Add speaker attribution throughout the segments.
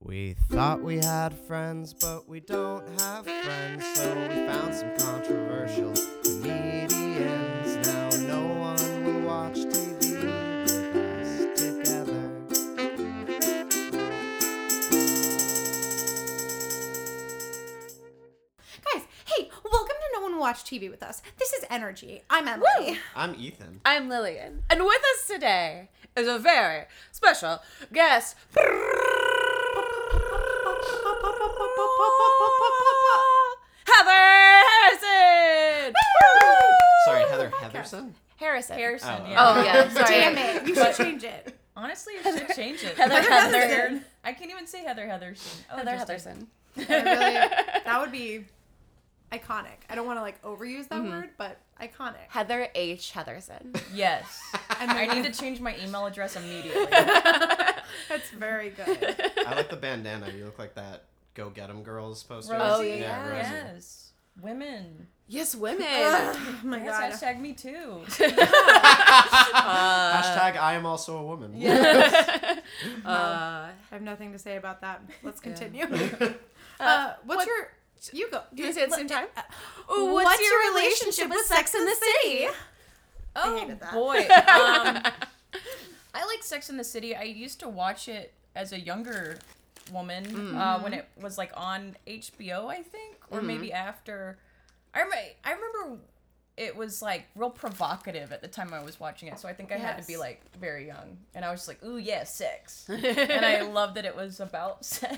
Speaker 1: We thought we had friends, but we don't have friends. So we found some controversial comedians. Now no one will watch TV with us together.
Speaker 2: Guys, hey, welcome to No One Watch TV with us. This is Energy. I'm Emily.
Speaker 1: I'm Ethan.
Speaker 3: I'm Lillian, and with us today is a very special guest. Heather Harrison!
Speaker 1: Sorry, Heather Heatherson?
Speaker 3: Harrison.
Speaker 4: Harrison.
Speaker 1: Oh,
Speaker 4: yeah.
Speaker 3: Oh, yeah, sorry.
Speaker 2: Damn it, you should change it.
Speaker 4: Honestly, I should change it.
Speaker 3: Heather Heatherson.
Speaker 4: I can't even say Heather Heatherson. Oh,
Speaker 3: Heather
Speaker 4: just a-
Speaker 3: Heatherson.
Speaker 2: That would really, that would be iconic. I don't want to like overuse
Speaker 3: Mm-hmm.
Speaker 2: that word, but iconic.
Speaker 3: Heather H. Heatherson.
Speaker 4: Yes.
Speaker 2: And
Speaker 4: I
Speaker 2: then-
Speaker 4: need to change my email address immediately.
Speaker 2: That's very good.
Speaker 1: I like the bandana. You look like that Go Get 'em Girls poster.
Speaker 4: Oh,
Speaker 3: yeah,
Speaker 1: Rosie.
Speaker 4: yes. Women.
Speaker 3: Yes, women.
Speaker 2: oh my god.
Speaker 4: Yes, hashtag me too.
Speaker 1: Hashtag I am also a woman.
Speaker 3: uh,
Speaker 2: I have nothing to say about that. Let's continue. uh, what's
Speaker 3: what-
Speaker 2: your you go? uh, Do
Speaker 3: you wanna say it at the same time?
Speaker 2: What's, your, relationship with Sex in the City?
Speaker 4: Oh
Speaker 2: hated that.
Speaker 4: boy. Um, I like Sex in the City. I used to watch it as a younger woman uh,
Speaker 2: Mm-hmm.
Speaker 4: when it was like on HBO, I think, or maybe after. I remember, I remember it was like real provocative at the time I was watching it, so I think I had to be
Speaker 2: Yes.
Speaker 4: like very young, and I was just like, "Ooh, yeah, sex," and I loved that it was about sex.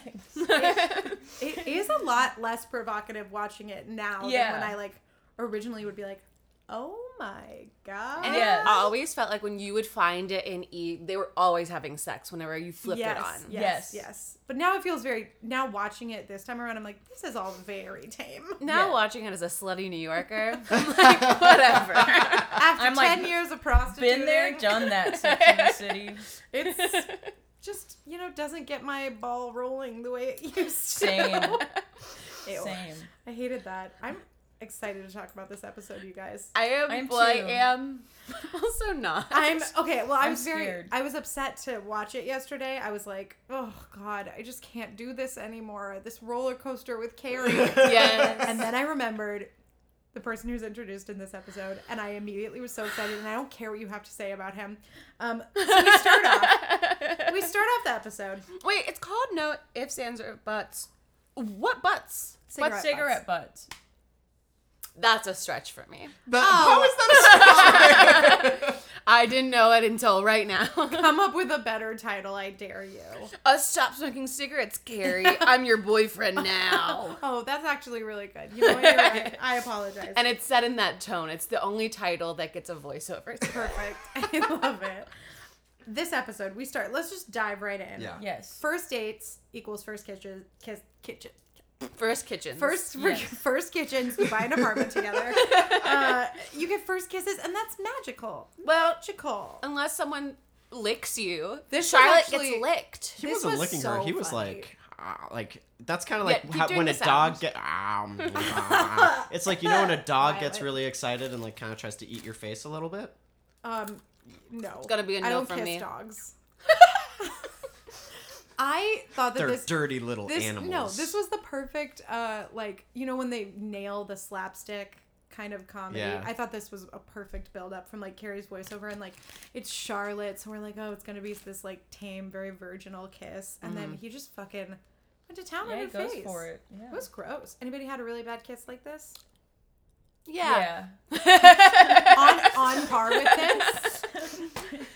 Speaker 2: It is a lot less provocative watching it now
Speaker 4: Yeah.
Speaker 2: than when I like originally would be like, oh my god.
Speaker 3: And
Speaker 4: Yes.
Speaker 3: I always felt like when you would find it in E, they were always having sex whenever you flipped
Speaker 2: yes,
Speaker 3: it on.
Speaker 2: yes, yes,
Speaker 4: Yes.
Speaker 2: But now it feels very. Now watching it this time around, I'm like, this is all very tame.
Speaker 3: Now
Speaker 4: Yeah.
Speaker 3: watching it as a slutty New Yorker, I'm like, whatever.
Speaker 2: After
Speaker 4: I'm like,
Speaker 2: ten years of prostituting,
Speaker 4: Been there, done that. Sex in the City.
Speaker 2: It's just you know doesn't get my ball rolling the way it used to.
Speaker 4: Same,
Speaker 2: Ew.
Speaker 4: same.
Speaker 2: I hated that. I'm excited to talk about this episode, you guys.
Speaker 3: I am,
Speaker 4: I'm
Speaker 3: well, I
Speaker 4: too.
Speaker 3: am also not.
Speaker 2: I'm okay. Well, I
Speaker 4: I'm
Speaker 2: was very.
Speaker 4: scared.
Speaker 2: I was upset to watch it yesterday. I was like, oh god, I just can't do this anymore. This roller coaster with Carrie.
Speaker 3: Yes.
Speaker 2: and then I remembered the person who's introduced in this episode, and I immediately was so excited. And I don't care what you have to say about him. Um, so we start off. We start off the episode.
Speaker 3: Wait, it's called No Ifs, Ands, or Buts. What buts?
Speaker 2: Cigarette butts.
Speaker 4: Cigarette butts.
Speaker 3: That's a stretch for me.
Speaker 2: Oh.
Speaker 1: That, How is that a story?
Speaker 3: I didn't know it until right now.
Speaker 2: Come up with a better title, I dare you.
Speaker 3: Uh, stop smoking cigarettes, Carrie. I'm your boyfriend now.
Speaker 2: Oh, that's actually really good. You know, what? you're right. I apologize.
Speaker 3: And it's said in that tone. It's the only title that gets a voiceover.
Speaker 2: perfect. I love it. This episode, we start. Let's just dive right in.
Speaker 1: Yeah.
Speaker 4: Yes.
Speaker 2: First dates equals first kitchen. Kiss, kitchen.
Speaker 3: First kitchen.
Speaker 2: First,
Speaker 4: Yes.
Speaker 2: first kitchens. You buy an apartment together. Uh, you get first kisses, and that's magical.
Speaker 3: Well,
Speaker 2: Magical.
Speaker 3: unless someone licks you,
Speaker 2: This was
Speaker 3: Charlotte
Speaker 2: actually-
Speaker 3: gets licked.
Speaker 1: He
Speaker 2: This
Speaker 1: wasn't
Speaker 2: was
Speaker 1: licking her.
Speaker 2: so
Speaker 1: He was
Speaker 2: funny.
Speaker 1: like, ah, like that's kind of
Speaker 3: Yeah,
Speaker 1: like
Speaker 3: keep
Speaker 1: how,
Speaker 3: doing
Speaker 1: when
Speaker 3: the
Speaker 1: a dog
Speaker 3: sounds.
Speaker 1: get. ah, it's like you know when a dog gets
Speaker 2: Violet.
Speaker 1: really excited and like kind of tries to eat your face a little bit.
Speaker 2: Um, no. It's
Speaker 3: gonna be a
Speaker 2: I
Speaker 3: no
Speaker 2: don't
Speaker 3: from
Speaker 2: kiss
Speaker 3: me.
Speaker 2: dogs. I thought that
Speaker 1: They're
Speaker 2: this
Speaker 1: dirty little
Speaker 2: this
Speaker 1: animals.
Speaker 2: no, this was the perfect uh like you know when they nail the slapstick kind of comedy.
Speaker 1: Yeah.
Speaker 2: I thought this was a perfect build up from like Carrie's voiceover and like it's Charlotte, so we're like, oh, it's gonna be this like tame, very virginal kiss, and
Speaker 1: Mm-hmm.
Speaker 2: then he just fucking went to town on
Speaker 4: Yeah,
Speaker 2: her
Speaker 4: it goes
Speaker 2: face.
Speaker 4: for it. Yeah.
Speaker 2: It was gross. Anybody had a really bad kiss like this?
Speaker 3: Yeah.
Speaker 2: on on par with this?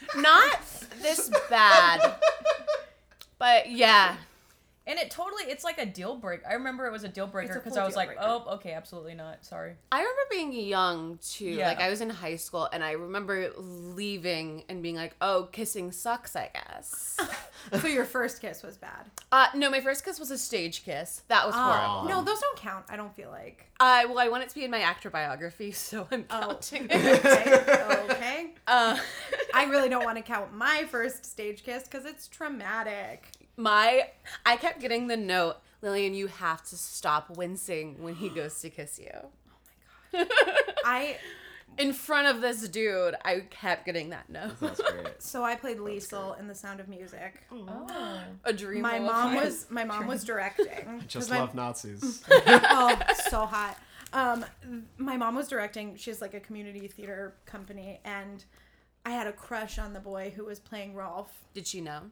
Speaker 3: Not this bad. But yeah.
Speaker 4: And it totally, it's like a deal break. I remember it was a deal breaker
Speaker 2: It's a
Speaker 4: because
Speaker 2: full
Speaker 4: I was
Speaker 2: deal
Speaker 4: like,
Speaker 2: breaker.
Speaker 4: oh, okay, absolutely not. Sorry.
Speaker 3: I remember being young too.
Speaker 4: Yeah.
Speaker 3: Like I was in high school and I remember leaving and being like, "Oh, kissing sucks, I guess."
Speaker 2: so your first kiss was bad. Um,
Speaker 3: uh, no, my first kiss was a stage kiss. That was
Speaker 2: Ah.
Speaker 3: horrible.
Speaker 1: Aw.
Speaker 2: No, those don't count. I don't feel like.
Speaker 3: I well, I want it to be in my actor biography, so I'm
Speaker 2: Oh.
Speaker 3: counting it.
Speaker 2: Okay. okay.
Speaker 3: Uh,
Speaker 2: I really don't want to count my first stage kiss because it's traumatic.
Speaker 3: my I kept getting the note, Lillian, you have to stop wincing when he goes to kiss you.
Speaker 2: I
Speaker 3: in front of this dude, I kept getting that no.
Speaker 1: That's great.
Speaker 2: So I played Liesel in The Sound of Music.
Speaker 4: Oh.
Speaker 3: A dream.
Speaker 2: My
Speaker 3: will
Speaker 2: mom
Speaker 3: apply.
Speaker 2: was my mom was directing.
Speaker 1: Just
Speaker 2: 'Cause my-
Speaker 1: love Nazis.
Speaker 2: oh, so hot. Um, th- my mom was directing. She's like a community theater company, and I had a crush on the boy who was playing Rolf.
Speaker 3: Did she know?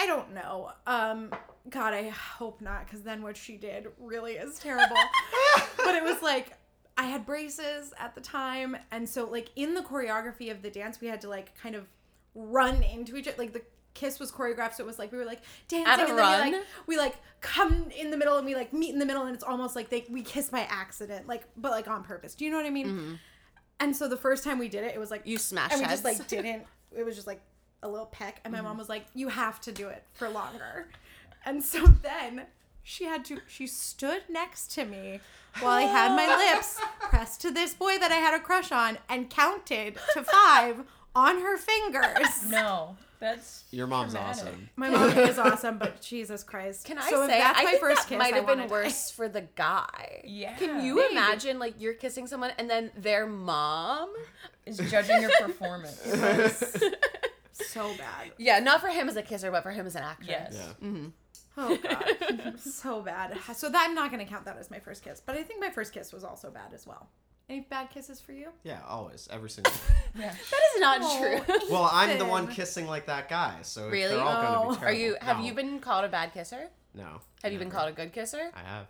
Speaker 2: I don't know. Um, God, I hope not, because then what she did really is terrible. but it was like I had braces at the time, and so like in the choreography of the dance, we had to like kind of run into each other. Like the kiss was choreographed, so it was like we were like dancing,
Speaker 3: At a
Speaker 2: and then we
Speaker 3: run?
Speaker 2: like we like come in the middle, and we like meet in the middle, and it's almost like they we kiss by accident, like but like on purpose. Do you know what I mean? And so the first time we did it, it was like
Speaker 3: Mm-hmm. You smash
Speaker 2: and we
Speaker 3: heads.
Speaker 2: just like didn't. It was just like a little peck, and my
Speaker 3: Mm-hmm.
Speaker 2: mom was like, "You have to do it for longer." And so then she had to. She stood next to me while I had my lips pressed to this boy that I had a crush on, and counted to five on her fingers.
Speaker 4: No, that's
Speaker 1: Your mom's
Speaker 4: traumatic.
Speaker 1: awesome.
Speaker 2: My mom is awesome, but Jesus Christ!
Speaker 3: Can I
Speaker 2: so if
Speaker 3: say
Speaker 2: that's
Speaker 3: I
Speaker 2: my
Speaker 3: think
Speaker 2: first
Speaker 3: that
Speaker 2: kiss,
Speaker 3: might
Speaker 2: I
Speaker 3: have
Speaker 2: wanna
Speaker 3: been
Speaker 2: die.
Speaker 3: worse for the guy?
Speaker 4: Yeah.
Speaker 3: Can you imagine like you're kissing someone and then their mom?
Speaker 4: is judging your performance?
Speaker 2: So bad.
Speaker 3: Yeah, not for him as a kisser, but for him as an actor.
Speaker 4: Yes.
Speaker 1: Yeah.
Speaker 3: Mm.
Speaker 2: Oh god, so bad. So that I'm not going to count that as my first kiss, but I think my first kiss was also bad as well. Any bad kisses for you?
Speaker 1: Yeah, always. Every single
Speaker 4: Yeah.
Speaker 3: That is not
Speaker 2: Oh.
Speaker 3: true.
Speaker 1: Well, I'm the one
Speaker 2: Ethan.
Speaker 1: kissing like that guy, so
Speaker 3: Really? Oh,
Speaker 1: they're all gonna be
Speaker 2: No.
Speaker 1: terrible.
Speaker 3: Are you have
Speaker 1: No.
Speaker 3: you been called a bad kisser?
Speaker 1: No. Have
Speaker 3: Have you been called a good kisser?
Speaker 1: I have.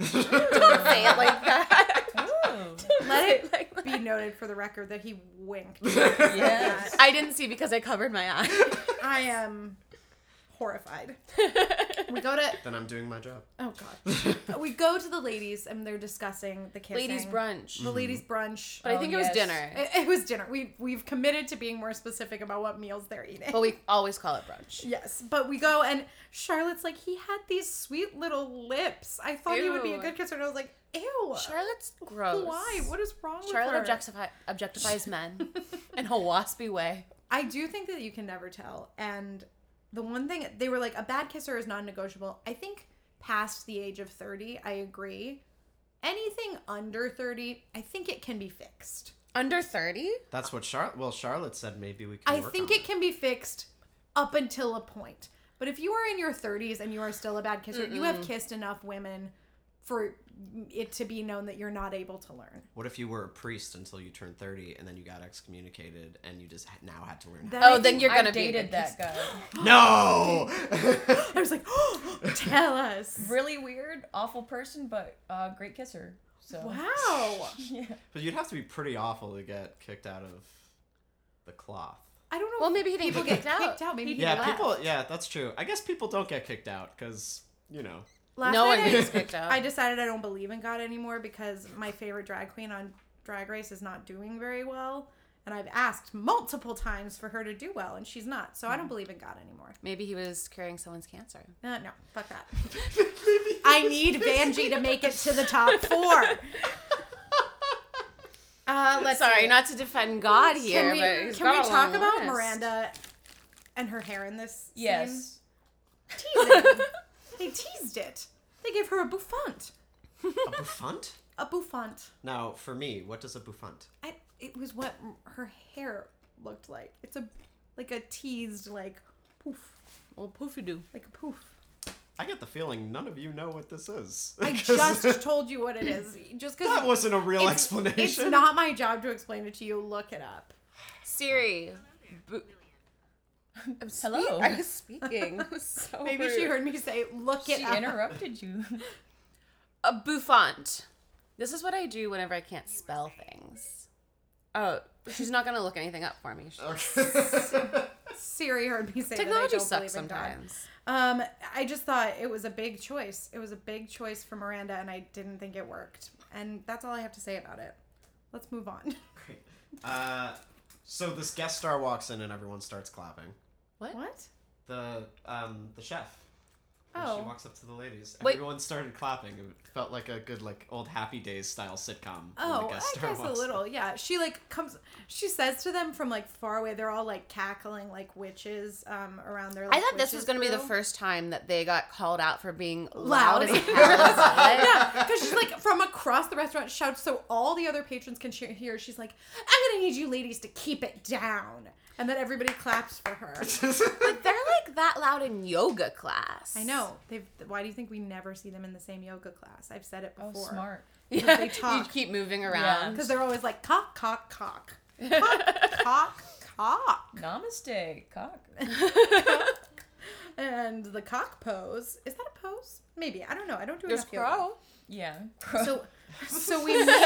Speaker 3: Don't say it like that.
Speaker 4: Ooh.
Speaker 2: Let
Speaker 3: Say
Speaker 2: it
Speaker 3: it like that.
Speaker 2: be noted for the record that he winked.
Speaker 4: Yes.
Speaker 3: I didn't see because I covered my eye.
Speaker 2: I am horrified. We go to
Speaker 1: then I'm doing my job.
Speaker 2: oh god, we go to the ladies and they're discussing the kissing.
Speaker 3: Ladies brunch.
Speaker 2: the ladies brunch.
Speaker 3: But I
Speaker 4: Oh,
Speaker 3: think it was
Speaker 4: yes.
Speaker 3: dinner.
Speaker 2: Mm. it, it was dinner. We we've committed to being more specific about what meals they're eating.
Speaker 3: But we always call it brunch.
Speaker 2: Yes, but we go and Charlotte's like, he had these sweet little lips. I thought he would be a
Speaker 3: Ew.
Speaker 2: good kisser, and I was like, ew.
Speaker 3: Charlotte's gross.
Speaker 2: Why? What is wrong
Speaker 3: Charlotte
Speaker 2: with her?
Speaker 3: objectifi- objectifies men in a waspy way.
Speaker 2: I do think that you can never tell. And the one thing they were like, a bad kisser is non-negotiable. I think past the age of thirty, I agree. Anything under thirty, I think it can be fixed.
Speaker 3: Under 30?
Speaker 1: That's what Charlotte. Well, Charlotte said maybe we can.
Speaker 2: I
Speaker 1: work
Speaker 2: think
Speaker 1: on
Speaker 2: it can be fixed up until a point. But if you are in your 30s and you are still a bad kisser, you have kissed enough women for it to be known that you're not able to learn.
Speaker 1: What if you were a priest until you turned thirty, and then you got excommunicated, and you just ha- now had to learn?
Speaker 2: Then
Speaker 3: Oh,
Speaker 2: I
Speaker 3: then
Speaker 2: think-
Speaker 3: you're
Speaker 4: I
Speaker 3: gonna be a
Speaker 4: dated
Speaker 3: good
Speaker 4: that guy.
Speaker 1: how- no.
Speaker 2: I was like, oh, tell us.
Speaker 4: Really weird, awful person, but uh, great kisser. So.
Speaker 2: Wow.
Speaker 4: Yeah.
Speaker 1: but you'd have to be pretty awful to get kicked out of the cloth.
Speaker 2: I don't know.
Speaker 3: Well,
Speaker 2: if
Speaker 3: maybe he didn't
Speaker 2: people
Speaker 3: get kicked
Speaker 2: get
Speaker 3: out.
Speaker 2: kicked out. Maybe he
Speaker 1: Yeah,
Speaker 2: left.
Speaker 1: people. Yeah, that's true. I guess people don't get kicked out because you know.
Speaker 2: Last
Speaker 3: no
Speaker 2: night
Speaker 3: one
Speaker 2: I-
Speaker 3: gets kicked out.
Speaker 2: I decided I don't believe in God anymore because my favorite drag queen on Drag Race is not doing very well. And I've asked multiple times for her to do well, and she's not. So I don't believe in God anymore.
Speaker 3: Maybe he was curing someone's cancer.
Speaker 2: Uh, no, fuck that. I need Vanjie to make it to the top four. Uh, let's
Speaker 3: Sorry,
Speaker 2: see.
Speaker 3: not to defend God here,
Speaker 2: Can we,
Speaker 3: but he's
Speaker 2: can
Speaker 3: got
Speaker 2: we
Speaker 3: a
Speaker 2: talk
Speaker 3: long
Speaker 2: about
Speaker 3: list.
Speaker 2: Miranda and her hair in this? Scene?
Speaker 4: Yes.
Speaker 2: Teasing. they teased it. They gave her a bouffant.
Speaker 1: A bouffant?
Speaker 2: A bouffant.
Speaker 1: Now, for me, what does a bouffant?
Speaker 2: I, it was what m- her hair looked like. It's a like a teased like poof,
Speaker 3: Well, poofy do.
Speaker 2: like a poof.
Speaker 1: I get the feeling none of you know what this is.
Speaker 2: I
Speaker 1: 'Cause
Speaker 2: just told you what it is. Just because
Speaker 1: that wasn't a real
Speaker 2: It's-
Speaker 1: explanation.
Speaker 2: It's not my job to explain it to you. Look it up.
Speaker 3: Siri. Bo- I'm
Speaker 4: Hello.
Speaker 3: Hello. I was speaking. So
Speaker 2: Maybe she
Speaker 3: rude.
Speaker 2: heard me say, "Look it
Speaker 4: She
Speaker 2: up."
Speaker 4: interrupted you.
Speaker 3: a bouffant. This is what I do whenever I can't spell things. Oh, she's not gonna look anything up for me. She-
Speaker 2: Siri heard me say. that I
Speaker 3: Technology
Speaker 2: don't
Speaker 3: sucks
Speaker 2: believe in God.
Speaker 3: sometimes.
Speaker 2: Um, I just thought it was a big choice. It was a big choice for Miranda, and I didn't think it worked. And that's all I have to say about it. Let's move on.
Speaker 1: Uh, so this guest star walks in and everyone starts clapping.
Speaker 2: What?
Speaker 1: The um the chef. when
Speaker 2: Oh.
Speaker 1: she walks up to the ladies.
Speaker 3: Wait.
Speaker 1: Everyone started clapping. It felt like a good like old Happy Days style sitcom. when
Speaker 2: Oh,
Speaker 1: the
Speaker 2: I
Speaker 1: guest star
Speaker 2: guess a
Speaker 1: walks
Speaker 2: little.
Speaker 1: up.
Speaker 2: Yeah, she like comes. She says to them from like far away. They're all like cackling like witches um around their. Like,
Speaker 3: I thought this was
Speaker 2: witches
Speaker 3: going to be the
Speaker 2: brew.
Speaker 3: first time that they got called out for being
Speaker 2: Loud.
Speaker 3: loud, as hell.
Speaker 2: Yeah, because she's like from across the restaurant shouts so all the other patrons can cheer- hear. She's like, "I'm gonna need you ladies to keep it down," and then everybody claps for her.
Speaker 3: They're like that loud in yoga class.
Speaker 2: I know. They've. Why do you think we never see them in the same yoga class? I've said it
Speaker 4: Oh,
Speaker 2: before.
Speaker 4: smart.
Speaker 3: Yeah,
Speaker 2: They
Speaker 3: You
Speaker 2: talk.
Speaker 3: keep moving around.
Speaker 2: Because they're always like cock, cock, cock, cock, cock, cock,
Speaker 4: Namaste, cock.
Speaker 2: and the cock pose. Is that a pose? Maybe I don't know. I don't do
Speaker 3: There's
Speaker 2: enough yoga.
Speaker 3: crow.
Speaker 4: Yeah.
Speaker 2: So, so we meet,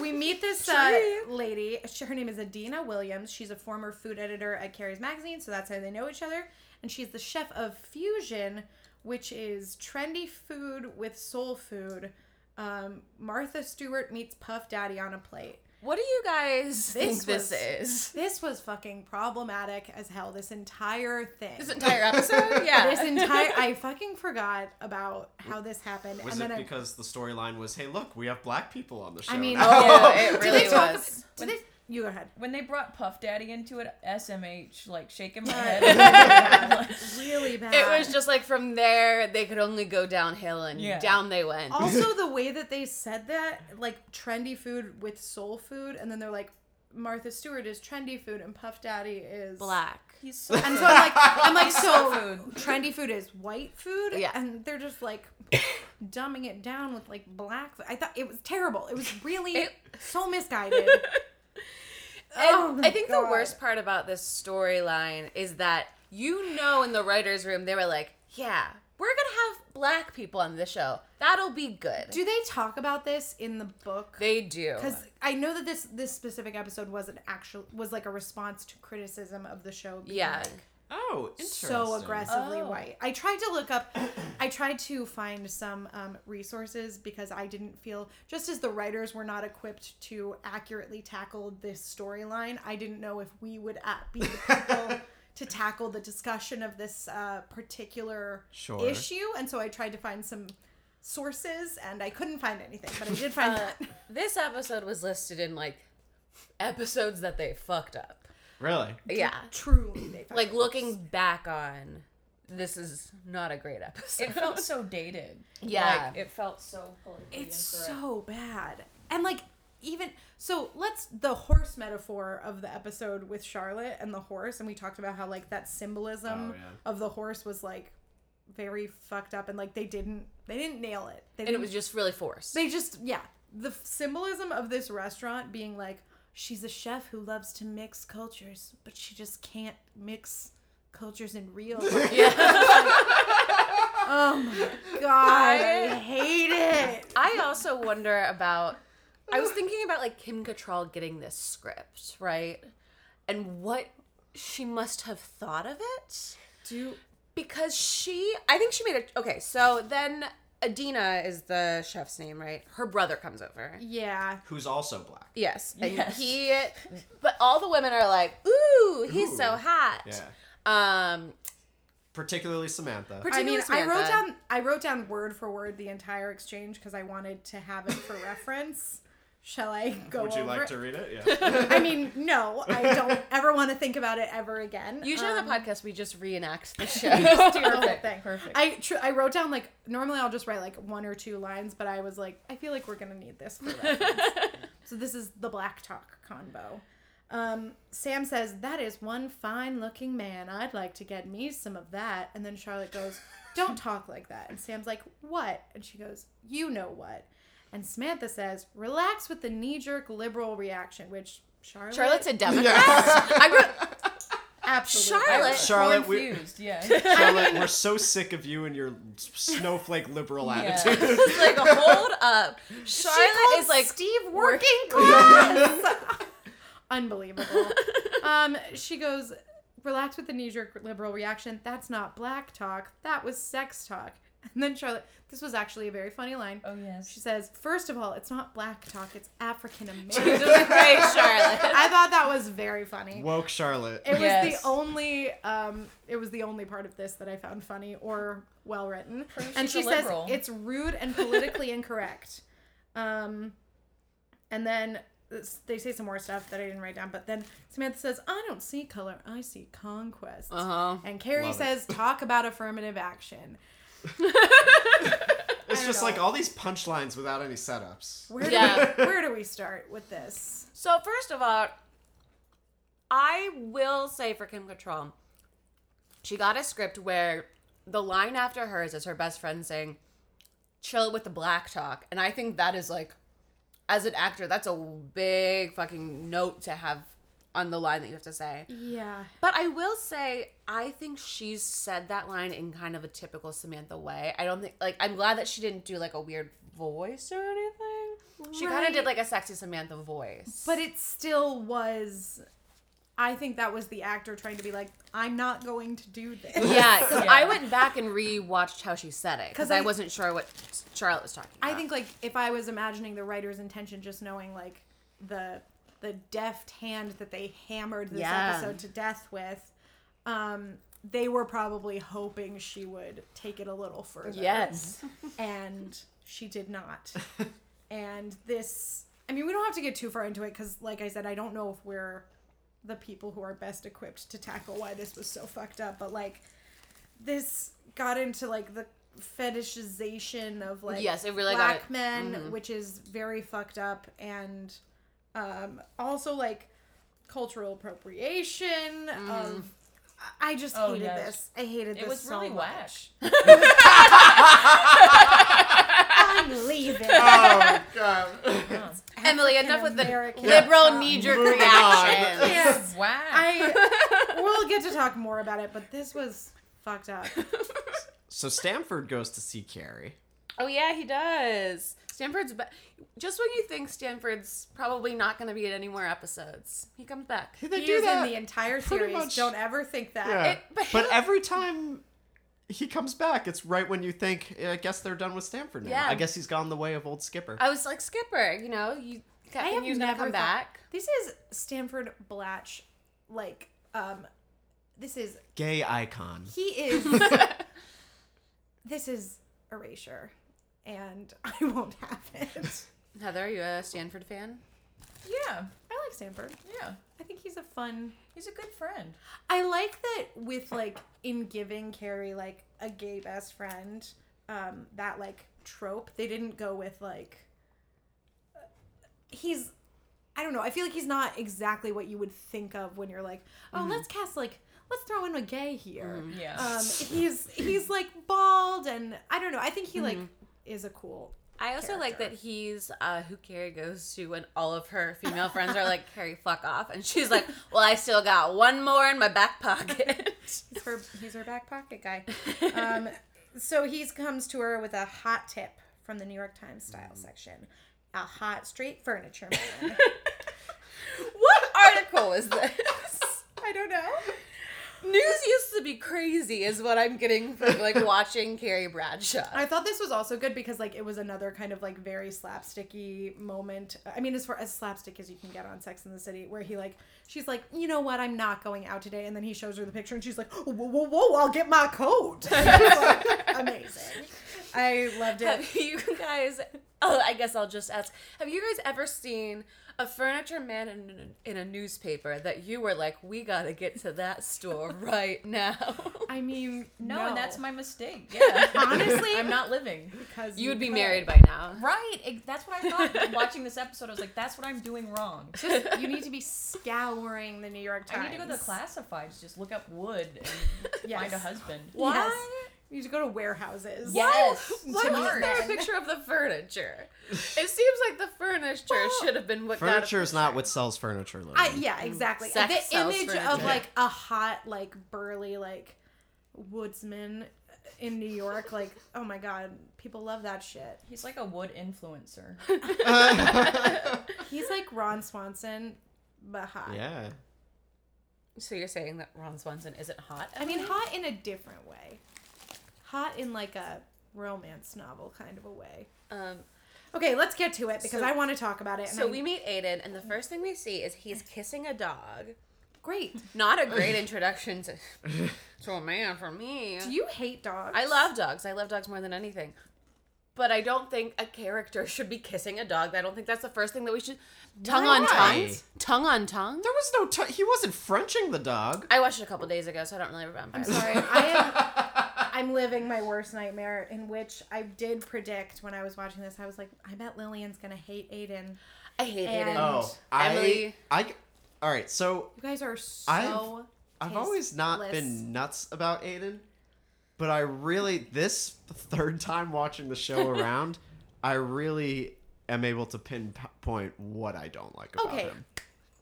Speaker 2: we meet this uh, lady. She, her name is Adina Williams. She's a former food editor at Carrie's Magazine, so that's how they know each other. And she's the chef of Fusion, which is trendy food with soul food. Um, Martha Stewart meets Puff Daddy on a plate.
Speaker 3: What do you
Speaker 2: This
Speaker 3: guys think this
Speaker 2: was-
Speaker 3: is?
Speaker 2: This was fucking problematic as hell. This entire thing.
Speaker 3: This entire episode? Yeah.
Speaker 2: This entire I fucking forgot about how this happened,
Speaker 1: Was
Speaker 2: and then
Speaker 1: it
Speaker 2: I.
Speaker 1: because the storyline was, "Hey, look, we have black people on the show"?
Speaker 2: I mean,
Speaker 1: now."
Speaker 3: Oh, it
Speaker 2: Did
Speaker 3: really
Speaker 2: they talk
Speaker 3: was.
Speaker 2: About, did they, you go ahead.
Speaker 4: When they brought Puff Daddy into it, SMH, like shaking my head.
Speaker 2: Really bad.
Speaker 3: It was just like from there they could only go downhill and
Speaker 4: Yeah.
Speaker 3: down they went.
Speaker 2: also the way that they said that, like trendy food with soul food, and then they're like, Martha Stewart is trendy food, and Puff Daddy is
Speaker 3: Black.
Speaker 4: He's so
Speaker 2: And so I'm like, I'm like, so
Speaker 4: food.
Speaker 2: trendy food is white food,
Speaker 3: Yeah.
Speaker 2: and they're just like dumbing it down with like black. Food. I thought it was terrible. It was really so misguided. Oh
Speaker 3: And
Speaker 2: my
Speaker 3: I think
Speaker 2: God.
Speaker 3: the worst part about this storyline is that you know in the writers' room they were like, "Yeah, we're gonna have black people on the show. That'll be good."
Speaker 2: Do they talk about this in the book?
Speaker 3: they do.
Speaker 2: Because I know that this this specific episode wasn't actual was like a response to criticism of the show. Being
Speaker 3: Yeah.
Speaker 2: like,
Speaker 1: oh, interesting.
Speaker 2: so aggressively
Speaker 4: Oh.
Speaker 2: white. I tried to look up, I tried to find some um, resources because I didn't feel, just as the writers were not equipped to accurately tackle this storyline, I didn't know if we would at, be the people to tackle the discussion of this uh, particular
Speaker 1: Sure.
Speaker 2: issue. And so I tried to find some sources and I couldn't find anything, but I did find that.
Speaker 3: This episode was listed in like episodes that they fucked up.
Speaker 1: Really?
Speaker 3: Yeah.
Speaker 2: Truly, they found
Speaker 3: Like looking back on this is not a great episode.
Speaker 4: It felt so dated.
Speaker 3: Yeah.
Speaker 4: Like, it felt so politically
Speaker 2: It's
Speaker 4: incorrect.
Speaker 2: so bad. And like even so let's the horse metaphor of the episode with Charlotte and the horse and we talked about how like that symbolism
Speaker 1: Oh, yeah.
Speaker 2: of the horse was like very fucked up and like they didn't they didn't nail it. They
Speaker 3: and
Speaker 2: didn't,
Speaker 3: it was just really forced.
Speaker 2: they just yeah, the f- symbolism of this restaurant being like she's a chef who loves to mix cultures, but she just can't mix cultures in real life. oh my god, I hate it.
Speaker 3: I also wonder about. I was thinking about like Kim Cattrall getting this script, right? And what she must have thought of it.
Speaker 2: Do
Speaker 3: Because she, I think she made it. Okay, so then Adina is the chef's name, right? Her brother comes over.
Speaker 2: yeah,
Speaker 1: Who's also black?
Speaker 3: Yes. And
Speaker 4: Yes.
Speaker 3: he, but all the women are like, ooh, he's
Speaker 1: Ooh.
Speaker 3: so hot.
Speaker 1: Yeah.
Speaker 3: Um,
Speaker 1: Particularly Samantha.
Speaker 2: I mean, I wrote
Speaker 3: Samantha.
Speaker 2: down I wrote down word for word the entire exchange because I wanted to have it for reference. Shall I go
Speaker 1: Would you
Speaker 2: over
Speaker 1: like
Speaker 2: it?
Speaker 1: to read it? Yeah.
Speaker 2: I mean, no, I don't ever want to think about it ever again.
Speaker 3: Usually
Speaker 2: Um,
Speaker 3: on the podcast, we just reenact the
Speaker 2: just
Speaker 3: show.
Speaker 2: do the whole
Speaker 4: Perfect,
Speaker 2: thing.
Speaker 4: perfect.
Speaker 2: I tr- I wrote down like normally I'll just write like one or two lines, but I was like I feel like we're gonna need this for reference. so this is the black talk combo. Um, Sam says that is one fine looking man. I'd like to get me some of that. And then Charlotte goes, "Don't talk like that." And Sam's like, "What?" And she goes, "You know what?" And Samantha says, "Relax with the knee jerk liberal reaction," which Charlotte
Speaker 3: Charlotte's a Democrat.
Speaker 1: Yeah.
Speaker 3: I wrote,
Speaker 2: absolutely
Speaker 3: Charlotte-
Speaker 1: Charlotte, we-
Speaker 4: confused. Yeah.
Speaker 1: Charlotte, we're so sick of you and your snowflake liberal
Speaker 4: Yeah.
Speaker 1: attitude.
Speaker 3: It's like hold up.
Speaker 2: Charlotte
Speaker 3: Charlotte is like
Speaker 2: Steve working class. Unbelievable. Um, she goes, relax with the knee jerk liberal reaction. That's not black talk. That was sex talk. And then Charlotte, this was actually a very funny line.
Speaker 4: Oh yes.
Speaker 2: She says, first of all, it's not black talk, it's African American.
Speaker 3: Jesus Christ, Charlotte.
Speaker 2: I thought that was very funny.
Speaker 1: Woke Charlotte.
Speaker 2: It was
Speaker 4: Yes.
Speaker 2: the only um, it was the only part of this that I found funny or well written.
Speaker 4: Proves
Speaker 2: And she
Speaker 4: she's a
Speaker 2: says
Speaker 4: liberal.
Speaker 2: it's rude and politically incorrect. Um, and then this- they say some more stuff that I didn't write down. But then Samantha says, "I don't see color, I see conquest."
Speaker 3: Uh-huh.
Speaker 2: And Carrie
Speaker 1: Love it.
Speaker 2: says, "Talk about affirmative action."
Speaker 1: It's
Speaker 2: I
Speaker 1: just
Speaker 2: know.
Speaker 1: like all these punchlines without any setups.
Speaker 2: Where do
Speaker 3: Yeah.
Speaker 2: we, where do we start with this?
Speaker 3: So first of all, I will say for Kim Cattrall, she got a script where the line after hers is her best friend saying, "Chill with the black talk," and I think that is like, as an actor, that's a big fucking note to have on the line that you have to say.
Speaker 2: Yeah.
Speaker 3: But I will say, I think she's said that line in kind of a typical Samantha way. I don't think, like, I'm glad that she didn't do like a weird voice or anything. She kind
Speaker 2: Right.
Speaker 3: of did like a sexy Samantha voice.
Speaker 2: But it still was. I think that was the actor trying to be like, I'm not going to do this.
Speaker 3: yeah, because
Speaker 4: Yeah.
Speaker 3: I went back and rewatched how she said it
Speaker 2: 'Cause
Speaker 3: because I,
Speaker 2: I-
Speaker 3: wasn't sure what Charlotte was talking about.
Speaker 2: I think like if I was imagining the writer's intention, just knowing like the the deft hand that they hammered this
Speaker 3: Yeah.
Speaker 2: episode to death with, um, they were probably hoping she would take it a little further.
Speaker 3: Yes.
Speaker 2: and she did not. and this, I mean, we don't have to get too far into it because, like I said, I don't know if we're the people who are best equipped to tackle why this was so fucked up, but like this got into like the fetishization of like
Speaker 3: Yes, it Mm-hmm. really
Speaker 2: black
Speaker 3: got-
Speaker 2: men, which is very fucked up, and um, also like cultural appropriation
Speaker 3: Mm-hmm.
Speaker 2: of. I- I just
Speaker 4: Oh,
Speaker 2: hated
Speaker 4: yes.
Speaker 2: this. I hated this.
Speaker 4: it was
Speaker 2: so
Speaker 4: really
Speaker 2: much.
Speaker 4: whack.
Speaker 2: I'm leaving.
Speaker 1: Oh god.
Speaker 3: Emily, enough with the
Speaker 2: African-American
Speaker 3: liberal
Speaker 2: song.
Speaker 3: knee jerk
Speaker 1: Moving on.
Speaker 3: reaction.
Speaker 2: Yes.
Speaker 4: Wow.
Speaker 2: I we'll get to talk more about it, but this was fucked up.
Speaker 1: So Stanford goes to see Carrie.
Speaker 3: Oh yeah, he does. Stanford's ba- just when you think Stanford's probably not going to be in any more episodes, he comes back.
Speaker 1: Did
Speaker 2: He
Speaker 1: they
Speaker 2: is
Speaker 1: do that?
Speaker 2: in the entire
Speaker 1: pretty
Speaker 2: series.
Speaker 1: much-
Speaker 2: Don't ever think that.
Speaker 1: yeah.
Speaker 3: it- but
Speaker 1: but,
Speaker 3: he-
Speaker 1: every time he comes back, it's right when you think, I guess they're done with Stanford now.
Speaker 3: Yeah. Uh,
Speaker 1: I guess he's gone the way of old Skipper.
Speaker 3: I was like Skipper, you know, you
Speaker 2: I
Speaker 3: I
Speaker 2: have
Speaker 3: think he was going to
Speaker 2: never
Speaker 3: come
Speaker 2: thought-
Speaker 3: back.
Speaker 2: This is Stanford Blatch, like um, this is
Speaker 1: Gay icon.
Speaker 2: he is. this is erasure, and I won't have it.
Speaker 3: Heather, you a Stanford fan?
Speaker 4: yeah.
Speaker 2: I like Stanford.
Speaker 4: Yeah.
Speaker 2: I think he's a fun
Speaker 4: He's a good friend.
Speaker 2: I like that with like in giving Carrie like a gay best friend, um, that like trope, they didn't go with like he's I don't know, I feel like he's not exactly what you would think of when you're like, Oh, let's cast like let's throw in a gay here.
Speaker 4: Yeah.
Speaker 2: Um he's he's like bald and I don't know, I think he like is a cool
Speaker 3: I also like that
Speaker 2: character.
Speaker 3: he's uh, who Carrie goes to when all of her female friends are like, Carrie, fuck off. And she's like, well, I still got one more in my back pocket.
Speaker 2: He's her he's her back pocket guy. Um, so he comes to her with a hot tip from the New York Times
Speaker 3: Mm.
Speaker 2: style section. A hot straight furniture man.
Speaker 3: what article is this?
Speaker 2: I don't know.
Speaker 3: News used to be crazy, is what I'm getting from like watching Carrie Bradshaw.
Speaker 2: I thought this was also good because like it was another kind of like very slapsticky moment. I mean, as far as slapstick as you can get on Sex in the City, where he like she's like, you know what, I'm not going out today, and then he shows her the picture, and she's like, whoa, whoa, whoa, I'll get my coat. It's, like, amazing. I loved it.
Speaker 3: Have you guys? Oh, I guess I'll just ask. Have you guys ever seen a furniture man in, in a newspaper that you were like, we gotta get to that store right now?
Speaker 2: I mean,
Speaker 4: no,
Speaker 2: no,
Speaker 4: and that's my mistake. Yeah.
Speaker 2: Honestly-
Speaker 4: I'm not living.
Speaker 2: because
Speaker 3: You would be
Speaker 2: could.
Speaker 3: married by now.
Speaker 4: Right. ex- That's what I thought. Watching this episode, I was like, that's what I'm doing wrong.
Speaker 2: Just you need to be scouring the New York Times.
Speaker 4: I need to go to the classifieds, just look up wood and
Speaker 2: Yes.
Speaker 4: find a husband.
Speaker 3: Why?
Speaker 2: You need to go to warehouses.
Speaker 4: Yes.
Speaker 3: Why was
Speaker 4: Smart.
Speaker 3: there a picture of the furniture? It seems like the furniture should have been what
Speaker 1: Furniture
Speaker 3: got
Speaker 1: is not what sells furniture, Lily.
Speaker 2: I, yeah, exactly.
Speaker 3: Sex
Speaker 2: the
Speaker 3: sells
Speaker 2: image
Speaker 3: for
Speaker 2: of
Speaker 3: a
Speaker 2: like a hot, like burly, like woodsman in New York, like oh my god, people love that shit.
Speaker 4: He's like a wood influencer.
Speaker 2: He's like Ron Swanson, but hot.
Speaker 1: yeah.
Speaker 3: So you're saying that Ron Swanson isn't hot?
Speaker 2: I mean, hot in a different way. Hot in like a romance novel kind of a way.
Speaker 3: Um,
Speaker 2: Okay, let's get to it because
Speaker 3: So-
Speaker 2: I want to talk about it. And
Speaker 3: so
Speaker 2: I-
Speaker 3: we meet Aiden, and the first thing we see is he's kissing a dog.
Speaker 2: great.
Speaker 3: Not a great introduction to, to a man for me.
Speaker 2: Do you hate dogs?
Speaker 3: I love dogs. I love dogs more than anything. But I don't think a character should be kissing a dog. I don't think that's the first thing that we should. Tongue on
Speaker 1: Why?
Speaker 3: tongue? Tongue on tongue?
Speaker 1: There was no. T- he wasn't Frenching the dog.
Speaker 3: I watched it a couple days ago, so I don't really remember.
Speaker 2: I'm sorry. I am, I'm living my worst nightmare, in which I did predict when I was watching this. I was like, I bet Lillian's gonna hate Aiden.
Speaker 3: I hate
Speaker 2: And-
Speaker 3: Aiden.
Speaker 1: Oh,
Speaker 3: Emily-
Speaker 1: I. I. All right. So
Speaker 2: You guys are so.
Speaker 1: I've- I've always not
Speaker 2: tasteless.
Speaker 1: been nuts about Aiden, but I really this third time watching the show around, I really am able to pinpoint what I don't like about
Speaker 2: Okay.
Speaker 1: him.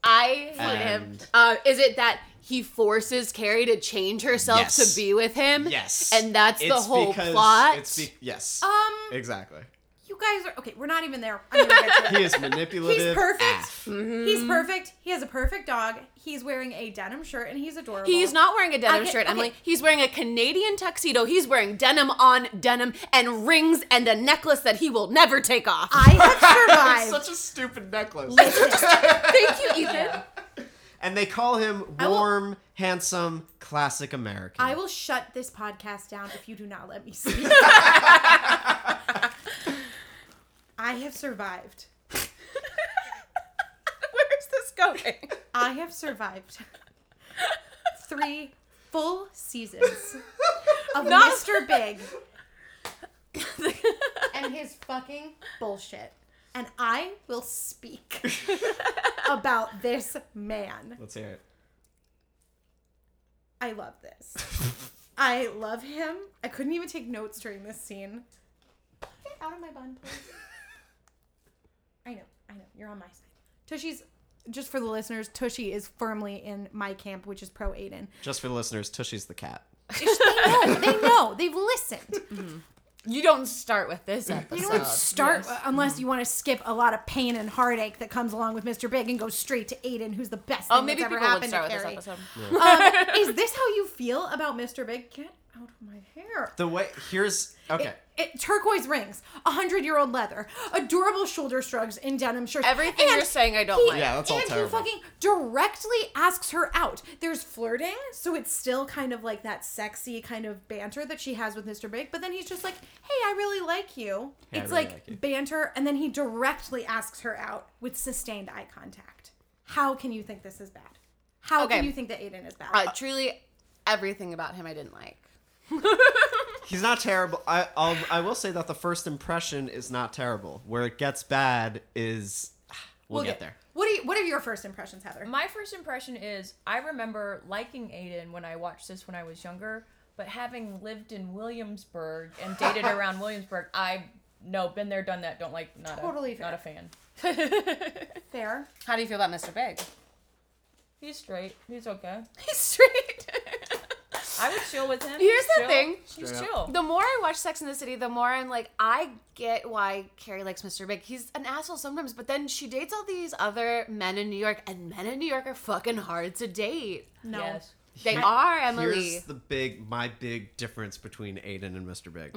Speaker 3: I hate him.
Speaker 1: And-
Speaker 3: Uh, is it that he forces Carrie to change herself
Speaker 1: Yes.
Speaker 3: to be with him?
Speaker 1: Yes,
Speaker 3: And that's the
Speaker 1: It's
Speaker 3: whole
Speaker 1: because-
Speaker 3: plot?
Speaker 1: It's be- yes,
Speaker 2: Um,
Speaker 1: exactly.
Speaker 2: you guys are okay. We're not even there. I'm gonna get to it.
Speaker 1: He is manipulative.
Speaker 2: He's perfect. Mm.
Speaker 1: AF.
Speaker 2: He's perfect. He has a perfect dog. He's wearing a denim shirt and he's adorable.
Speaker 3: He's not wearing a denim
Speaker 2: Okay,
Speaker 3: shirt,
Speaker 2: okay.
Speaker 3: Emily. He's wearing a Canadian tuxedo. He's wearing denim on denim and rings and a necklace that he will never take off.
Speaker 2: I have
Speaker 1: It's
Speaker 2: survived.
Speaker 1: such a stupid necklace.
Speaker 3: Thank you, Ethan.
Speaker 1: and they call him
Speaker 2: will-
Speaker 1: warm, handsome, classic American.
Speaker 2: I will shut this podcast down if you do not let me speak. I have survived.
Speaker 3: Where's this going?
Speaker 2: I have survived three full seasons of Mr. Big and his fucking bullshit. And I will speak about this man.
Speaker 1: Let's hear it.
Speaker 2: I love this. I love him. I couldn't even take notes during this scene. Get out of my bun, please. I know, I know. You're on my side. Tushy's, just for the listeners, Tushy is firmly in my camp, which is pro Aiden.
Speaker 1: Just for the listeners, Tushy's the cat.
Speaker 2: It's- they know. They know. They've listened.
Speaker 3: you don't start with this episode.
Speaker 2: You don't start uh, unless you want to skip a lot of pain and heartache that comes along with Mr. Big and go straight to Aiden, who's the best thing
Speaker 3: oh, maybe
Speaker 2: that's
Speaker 3: people
Speaker 2: ever
Speaker 3: would
Speaker 2: happened to
Speaker 3: start with this
Speaker 2: Carrie.
Speaker 3: episode.
Speaker 2: Um, is this how you feel about Mr. Big? Get out of my hair.
Speaker 1: The way here's okay.
Speaker 2: It, turquoise rings, a hundred-year-old leather, adorable shoulder shrugs in denim shirts.
Speaker 3: Everything
Speaker 2: and
Speaker 3: you're saying, I don't
Speaker 2: he-
Speaker 3: like.
Speaker 1: Yeah, that's all
Speaker 2: and
Speaker 1: terrible.
Speaker 2: he fucking directly asks her out. There's flirting, so it's still kind of like that sexy kind of banter that she has with Mr. Big. But then he's just like, "Hey, I really like you."
Speaker 1: Hey, I
Speaker 2: it's
Speaker 1: really
Speaker 2: like,
Speaker 1: like you.
Speaker 2: banter, and then he directly asks her out with sustained eye contact. How can you think this is bad? How
Speaker 3: Okay.
Speaker 2: can you think that Aiden is bad?
Speaker 3: Uh, truly, everything about him I didn't like.
Speaker 1: He's not terrible. I I'll, I will say that the first impression is not terrible. Where it gets bad is we'll, get, there.
Speaker 2: What do you, What are your first impressions, Heather?
Speaker 3: Mm.
Speaker 4: My first impression is I remember liking Aiden when I watched this when I was younger, but having lived in Williamsburg and dated around Williamsburg, I no been there, done that. Don't like not
Speaker 2: Totally
Speaker 4: a, not
Speaker 2: fair.
Speaker 4: a fan.
Speaker 2: Fair.
Speaker 3: How do you feel about Mr. Big?
Speaker 4: He's straight. He's okay.
Speaker 3: He's straight.
Speaker 4: I would chill with him.
Speaker 3: Here's
Speaker 4: He's
Speaker 3: the
Speaker 4: chill.
Speaker 3: thing.
Speaker 4: She's
Speaker 1: Straight
Speaker 4: chill.
Speaker 3: The more I watch Sex in the City, the more I'm like, I get why Carrie likes Mr. Big. He's an asshole sometimes, but then she dates all these other men in New York, and men in New York are fucking hard to date.
Speaker 2: No.
Speaker 4: Yes.
Speaker 3: They
Speaker 1: Here-
Speaker 3: are, Emily.
Speaker 1: Here's the big my big difference between Aiden and Mr. Big.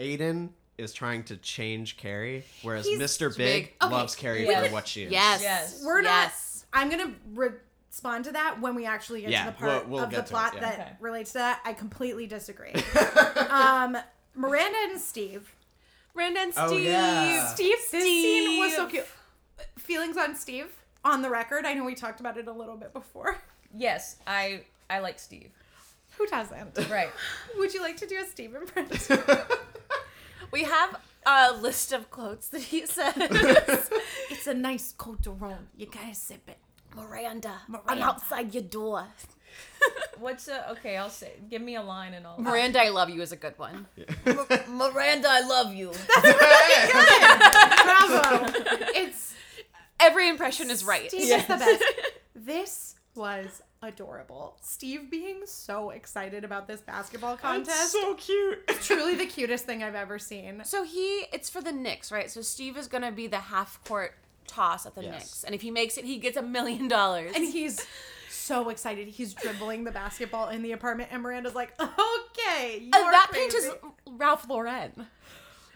Speaker 1: Aiden is trying to change Carrie, whereas
Speaker 2: He's-
Speaker 1: Mr. Big
Speaker 3: Big. Okay,
Speaker 1: loves Carrie
Speaker 4: we
Speaker 1: for
Speaker 4: could-
Speaker 1: what she is.
Speaker 3: yes.
Speaker 4: Yes.
Speaker 2: We're
Speaker 3: yes.
Speaker 2: not. I'm gonna re- respond to that when we actually get
Speaker 1: Yeah,
Speaker 2: to the
Speaker 1: we'll-
Speaker 2: part
Speaker 1: we'll
Speaker 2: of the
Speaker 1: get to it,
Speaker 2: plot
Speaker 1: yeah.
Speaker 2: that
Speaker 4: Okay.
Speaker 2: relates to that. I completely disagree. um, Miranda and Steve.
Speaker 3: Miranda and Steve.
Speaker 1: Oh, yeah.
Speaker 2: Uh, Steve. This scene was so
Speaker 3: Steve.
Speaker 2: cute. Feelings on Steve on the record. I know we talked about it a little bit before.
Speaker 4: Yes, I I like Steve.
Speaker 2: Who doesn't?
Speaker 4: Right.
Speaker 2: Would you like to do a Steve impression?
Speaker 3: We have a list of quotes that he says.
Speaker 2: it's a nice cold Rome. You gotta sip it.
Speaker 3: Miranda, I'm
Speaker 2: Miranda.
Speaker 3: outside your door.
Speaker 4: What's a okay? I'll say. Give me a line and I'll.
Speaker 3: Miranda, I love you is a good one.
Speaker 4: Miranda, I love you.
Speaker 2: Bravo. it's
Speaker 3: Every impression is right.
Speaker 2: Steve is the best. This was adorable. Steve being so excited about this basketball contest.
Speaker 1: so cute.
Speaker 2: truly the cutest thing I've ever seen.
Speaker 3: So he, it's for the Knicks, right? So Steve is going to be the half court toss at the
Speaker 1: Yes.
Speaker 3: Knicks. And if he makes it, he gets a million dollars.
Speaker 2: And he's so excited. He's dribbling the basketball in the apartment, and Miranda's like, "Okay, you're
Speaker 3: At Uh, that
Speaker 2: crazy.
Speaker 3: point, just Ralph Lauren.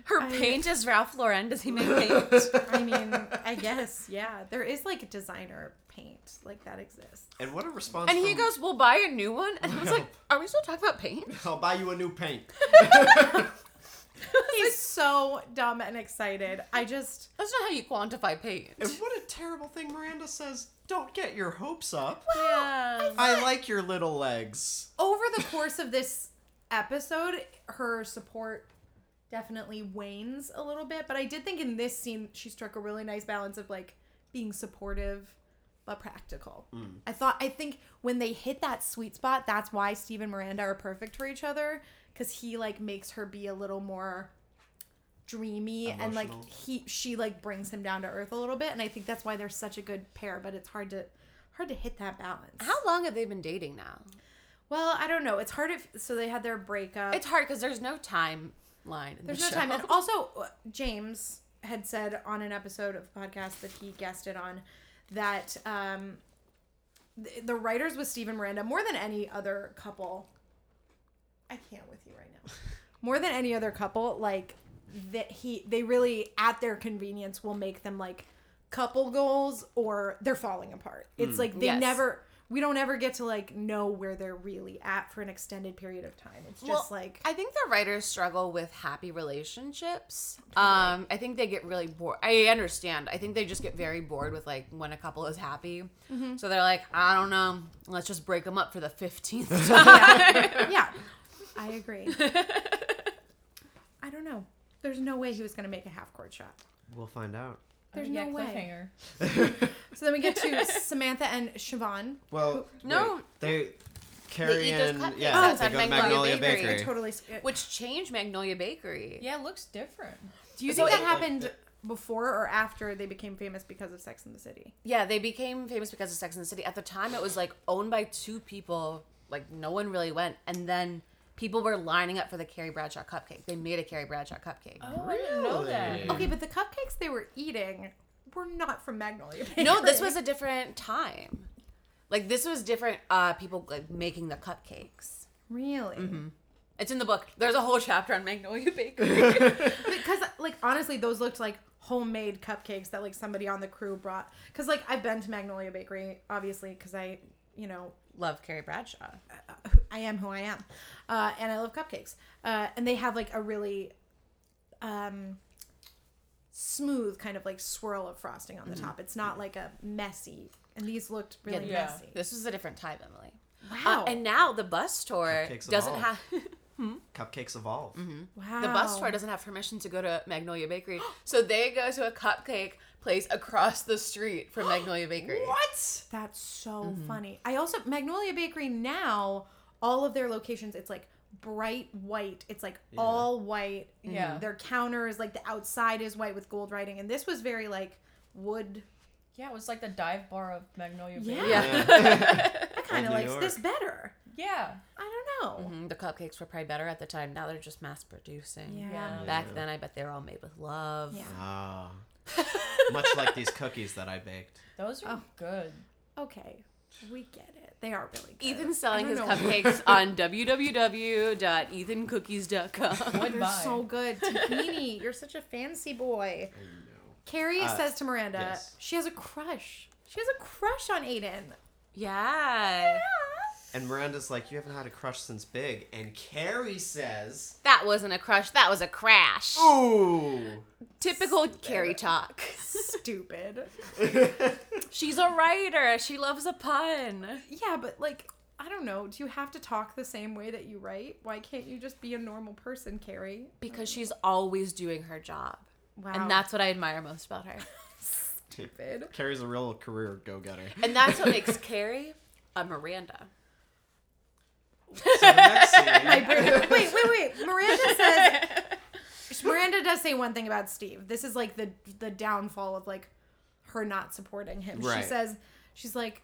Speaker 3: Her
Speaker 2: I-
Speaker 3: paint is Ralph Lauren. Does he make paint?
Speaker 2: I mean, I guess, yeah. There is like designer paint like that exists.
Speaker 1: And what a response!
Speaker 3: and he
Speaker 1: from-
Speaker 3: goes, "We'll buy a new one." And I was like, "Are we still talking about paint?"
Speaker 1: "I'll buy you a new paint."
Speaker 2: He's so dumb and excited. I just
Speaker 3: That's not how you quantify paint.
Speaker 1: and what a terrible thing Miranda says! Don't get your hopes up.
Speaker 3: Yeah.
Speaker 1: I like your little legs.
Speaker 2: over the course of this episode, her support definitely wanes a little bit. But I did think in this scene, she struck a really nice balance of like being supportive but practical. I thought, I think when they hit that sweet spot, that's why Steve and Miranda are perfect for each other because he like makes her be a little more dreamy and like
Speaker 1: Emotional.
Speaker 2: he she like brings him down to earth a little bit and i think that's why they're such a good pair but it's hard to hard to hit that balance
Speaker 3: How long have they been dating now?
Speaker 2: well, I don't know. It's hard if so they had their breakup.
Speaker 3: It's hard because there's no timeline. In
Speaker 2: There's
Speaker 3: the
Speaker 2: no
Speaker 3: show.
Speaker 2: time. And also, uh, James had said on an episode of the podcast that he guested on that um, the, the writers with Steve and Miranda more than any other couple. I can't with you right now. More than any other couple, like that he they really at their convenience will make them like couple goals or they're falling apart. It's like they
Speaker 3: Yes.
Speaker 2: never. We don't ever get to like know where they're really at for an extended period of time. It's just
Speaker 3: Well,
Speaker 2: like
Speaker 3: I think the writers struggle with happy relationships. Um, I think they get really bored. I understand. I think they just get very bored with like when a couple is happy. So they're like, I don't know, let's just break them up for the fifteenth time.
Speaker 2: yeah, I agree. I don't know. There's no way he was going to make a half court shot.
Speaker 1: We'll find out.
Speaker 2: There's
Speaker 4: yeah,
Speaker 2: no way.
Speaker 4: cliffhanger.
Speaker 2: So then we get to Samantha and Siobhan.
Speaker 1: Well,
Speaker 3: No.
Speaker 1: wait, they Carrie
Speaker 3: eat those
Speaker 1: and
Speaker 3: cupcakes
Speaker 1: yeah,
Speaker 3: outside
Speaker 1: they go
Speaker 3: Magnolia
Speaker 1: Magnolia
Speaker 3: Bakery.
Speaker 1: Bakery.
Speaker 2: I totally. uh, sp-
Speaker 3: Which changed Magnolia Bakery.
Speaker 4: Yeah, it looks different.
Speaker 2: Do you
Speaker 1: I
Speaker 2: think
Speaker 1: thought
Speaker 2: that
Speaker 1: it, like,
Speaker 2: happened
Speaker 1: the-
Speaker 2: before or after they became famous because of Sex in the City?
Speaker 3: Yeah, they became famous because of Sex and the City. At the time, it was like owned by two people. Like no one really went, and then people were lining up for the Carrie Bradshaw cupcake. They made a Carrie Bradshaw cupcake.
Speaker 4: Oh, I didn't know that.
Speaker 1: Really?
Speaker 2: Okay, but the cupcakes they were eating were not from Magnolia. Bakery.
Speaker 3: No, this was a different time. Like this was different. Uh, people like making the cupcakes.
Speaker 2: really
Speaker 3: It's in the book. There's a whole chapter on Magnolia Bakery.
Speaker 2: because like honestly, those looked like homemade cupcakes that like somebody on the crew brought. Because like I've been to Magnolia Bakery, obviously, because I you know
Speaker 3: Love Carrie Bradshaw.
Speaker 2: I am who I am, uh, and I love cupcakes. Uh, and they have like a really um, smooth kind of like swirl of frosting on the
Speaker 3: Mm-hmm.
Speaker 2: top. It's not like a messy. And these looked really
Speaker 4: Yeah.
Speaker 2: messy.
Speaker 3: This was a different time, Emily.
Speaker 2: Wow!
Speaker 3: Uh, and now the bus tour
Speaker 1: Cupcakes
Speaker 3: doesn't
Speaker 1: evolve.
Speaker 3: have
Speaker 1: Cupcakes evolve.
Speaker 2: wow.
Speaker 3: the bus tour doesn't have permission to go to Magnolia Bakery, so they go to a cupcake place across the street from Magnolia Bakery.
Speaker 1: What?
Speaker 2: That's so
Speaker 3: Mm-hmm.
Speaker 2: funny. I also Magnolia Bakery now all of their locations it's like bright white. It's like all white.
Speaker 4: Yeah.
Speaker 2: Their counter is like the outside is white with gold writing and this was very like wood.
Speaker 4: Yeah, it was like the dive bar of Magnolia.
Speaker 2: Yeah.
Speaker 4: Bay.
Speaker 3: Yeah.
Speaker 2: I kind of
Speaker 1: New
Speaker 2: likes
Speaker 1: York.
Speaker 2: this better.
Speaker 4: yeah.
Speaker 2: I don't know.
Speaker 3: Mhm, the cupcakes were probably better at the time. Now they're just mass producing.
Speaker 1: Mm-hmm.
Speaker 2: Yeah.
Speaker 3: Back
Speaker 1: Yeah.
Speaker 3: then, I bet they were all made with love.
Speaker 2: Yeah.
Speaker 1: Ah. Much like these cookies that I baked.
Speaker 4: Those
Speaker 2: Oh.
Speaker 4: are good.
Speaker 2: Okay, we get it. They are really good.
Speaker 3: Ethan's selling
Speaker 2: I
Speaker 3: his
Speaker 2: don't know.
Speaker 3: cupcakes on www.ethancookies.com.
Speaker 2: They're
Speaker 4: Goodbye.
Speaker 2: so good. Tahini, you're such a fancy boy.
Speaker 1: I know.
Speaker 2: Carrie
Speaker 1: Uh,
Speaker 2: says to Miranda,
Speaker 1: yes.
Speaker 2: she has a crush. She has a crush on Aiden.
Speaker 3: Yeah.
Speaker 1: And Miranda's like, you haven't had a crush since Big. And Carrie says,
Speaker 3: That wasn't a crush, that was a crash.
Speaker 1: Ooh.
Speaker 3: Typical Carrie talk.
Speaker 2: Stupid.
Speaker 3: She's a writer, she loves a pun.
Speaker 2: Yeah, but like, I don't know. Do you have to talk the same way that you write? Why can't you just be a normal person, Carrie?
Speaker 3: Because she's always doing her job.
Speaker 2: Wow.
Speaker 3: And that's what I admire most about her.
Speaker 2: stupid.
Speaker 1: Carrie's a real career go getter.
Speaker 3: And that's what makes Carrie a Miranda.
Speaker 1: So the next scene,
Speaker 2: wait, wait, wait. Miranda says Miranda does say one thing about Steve. This is like the the downfall of like her not supporting him.
Speaker 1: Right.
Speaker 2: She says she's like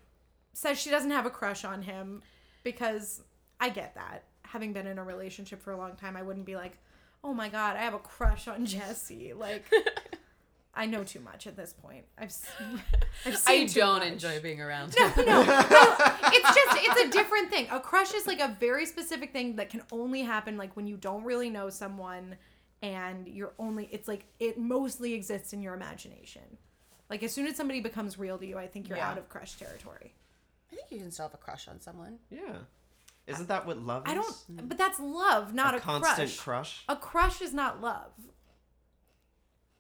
Speaker 2: says she doesn't have a crush on him because I get that. Having been in a relationship for a long time, I wouldn't be like, "Oh my god, I have a crush on Jesse." Like I know too much at this point. I've, s- I've seen
Speaker 3: I
Speaker 2: too
Speaker 3: don't
Speaker 2: much.
Speaker 3: enjoy being around.
Speaker 2: no, no, it's just it's a different thing. A crush is like a very specific thing that can only happen like when you don't really know someone and you're only it's like it mostly exists in your imagination. Like as soon as somebody becomes real to you, I think you're
Speaker 4: Yeah.
Speaker 2: out of crush territory.
Speaker 3: I think you can still have a crush on someone.
Speaker 1: Yeah. Isn't that what love is?
Speaker 2: I don't but that's love, not a,
Speaker 1: constant
Speaker 2: crush.
Speaker 1: crush.
Speaker 2: A crush is not love.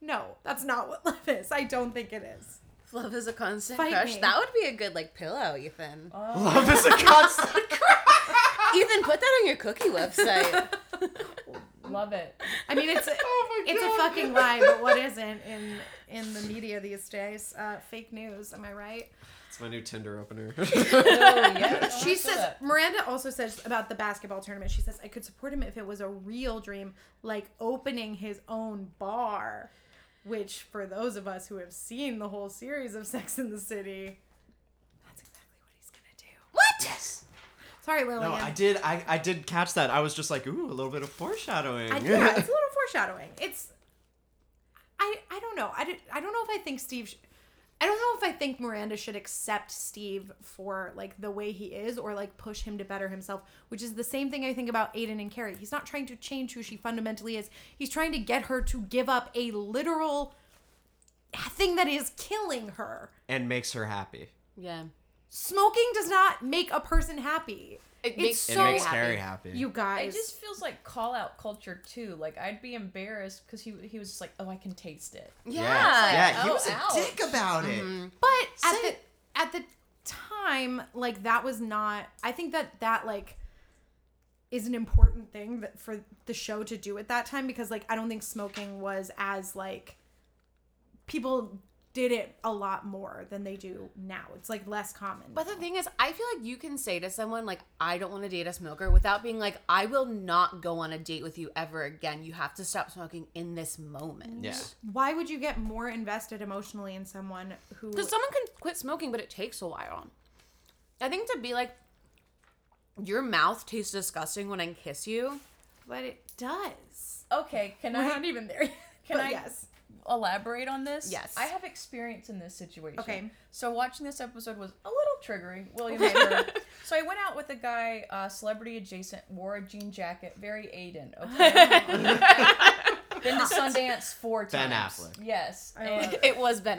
Speaker 2: No, that's not what love is. I don't think it is.
Speaker 3: Love is a constant
Speaker 2: Fight
Speaker 3: crush.
Speaker 2: me.
Speaker 3: That would be a good like pillow, Ethan.
Speaker 1: Love is a constant
Speaker 3: Ethan, put that on your cookie website.
Speaker 2: Oh.
Speaker 4: Love it.
Speaker 2: I mean, it's a,
Speaker 1: Oh my
Speaker 2: it's
Speaker 1: God.
Speaker 2: a fucking lie, but what isn't in in the media these days? Uh, fake news. Am I right?
Speaker 1: It's my new Tinder opener.
Speaker 4: Oh, yeah.
Speaker 2: She says Miranda also says about the basketball tournament. She says I could support him if it was a real dream, like opening his own bar, which for those of us who have seen the whole series of Sex in the City, that's exactly what he's gonna do.
Speaker 3: what? Yes.
Speaker 2: Sorry, Lillian.
Speaker 1: no, I did I, I did catch that. I was just like, ooh, a little bit of foreshadowing.
Speaker 2: I, yeah, it's a little foreshadowing. It's I I don't know. I, did, I don't know if I think Steve sh- I don't know if I think Miranda should accept Steve for like the way he is or like push him to better himself, which is the same thing I think about Aiden and Carrie. He's not trying to change who she fundamentally is. He's trying to get her to give up a literal thing that is killing her.
Speaker 1: and makes her happy.
Speaker 3: Yeah.
Speaker 2: Smoking does not make a person happy.
Speaker 3: It
Speaker 2: It's
Speaker 3: makes
Speaker 2: so-
Speaker 1: It
Speaker 3: Carrie
Speaker 1: makes
Speaker 3: happy.
Speaker 1: Carrie happy.
Speaker 2: You guys
Speaker 4: It just feels like call out culture too. Like I'd be embarrassed because he he was just like, oh, I can taste it.
Speaker 3: Yeah.
Speaker 1: Yeah, he
Speaker 3: Oh,
Speaker 1: was a
Speaker 3: ouch.
Speaker 1: dick about it.
Speaker 2: But at
Speaker 1: Say-
Speaker 2: the at the time, like that was not. I think that that like is an important thing that for the show to do at that time because like I don't think smoking was as like people did it a lot more than they do now. It's like less common.
Speaker 3: But the thing is, I feel like you can say to someone like, "I don't want to date a smoker," without being like, "I will not go on a date with you ever again." You have to stop smoking in this moment.
Speaker 1: Yeah.
Speaker 2: why would you get more invested emotionally in someone who
Speaker 3: Because someone can quit smoking, but it takes a while. I think to be like, your mouth tastes disgusting when I kiss you.
Speaker 2: but it does.
Speaker 4: Okay, can
Speaker 2: We're
Speaker 4: I
Speaker 2: not even there. Yet,
Speaker 4: Can
Speaker 2: but
Speaker 4: I-
Speaker 2: yes.
Speaker 4: elaborate on this?
Speaker 3: Yes.
Speaker 4: I have experience in this situation.
Speaker 2: Okay.
Speaker 4: So watching this episode was a little triggering, William. Hurt. so I went out with a guy, uh, celebrity adjacent, wore a jean jacket, very Aiden. Okay. Been to Sundance four times.
Speaker 1: Ben Affleck.
Speaker 4: Yes.
Speaker 2: I
Speaker 4: and-
Speaker 2: love
Speaker 3: It was Ben.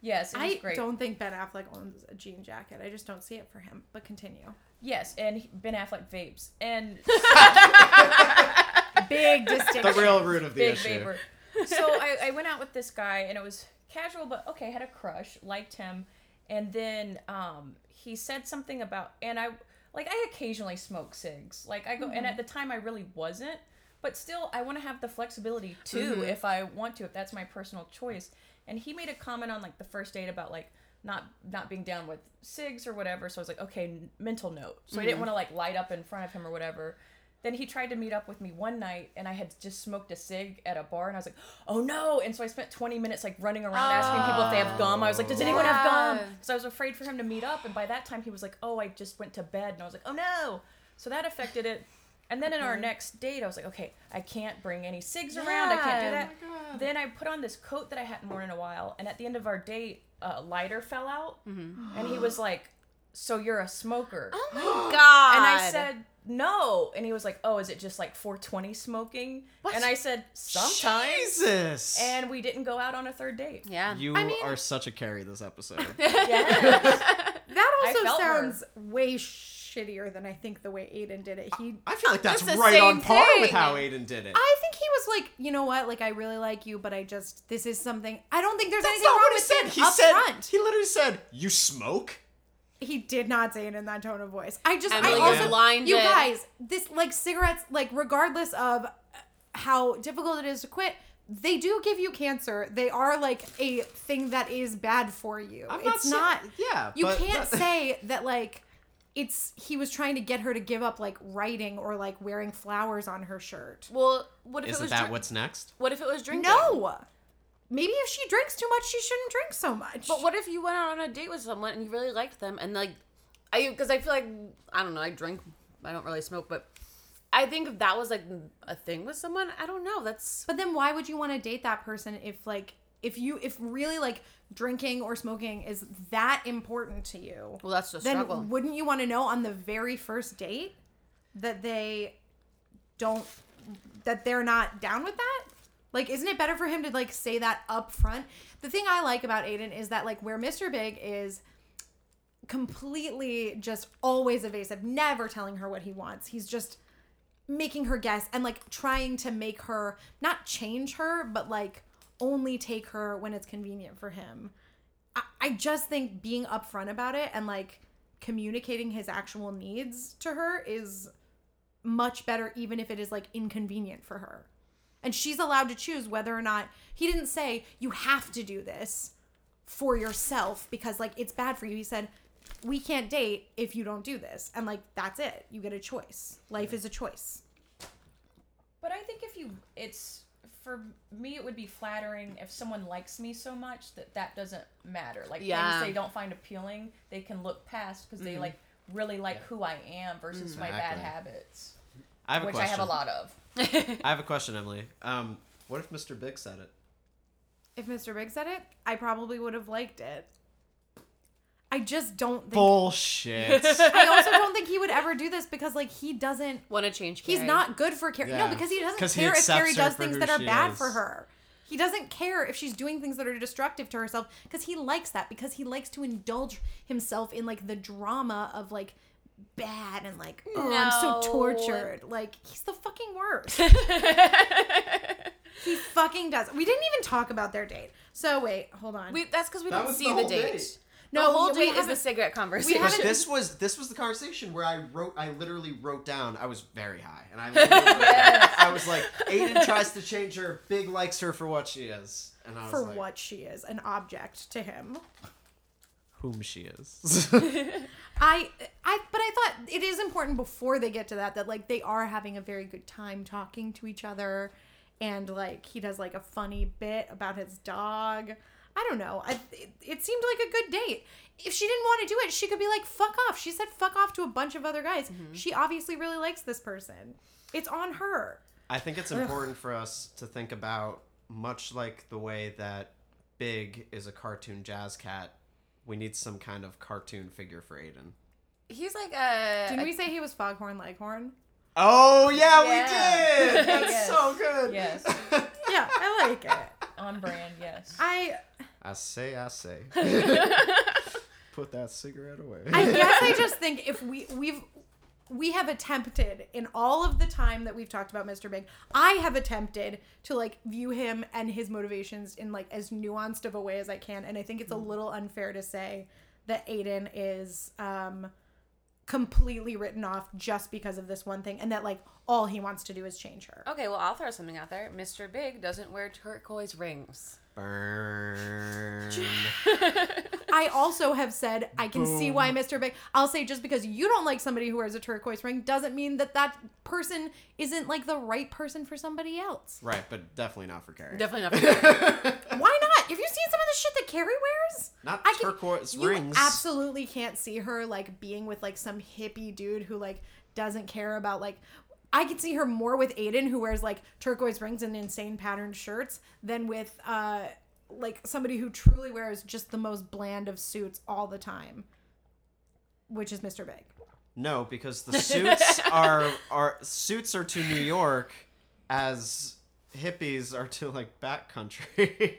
Speaker 4: yes, it was
Speaker 2: I
Speaker 4: great.
Speaker 2: don't think Ben Affleck owns a jean jacket. I just don't see it for him. But continue.
Speaker 4: Yes, and he- Ben Affleck vapes. And
Speaker 2: Big distinction.
Speaker 1: The real root of the
Speaker 4: big
Speaker 1: issue.
Speaker 4: vapor. So I, I went out with this guy, and it was casual, but okay, had a crush, liked him, and then um, he said something about, and I like I occasionally smoke cigs, like I go, and at the time I really wasn't, but still I want to have the flexibility too if I want to, if that's my personal choice. And he made a comment on like the first date about like not not being down with cigs or whatever. So I was like, okay, n- mental note. So I didn't want to like light up in front of him or whatever. Then he tried to meet up with me one night, and I had just smoked a cig at a bar, and I was like, "Oh no!" And so I spent 20 minutes like running around asking people if they have gum. I was like, "Does anyone have gum?"
Speaker 3: Yeah.
Speaker 4: Because I was afraid for him to meet up, and by that time he was like, "Oh, I just went to bed," and I was like, "Oh no!" So that affected it. And then in our next date, I was like, "Okay, I can't bring any cigs around. I can't do
Speaker 3: Yeah. Oh
Speaker 4: that." Then I put on this coat that I hadn't worn in a while, and at the end of our date, a lighter fell out, and he was like, "So you're a smoker?"
Speaker 3: Mm-hmm. Oh my god.
Speaker 4: And I said, no. And he was like, oh, is it just like 420 smoking? And I said, sometimes.
Speaker 1: Jesus.
Speaker 4: And we didn't go out on a third date.
Speaker 3: "Yeah."
Speaker 1: you
Speaker 2: I mean-
Speaker 1: are such a carry this episode.
Speaker 4: Yes. I
Speaker 2: That also
Speaker 4: felt her.
Speaker 2: sounds way shittier than I think the way Aiden did it. He
Speaker 1: I feel like that's
Speaker 3: It's the
Speaker 1: right on
Speaker 3: same
Speaker 1: par with
Speaker 3: thing.
Speaker 1: how Aiden did it.
Speaker 2: I think he was like, you know what? Like I really like you, but I just this is something I don't think there's
Speaker 1: That's
Speaker 2: anything
Speaker 1: not
Speaker 2: wrong
Speaker 1: what he
Speaker 2: with
Speaker 1: said.
Speaker 2: it
Speaker 1: He
Speaker 2: up
Speaker 1: said
Speaker 2: front.
Speaker 1: he literally said, "You smoke."
Speaker 2: He did not say it in that tone of voice. I just
Speaker 3: Emily
Speaker 2: I
Speaker 1: was
Speaker 2: also
Speaker 3: blinded.
Speaker 2: you guys, this like cigarettes like regardless of uh, how difficult it is to quit, they do give you cancer. They are like a thing that is bad for you.
Speaker 1: I'm not
Speaker 2: it's
Speaker 1: saying-
Speaker 2: not
Speaker 1: yeah,
Speaker 2: You
Speaker 1: but-
Speaker 2: can't
Speaker 1: but-
Speaker 2: say that like it's he was trying to get her to give up like writing or like wearing flowers on her shirt.
Speaker 3: "Well, what if it
Speaker 1: Isn't
Speaker 3: was
Speaker 1: that
Speaker 3: dri-
Speaker 1: what's next?
Speaker 3: what if it was drinking?"
Speaker 2: No. Maybe if she drinks too much, she shouldn't drink so much.
Speaker 3: But what if you went out on a date with someone and you really liked them and like I because I feel like I don't know, I drink I don't really smoke, but I think if that was like a thing with someone, I don't know. That's
Speaker 2: But then why would you want to date that person if like if you if really like drinking or smoking is that important to you,
Speaker 3: Well, that's the
Speaker 2: then
Speaker 3: struggle.
Speaker 2: wouldn't you want to know on the very first date that they don't that they're not down with that? Like, isn't it better for him to like say that up front? The thing I like about Aiden is that like where Mr. Big is completely just always evasive, never telling her what he wants. He's just making her guess and like trying to make her not change her, but like only take her when it's convenient for him. I, I just think being upfront about it and like communicating his actual needs to her is much better, even if it is like inconvenient for her. And she's allowed to choose whether or not he didn't say, you have to do this for yourself because like it's bad for you. He said, we can't date if you don't do this. And like that's it. You get a choice. Life is a choice.
Speaker 4: But I think if you, it's for me, it would be flattering if someone likes me so much that that doesn't matter. Like
Speaker 3: Yeah. Mm-hmm.
Speaker 4: things they don't find appealing, they can look past because they like really like who I am versus my bad
Speaker 1: Exactly.
Speaker 4: habits,
Speaker 1: I have a
Speaker 4: which I
Speaker 1: question.
Speaker 4: have a lot of.
Speaker 1: I have a question, Emily. Um, what if Mr. Big said it?
Speaker 2: If Mr. Big said it, I probably would have liked it. I just don't think
Speaker 1: Bullshit.
Speaker 2: I also don't think he would ever do this because like he doesn't
Speaker 3: Want to change?
Speaker 2: he's
Speaker 3: Carrie.
Speaker 2: not good for Carrie. No,
Speaker 1: Yeah.
Speaker 2: because he doesn't
Speaker 1: 'Cause he
Speaker 2: care if
Speaker 1: accepts
Speaker 2: Carrie
Speaker 1: her
Speaker 2: does
Speaker 1: for
Speaker 2: things
Speaker 1: who
Speaker 2: that are
Speaker 1: she
Speaker 2: bad
Speaker 1: is.
Speaker 2: for her. He doesn't care if she's doing things that are destructive to herself because he likes that because he likes to indulge himself in like the drama of like bad and like oh I'm
Speaker 3: No.
Speaker 2: so tortured. Like he's the fucking worst. he fucking does. We didn't even talk about their date. So wait, hold on.
Speaker 3: We, that's because we
Speaker 1: That
Speaker 3: didn't
Speaker 1: was
Speaker 3: see
Speaker 1: the
Speaker 3: the,
Speaker 1: whole
Speaker 3: date.
Speaker 1: date.
Speaker 3: No, the
Speaker 2: we
Speaker 3: whole date is the
Speaker 2: haven't-
Speaker 3: cigarette conversation.
Speaker 1: Because
Speaker 2: haven't-
Speaker 1: this was this was the conversation where I wrote I literally wrote down I was very high and I literally wrote down, I was like Aiden tries to change her Big likes her for what she is and I was
Speaker 2: for
Speaker 1: like,
Speaker 2: what she is, an object to him.
Speaker 1: whom she is
Speaker 2: I I but I thought it is important before they get to that that like they are having a very good time talking to each other and like he does like a funny bit about his dog. I don't know. I it, it seemed like a good date. If she didn't want to do it, she could be like fuck off. She said fuck off to a bunch of other guys. She obviously really likes this person. It's on her.
Speaker 1: I think it's important for us to think about much like the way that Big is a cartoon jazz cat we need some kind of cartoon figure for Aiden
Speaker 3: He's like a.
Speaker 2: Didn't we say he was Foghorn Leghorn?
Speaker 1: oh yeah,
Speaker 4: Yeah.
Speaker 1: we did that's
Speaker 4: Yes.
Speaker 1: so good
Speaker 4: Yes.
Speaker 2: Yeah, I like it.
Speaker 4: On brand, yes.
Speaker 2: I
Speaker 1: I say I say put that cigarette away
Speaker 2: I guess I just think if we we've we have attempted in all of the time that we've talked about Mr. Big, I have attempted to like view him and his motivations in like as nuanced of a way as I can, and I think it's a little unfair to say that Aiden is um completely written off just because of this one thing and that like all he wants to do is change her.
Speaker 3: Okay, well, I'll throw something out there. Mr. Big doesn't wear turquoise rings.
Speaker 1: burn
Speaker 2: I also have said I can see why Mr. Big. I'll say just because you don't like somebody who wears a turquoise ring doesn't mean that that person isn't like the right person for somebody else.
Speaker 1: Right, but definitely not for Carrie.
Speaker 3: Definitely not. For Carrie.
Speaker 2: Why not? Have you seen some of the shit that Carrie wears?
Speaker 1: Not
Speaker 2: I can-
Speaker 1: turquoise
Speaker 2: you
Speaker 1: rings.
Speaker 2: absolutely can't see her like being with like some hippie dude who like doesn't care about like. I could see her more with Aiden, who wears like turquoise rings and insane patterned shirts, than with uh like somebody who truly wears just the most bland of suits all the time, which is Mr. Big.
Speaker 1: No, because the suits are are suits are to New York as hippies are to like backcountry.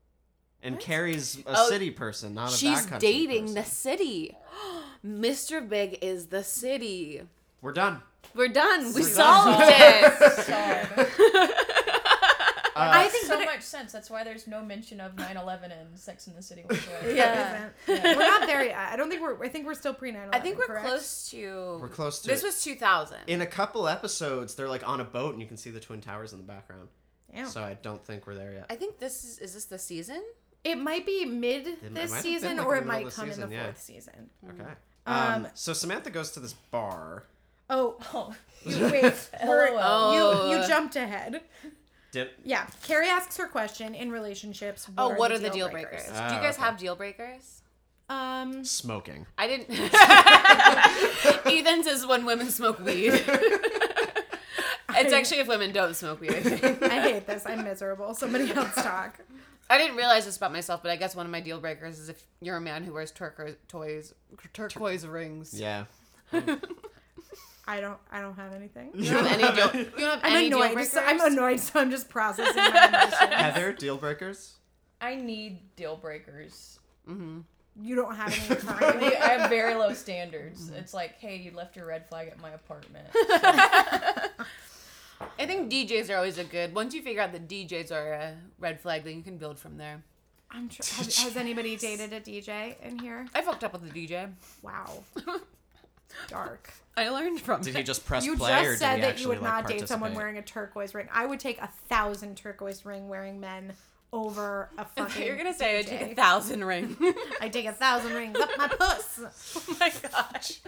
Speaker 1: and Carrie's a
Speaker 3: Oh,
Speaker 1: city person, not a
Speaker 3: She's
Speaker 1: backcountry
Speaker 3: dating
Speaker 1: person.
Speaker 3: the city. Mr. Big is the city.
Speaker 1: We're done.
Speaker 3: We're done. We
Speaker 1: We're
Speaker 3: solved
Speaker 4: done.
Speaker 3: it.
Speaker 4: Solid.
Speaker 2: I
Speaker 1: Uh,
Speaker 2: think
Speaker 4: so
Speaker 2: that it-
Speaker 4: much sense. That's why there's no mention of 9/11 in Sex in the City whatsoever.
Speaker 3: Yeah.
Speaker 2: We're not there yet. I don't think we're. I think we're still pre 9
Speaker 3: I think we're close to.
Speaker 1: We're close to
Speaker 3: This
Speaker 1: it.
Speaker 3: was 2000.
Speaker 1: in a couple episodes they're like on a boat and you can see the twin towers in the background.
Speaker 2: Damn.
Speaker 1: So I don't think we're there yet.
Speaker 3: I think this is. Is this the season?
Speaker 2: It might be mid
Speaker 1: might
Speaker 2: this
Speaker 1: have been,
Speaker 2: season,
Speaker 1: like,
Speaker 2: or
Speaker 1: in the
Speaker 2: it
Speaker 1: middle
Speaker 2: might
Speaker 1: of the
Speaker 2: come
Speaker 1: season,
Speaker 2: in the
Speaker 1: yeah.
Speaker 2: fourth season.
Speaker 1: Okay. Um, so Samantha goes to this bar.
Speaker 2: Oh,
Speaker 4: Oh,
Speaker 2: you- wait, we're-
Speaker 3: Oh.
Speaker 2: you you jumped ahead.
Speaker 1: Dip.
Speaker 2: Yeah, Carrie asks her question in relationships.
Speaker 3: Oh, what are the deal breakers? Do
Speaker 1: Oh,
Speaker 3: you guys
Speaker 1: okay.
Speaker 3: have deal breakers?
Speaker 2: Um,
Speaker 1: Smoking.
Speaker 3: I didn't. Ethan's is when women smoke weed. it's actually if women don't smoke weed. I think.
Speaker 2: I hate this. I'm miserable. Somebody else talk.
Speaker 3: I didn't realize this about myself, but I guess one of my deal breakers is if you're a man who wears turquoise toys, turquoise rings.
Speaker 1: Yeah.
Speaker 2: I don't. I don't have anything.
Speaker 3: You don't have any deal. You don't have
Speaker 2: I'm
Speaker 3: any deal
Speaker 2: annoyed.
Speaker 3: breakers.
Speaker 2: So I'm annoyed, so I'm just processing. My emotions.
Speaker 1: Heather, deal breakers?
Speaker 4: I need deal breakers.
Speaker 2: you don't have any currently.
Speaker 4: I have very low standards.
Speaker 3: Mm-hmm.
Speaker 4: It's like, hey, you left your red flag at my apartment.
Speaker 3: I think DJs are always a good. Once you figure out that DJs are a red flag, then you can build from there.
Speaker 2: I'm tr- has, has anybody dated a DJ in here?
Speaker 3: I fucked up with the DJ.
Speaker 2: Wow. Dark.
Speaker 3: I learned from
Speaker 1: Did
Speaker 3: it.
Speaker 1: he just press
Speaker 2: You
Speaker 1: play or
Speaker 2: just
Speaker 1: did
Speaker 2: said
Speaker 1: he
Speaker 2: that
Speaker 1: actually
Speaker 2: you would
Speaker 1: like,
Speaker 2: not date someone
Speaker 1: participate?
Speaker 2: wearing a turquoise ring. I would take a thousand turquoise ring wearing men over a fucking.
Speaker 3: You're gonna say I
Speaker 2: DJ.
Speaker 3: take a thousand ring.
Speaker 2: I take a thousand rings up my puss.
Speaker 3: oh my gosh.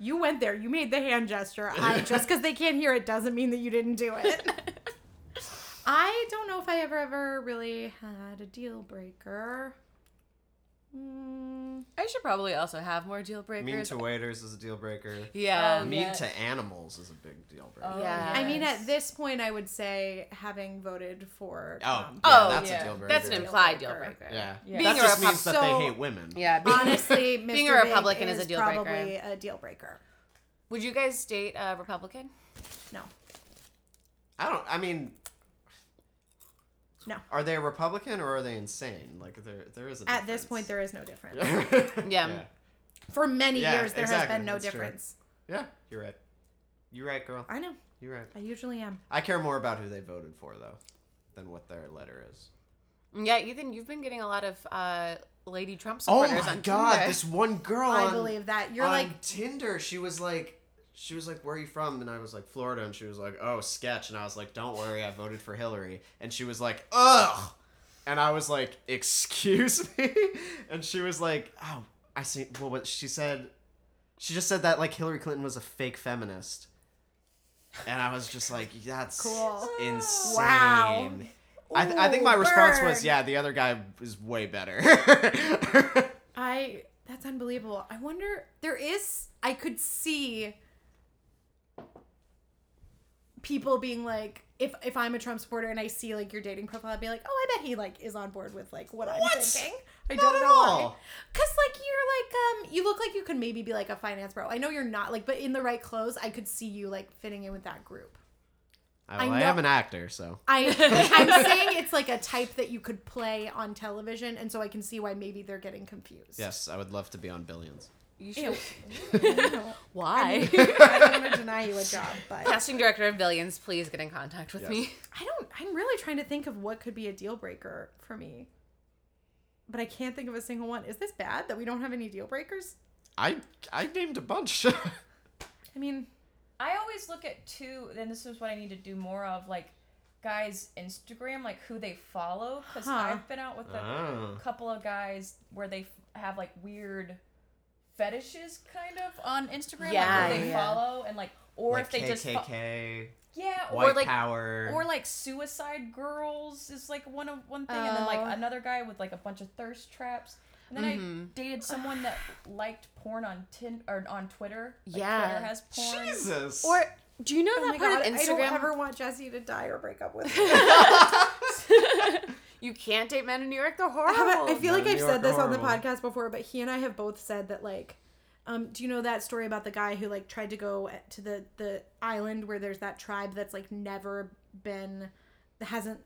Speaker 2: You went there. You made the hand gesture. I, just because they can't hear it doesn't mean that you didn't do it. I don't know if I ever ever really had a deal breaker. Mm,
Speaker 3: I should probably also have more deal
Speaker 1: Mean
Speaker 3: breakers.
Speaker 1: to waiters is a deal breaker.
Speaker 2: Oh,
Speaker 3: yeah.
Speaker 4: Um,
Speaker 3: Um,
Speaker 1: Mean
Speaker 4: yes.
Speaker 1: to animals is a big deal breaker.
Speaker 4: Oh,
Speaker 3: Yeah.
Speaker 2: I mean,
Speaker 4: yes.
Speaker 2: at this point, I would say having voted for. um,
Speaker 1: Oh,
Speaker 2: Trump.
Speaker 1: yeah,
Speaker 3: Oh,
Speaker 1: that's
Speaker 4: yeah.
Speaker 1: a deal breaker.
Speaker 3: That's an implied deal breaker.
Speaker 1: Yeah.
Speaker 4: Yeah.
Speaker 1: That
Speaker 3: Being a
Speaker 1: just
Speaker 3: Repub-
Speaker 1: means that
Speaker 2: so-
Speaker 1: they hate women.
Speaker 3: yeah. be-
Speaker 2: Honestly, Mr.
Speaker 3: Being a Republican is a deal breaker.
Speaker 2: Probably a deal breaker.
Speaker 3: Would you guys date a Republican?
Speaker 2: No,
Speaker 1: I don't, I mean,
Speaker 2: no.
Speaker 1: are they a Republican or are they insane? Like, there, there is a
Speaker 2: At this point, there is no difference.
Speaker 1: there.
Speaker 3: Yeah.
Speaker 1: yeah.
Speaker 2: For many
Speaker 1: Yeah,
Speaker 2: years, there
Speaker 1: exactly.
Speaker 2: has been no
Speaker 1: That's true.
Speaker 2: difference.
Speaker 1: Yeah, you're right. You're right, girl.
Speaker 2: I know.
Speaker 1: You're right.
Speaker 2: I usually am.
Speaker 1: I care more about who they voted for, though, than what their letter is.
Speaker 3: Yeah, Ethan, you've been getting a lot of uh, Lady Trump
Speaker 1: Oh
Speaker 3: supporters
Speaker 1: my
Speaker 3: on
Speaker 1: god,
Speaker 3: Tinder.
Speaker 1: this one girl
Speaker 2: I
Speaker 1: on,
Speaker 2: believe that. You're
Speaker 1: on
Speaker 2: like,
Speaker 1: Tinder, she was like she was like, Where are you from? And I was like, Florida, and she was like, Oh, sketch, and I was like, Don't worry, I voted for Hillary. And she was like, Ugh and I was like, Excuse me? And she was like, Oh, I see well what she said she just said that like Hillary Clinton was a fake feminist. And I was just like, that's
Speaker 2: Cool.
Speaker 1: insane.
Speaker 2: Wow.
Speaker 1: I, th- I think
Speaker 2: Ooh,
Speaker 1: my response was,
Speaker 2: burn.
Speaker 1: yeah, the other guy is way better.
Speaker 2: I that's unbelievable. I wonder there is I could see people being like if if I'm a Trump supporter and I see like your dating profile I'd be like, "Oh, I bet he like is on board with like what, I'm
Speaker 1: What?
Speaker 2: thinking." I
Speaker 1: Not
Speaker 2: don't
Speaker 1: at
Speaker 2: know why.
Speaker 1: all.
Speaker 2: Cuz like you're like um you look like you could maybe be like a finance bro. I know you're not like but in the right clothes, I could see you like fitting in with that group.
Speaker 1: I, well,
Speaker 2: I
Speaker 1: I
Speaker 2: know-
Speaker 1: am an actor, so.
Speaker 2: I I'm saying it's like a type that you could play on television and so I can see why maybe they're getting confused.
Speaker 1: Yes, I would love to be on Billions.
Speaker 3: You should-
Speaker 2: Ew.
Speaker 3: Why?
Speaker 2: I don't want to deny you a job, but
Speaker 3: Casting director of Billions, please get in contact with
Speaker 1: Yes.
Speaker 3: me.
Speaker 2: I don't. I'm really trying to think of what could be a deal breaker for me, but I can't think of a single one. Is this bad that we don't have any deal breakers?
Speaker 1: I I named a bunch.
Speaker 2: I mean,
Speaker 4: I always look at two, and this is what I need to do more of, like guys' Instagram, like who they follow, because
Speaker 2: Huh.
Speaker 4: I've been out with a
Speaker 1: Ah.
Speaker 4: couple of guys where they f- have like weird fetishes, kind of on Instagram,
Speaker 3: Yeah,
Speaker 4: like who they
Speaker 3: yeah.
Speaker 4: follow, and like, or if they just, fo-
Speaker 1: KKK,
Speaker 4: yeah, or
Speaker 1: White
Speaker 4: like.
Speaker 1: Power.
Speaker 4: Or like suicide girls is like one of one thing, and then
Speaker 2: Oh. Mm-hmm.
Speaker 4: like another guy with like a bunch of thirst traps. And then I dated someone that liked porn on tin or on Twitter. Like,
Speaker 3: Yeah.
Speaker 4: Twitter has porn.
Speaker 1: Jesus.
Speaker 3: Or do you know
Speaker 2: oh my
Speaker 3: that part
Speaker 2: god,
Speaker 3: of
Speaker 2: I don't
Speaker 3: Instagram?
Speaker 2: ever want Jesse to die or break up with me.
Speaker 3: You can't date men in New York; they're
Speaker 2: I,
Speaker 3: horrible.
Speaker 2: haven't- I feel
Speaker 1: No,
Speaker 2: like
Speaker 1: New
Speaker 2: I've
Speaker 1: York
Speaker 2: said this on the
Speaker 1: horrible.
Speaker 2: podcast before, but he and I have both said that like. Um, do you know that story about the guy who like tried to go to the the island where there's that tribe that's like never been hasn't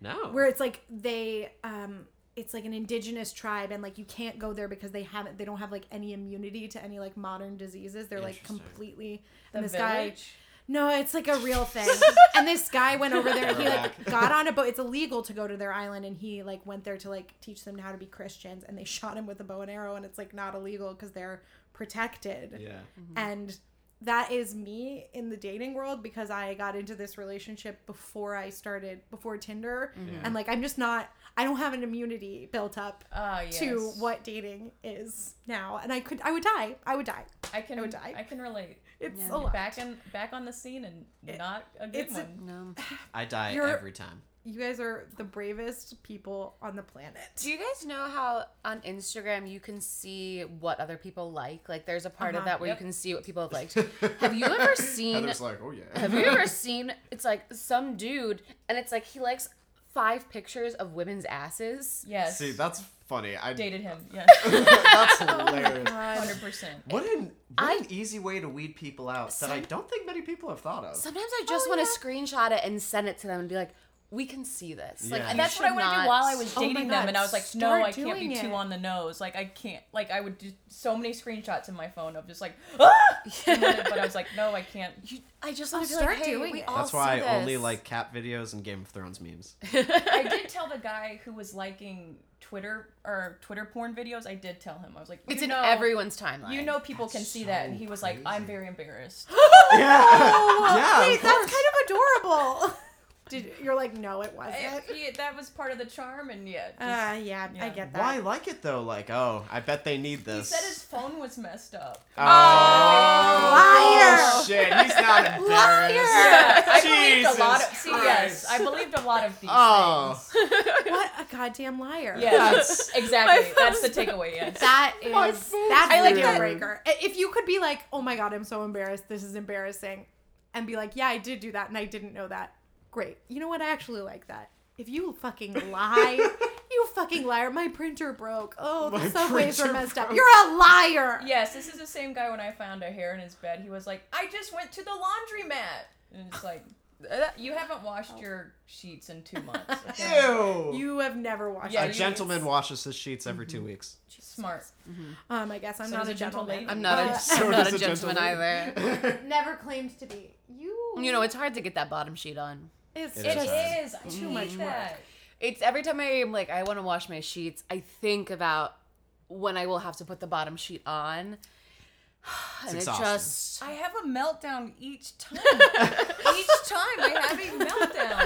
Speaker 1: no.
Speaker 2: where it's like they um it's like an indigenous tribe and like you can't go there because they haven't they don't have like any immunity to any like modern diseases they're like
Speaker 1: Interesting.
Speaker 2: completely
Speaker 4: The
Speaker 2: and this guy
Speaker 4: village.
Speaker 2: no it's like a real thing and this guy went over there he like
Speaker 1: Throwback.
Speaker 2: got on a boat it's illegal to go to their island and he like went there to like teach them how to be christians and they shot him with a bow and arrow and it's like not illegal because they're protected
Speaker 1: yeah.
Speaker 2: and that is me in the dating world because I got into this relationship before I started before Tinder
Speaker 1: Yeah.
Speaker 2: and like I'm just not I don't have an immunity built up
Speaker 4: Ah, yes.
Speaker 2: to what dating is now and I could I would die I would die
Speaker 4: I can
Speaker 2: I would die.
Speaker 4: I can relate.
Speaker 2: it's
Speaker 3: Yeah.
Speaker 2: a lot
Speaker 4: Back in back on the scene and not a good
Speaker 2: it's a-
Speaker 4: one.
Speaker 3: no.
Speaker 1: I die
Speaker 2: You're-
Speaker 1: every time.
Speaker 2: you guys are the bravest people on the planet
Speaker 3: Do you guys know how on Instagram you can see what other people like? Like, there's a part of
Speaker 2: Uh-huh.
Speaker 3: that where
Speaker 4: Yep.
Speaker 3: you can see what people have liked. have you ever seen?
Speaker 1: Heather's like, oh yeah.
Speaker 3: Have you ever seen? It's like some dude, and it's like he likes five pictures of women's asses.
Speaker 4: Yes.
Speaker 1: See, that's funny. I
Speaker 4: dated him. Yes.
Speaker 1: that's hilarious.
Speaker 2: God.
Speaker 4: Hundred percent.
Speaker 1: What an what
Speaker 3: I-
Speaker 1: an easy way to weed people out that I don't think many people have thought of.
Speaker 3: Sometimes I just
Speaker 2: Oh,
Speaker 3: want to
Speaker 2: yeah.
Speaker 3: screenshot it and send it to them and be like, we can see this. Like,
Speaker 1: Yeah.
Speaker 4: And that's what I wanted to do while I was
Speaker 3: Oh my
Speaker 4: dating
Speaker 3: God,
Speaker 4: them, and I was like, no,
Speaker 2: start
Speaker 4: I can't be
Speaker 2: doing
Speaker 4: too
Speaker 2: it.
Speaker 4: on the nose. Like I can't. Like I would do so many screenshots in my phone of just like, ah! And then- but I was like, no, I can't.
Speaker 3: You, I just want
Speaker 2: I'll
Speaker 3: to be like,
Speaker 2: start
Speaker 3: hey,
Speaker 2: doing
Speaker 3: we
Speaker 2: it."
Speaker 3: all
Speaker 1: That's why
Speaker 3: see
Speaker 1: I only
Speaker 3: this.
Speaker 1: like cat videos and Game of Thrones memes.
Speaker 4: I did tell the guy who was liking Twitter or Twitter porn videos. I did tell him. I was like,
Speaker 3: It's
Speaker 4: you
Speaker 3: in
Speaker 4: know,
Speaker 3: everyone's timeline.
Speaker 4: You know, people can
Speaker 1: That's
Speaker 4: see that,
Speaker 1: so
Speaker 4: and he was like, I'm
Speaker 1: crazy.
Speaker 4: very embarrassed.
Speaker 1: yeah,
Speaker 2: Oh,
Speaker 1: yeah.
Speaker 2: Wait,
Speaker 1: of
Speaker 2: that's
Speaker 1: course.
Speaker 2: kind of adorable. Did you're like, no, it wasn't.
Speaker 4: I- yeah, that was part of the charm, and yeah. just-
Speaker 2: Uh, yeah, I
Speaker 4: Yeah.
Speaker 2: get that.
Speaker 1: Why like it though? Like, oh, I bet they need
Speaker 4: he
Speaker 1: this.
Speaker 4: said his phone was messed up.
Speaker 1: oh,
Speaker 2: Liar.
Speaker 1: shit, he's not embarrassed.
Speaker 2: Liar.
Speaker 4: I believed a lot
Speaker 1: Jesus
Speaker 4: of. See, yes, I
Speaker 1: Christ.
Speaker 4: believed a lot of these
Speaker 1: Oh.
Speaker 4: things.
Speaker 2: What a goddamn liar.
Speaker 4: Yes, exactly.
Speaker 3: My
Speaker 4: That's the takeaway. Yes.
Speaker 2: That is
Speaker 1: My
Speaker 2: that's
Speaker 1: boobs
Speaker 2: a
Speaker 1: like
Speaker 2: deal
Speaker 1: that.
Speaker 2: breaker. I- If you could be like, oh my god, I'm so embarrassed. This is embarrassing, and be like, yeah, I did do that, and I didn't know that. Great. You know what? I actually like that. If you fucking lie, you fucking liar. My printer broke. Oh, the
Speaker 1: My
Speaker 2: subways are
Speaker 1: printer
Speaker 2: messed up.
Speaker 1: broke.
Speaker 2: You're a liar.
Speaker 4: Yes, this is the same guy when I found a hair in his bed. He was like, I just went to the laundromat. And it's like, you haven't washed your sheets in two months. Okay?
Speaker 1: Ew.
Speaker 2: You have never watched.
Speaker 4: Yeah,
Speaker 1: a
Speaker 4: you-
Speaker 2: it.
Speaker 1: gentleman washes his sheets every two weeks.
Speaker 4: Smart.
Speaker 2: Um, I guess I'm
Speaker 4: So
Speaker 2: not
Speaker 4: does
Speaker 2: a
Speaker 4: a gentle
Speaker 2: gentleman.
Speaker 4: lady.
Speaker 3: I'm not a,
Speaker 2: Uh,
Speaker 1: So
Speaker 3: I'm not
Speaker 1: does
Speaker 3: a
Speaker 1: a
Speaker 3: gentleman
Speaker 1: gentleman.
Speaker 3: either.
Speaker 2: Never claims to be. You.
Speaker 3: you know, it's hard to get that bottom sheet on.
Speaker 2: It's
Speaker 1: It
Speaker 4: It
Speaker 2: just.
Speaker 4: is. I
Speaker 2: Too much
Speaker 4: hate that.
Speaker 3: It's every time I'm like, I want to wash my sheets, I think about when I will have to put the bottom sheet on. and
Speaker 1: exhausting.
Speaker 3: it just.
Speaker 4: I have a meltdown each time. each time I have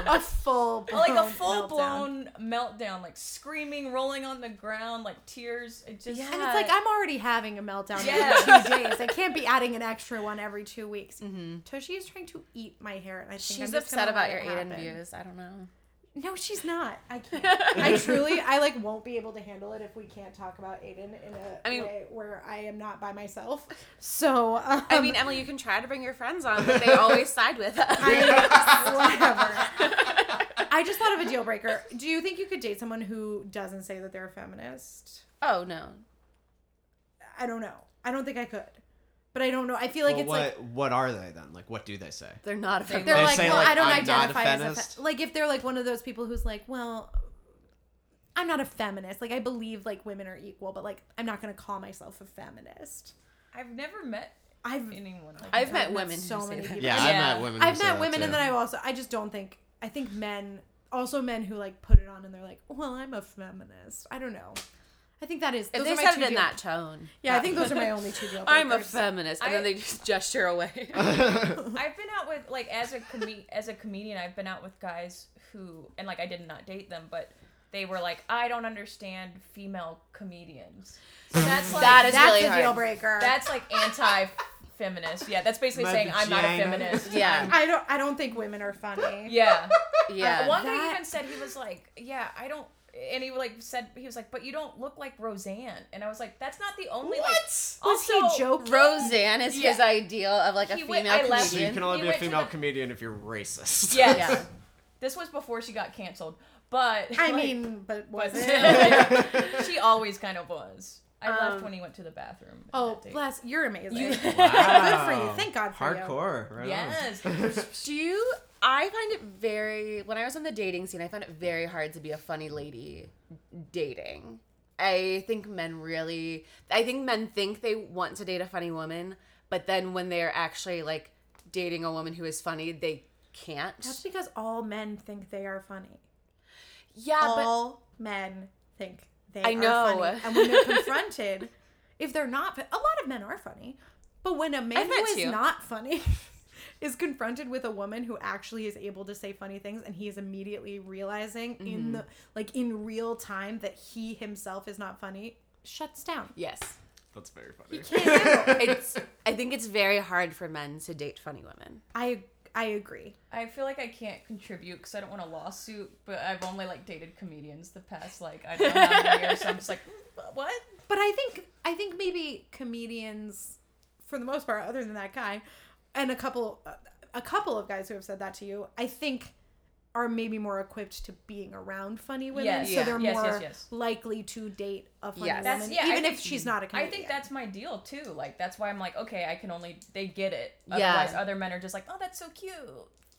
Speaker 4: a meltdown.
Speaker 2: A full,
Speaker 4: Like a
Speaker 2: blown
Speaker 4: full
Speaker 2: meltdown.
Speaker 4: blown meltdown, like screaming, rolling on the ground, like tears. It just.
Speaker 3: Yeah.
Speaker 2: And it's like I'm already having a meltdown
Speaker 4: Yes.
Speaker 2: every two days. I can't be adding an extra one every two weeks. Toshi is trying to eat my hair, and I think I'm
Speaker 3: Mm-hmm. She's
Speaker 2: just
Speaker 3: upset
Speaker 2: gonna
Speaker 3: about
Speaker 2: let
Speaker 3: your
Speaker 2: it
Speaker 3: Aiden
Speaker 2: happen.
Speaker 3: views. I don't know.
Speaker 2: No, she's not. I can't. I truly, I like won't be able to handle it if we can't talk about Aiden in a
Speaker 3: I mean-
Speaker 2: way where I am not by myself. So um,
Speaker 3: I mean, Emily, you can try to bring your friends on, but they always side with us.
Speaker 2: I, whatever. I just thought of a deal breaker. Do you think you could date someone who doesn't say that they're a feminist?
Speaker 3: oh no.
Speaker 2: I don't know. I don't think I could. But I don't know. I feel like
Speaker 1: Well,
Speaker 2: it's
Speaker 1: what
Speaker 2: like
Speaker 1: what are they then? Like, what do they say?
Speaker 3: They're not a
Speaker 4: They're
Speaker 2: they're
Speaker 1: They
Speaker 2: like,
Speaker 1: say,
Speaker 2: well,
Speaker 1: like,
Speaker 2: I don't
Speaker 1: "I'm not a
Speaker 2: identify as a
Speaker 1: feminist."
Speaker 2: fe-. like if they're like one of those people who's like, well, I'm not a feminist. Like I believe like women are equal, but like I'm not gonna call myself a feminist.
Speaker 4: I've never met
Speaker 2: I've
Speaker 4: anyone like
Speaker 3: I've
Speaker 4: that.
Speaker 3: met
Speaker 2: met
Speaker 3: women
Speaker 2: so
Speaker 3: who say
Speaker 2: many
Speaker 3: that.
Speaker 2: people.
Speaker 1: Yeah, I've met
Speaker 4: Yeah.
Speaker 1: women. who
Speaker 2: I've
Speaker 1: say
Speaker 2: met
Speaker 1: that,
Speaker 2: women,
Speaker 1: too.
Speaker 2: and then I also I just don't think I think men also men who like put it on and they're like, well, I'm a feminist. I don't know. I think that is.
Speaker 3: If
Speaker 2: those
Speaker 3: they
Speaker 2: are my
Speaker 3: said
Speaker 2: two
Speaker 3: it in
Speaker 2: deal-
Speaker 3: that tone.
Speaker 2: Yeah, I think those are my only two deal breakers.
Speaker 3: I'm a feminist, and
Speaker 4: I-
Speaker 3: then they just gesture away.
Speaker 4: I've been out with like as a com- as a comedian, I've been out with guys who and like I did not date them, but they were like, I don't understand female comedians. That's like
Speaker 3: That is
Speaker 2: That's
Speaker 3: really
Speaker 2: a
Speaker 3: hard.
Speaker 2: deal breaker.
Speaker 4: that's like anti feminist. Yeah, that's basically
Speaker 1: My
Speaker 4: saying I'm not a
Speaker 1: vagina.
Speaker 4: feminist.
Speaker 3: yeah,
Speaker 2: I don't. I don't think women are funny.
Speaker 4: Yeah.
Speaker 3: yeah.
Speaker 4: One guy
Speaker 2: That-
Speaker 4: even said he was like, Yeah, I don't and he like said he was like, But you don't look like Roseanne and I was like, That's not the only like
Speaker 1: What?
Speaker 2: Was
Speaker 4: also
Speaker 2: he joking?
Speaker 3: Roseanne is his
Speaker 4: Yeah.
Speaker 3: ideal of like a
Speaker 4: He went-
Speaker 3: female
Speaker 4: I left-
Speaker 1: So you can
Speaker 3: comedian.
Speaker 1: only
Speaker 4: You
Speaker 1: be a
Speaker 4: went to
Speaker 1: female
Speaker 4: the-
Speaker 1: comedian if you're racist.
Speaker 4: Yes.
Speaker 3: Yeah.
Speaker 4: This was before she got canceled. But
Speaker 2: I
Speaker 4: like,
Speaker 2: mean, but was
Speaker 4: But
Speaker 2: it?
Speaker 4: she always kind of was. I
Speaker 3: Um,
Speaker 4: left when he went to the bathroom.
Speaker 2: Oh,
Speaker 4: that day.
Speaker 2: bless! You're amazing.
Speaker 4: You-
Speaker 2: Good for you.
Speaker 1: Wow.
Speaker 2: Thank God for you.
Speaker 1: Hardcore. Right on.
Speaker 4: yes.
Speaker 3: Do you? I find it very. When I was on the dating scene, I found it very hard to be a funny lady dating. I think men really. I think men think they want to date a funny woman, but then when they are actually like dating a woman who is funny, they can't.
Speaker 2: That's because all men think they are funny.
Speaker 3: yeah, but
Speaker 2: all men think they
Speaker 3: I
Speaker 2: are
Speaker 3: know.
Speaker 2: funny, and when they're confronted, if they're not, fu- a lot of men are funny, but when a man
Speaker 3: I've
Speaker 2: who
Speaker 3: met
Speaker 2: is
Speaker 3: you.
Speaker 2: not funny is confronted with a woman who actually is able to say funny things, and he is immediately realizing
Speaker 3: Mm-hmm.
Speaker 2: in the like in real time that he himself is not funny, shuts down.
Speaker 3: yes,
Speaker 1: That's very funny.
Speaker 3: it's. I think it's very hard for men to date funny women.
Speaker 2: I I agree.
Speaker 4: I feel like I can't contribute because I don't want a lawsuit, but I've only like dated comedians the past like I don't know how many years. So I'm just like, "Mm, what?
Speaker 2: But I think I think maybe comedians, for the most part, other than that guy, and a couple a couple of guys who have said that to you, I think are maybe more equipped to being around funny women,
Speaker 4: Yes.
Speaker 2: so
Speaker 3: Yeah.
Speaker 2: they're
Speaker 4: Yes,
Speaker 2: more
Speaker 4: yes, yes.
Speaker 2: likely to date a funny woman,
Speaker 3: Yes.
Speaker 4: That's- yeah, I
Speaker 2: even
Speaker 4: think-
Speaker 2: if she's not a
Speaker 4: I
Speaker 2: comedian.
Speaker 4: think that's my deal too. Like that's why I'm like, okay, I can only they get it.
Speaker 3: Yeah.
Speaker 4: Otherwise, other men are just like, oh, that's so cute.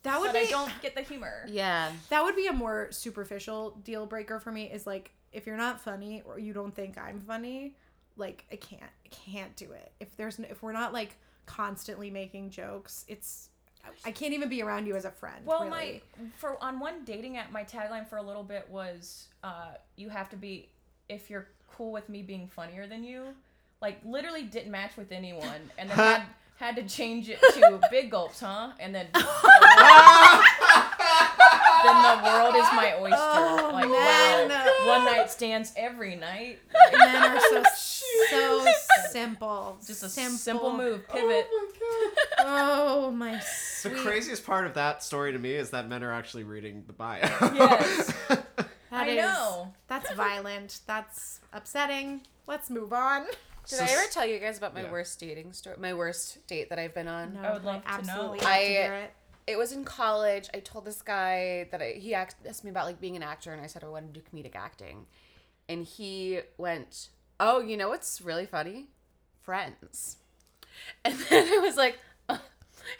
Speaker 2: that would
Speaker 4: but
Speaker 2: be
Speaker 4: I don't get the humor.
Speaker 3: Yeah.
Speaker 2: that would be a more superficial deal breaker for me. Is like if you're not funny or you don't think I'm funny, like I can't I can't do it. If there's n- if we're not like constantly making jokes, it's I- I can't even be around you as a friend.
Speaker 4: Well,
Speaker 2: really.
Speaker 4: my for on one dating app, my tagline for a little bit was, uh, "You have to be if you're cool with me being funnier than you." Like literally didn't match with anyone, and then had, had to change it to big gulps, huh? And then then the world is my oyster.
Speaker 2: Oh,
Speaker 4: like
Speaker 2: man.
Speaker 4: wow, one night stands every night.
Speaker 2: men are so so simple.
Speaker 4: Just a simple, move, pivot.
Speaker 2: Oh my
Speaker 1: The
Speaker 2: sweet.
Speaker 1: craziest part of that story to me is that men are actually reading the bio.
Speaker 4: Yes.
Speaker 2: That
Speaker 4: I
Speaker 2: is-
Speaker 4: know.
Speaker 2: That's violent. That's upsetting. Let's move on.
Speaker 3: Did
Speaker 1: So
Speaker 3: I ever
Speaker 1: s-
Speaker 3: tell you guys about my
Speaker 1: Yeah.
Speaker 3: worst dating story? My worst date that I've been on.
Speaker 4: I would love to know.
Speaker 2: absolutely
Speaker 4: I-
Speaker 2: Have to hear it.
Speaker 3: It was in college. I told this guy that I, he asked asked me about like being an actor, and I said "Oh, I wanted to do comedic acting, and he went, "Oh, you know what's really funny? Friends." And then I was like, uh,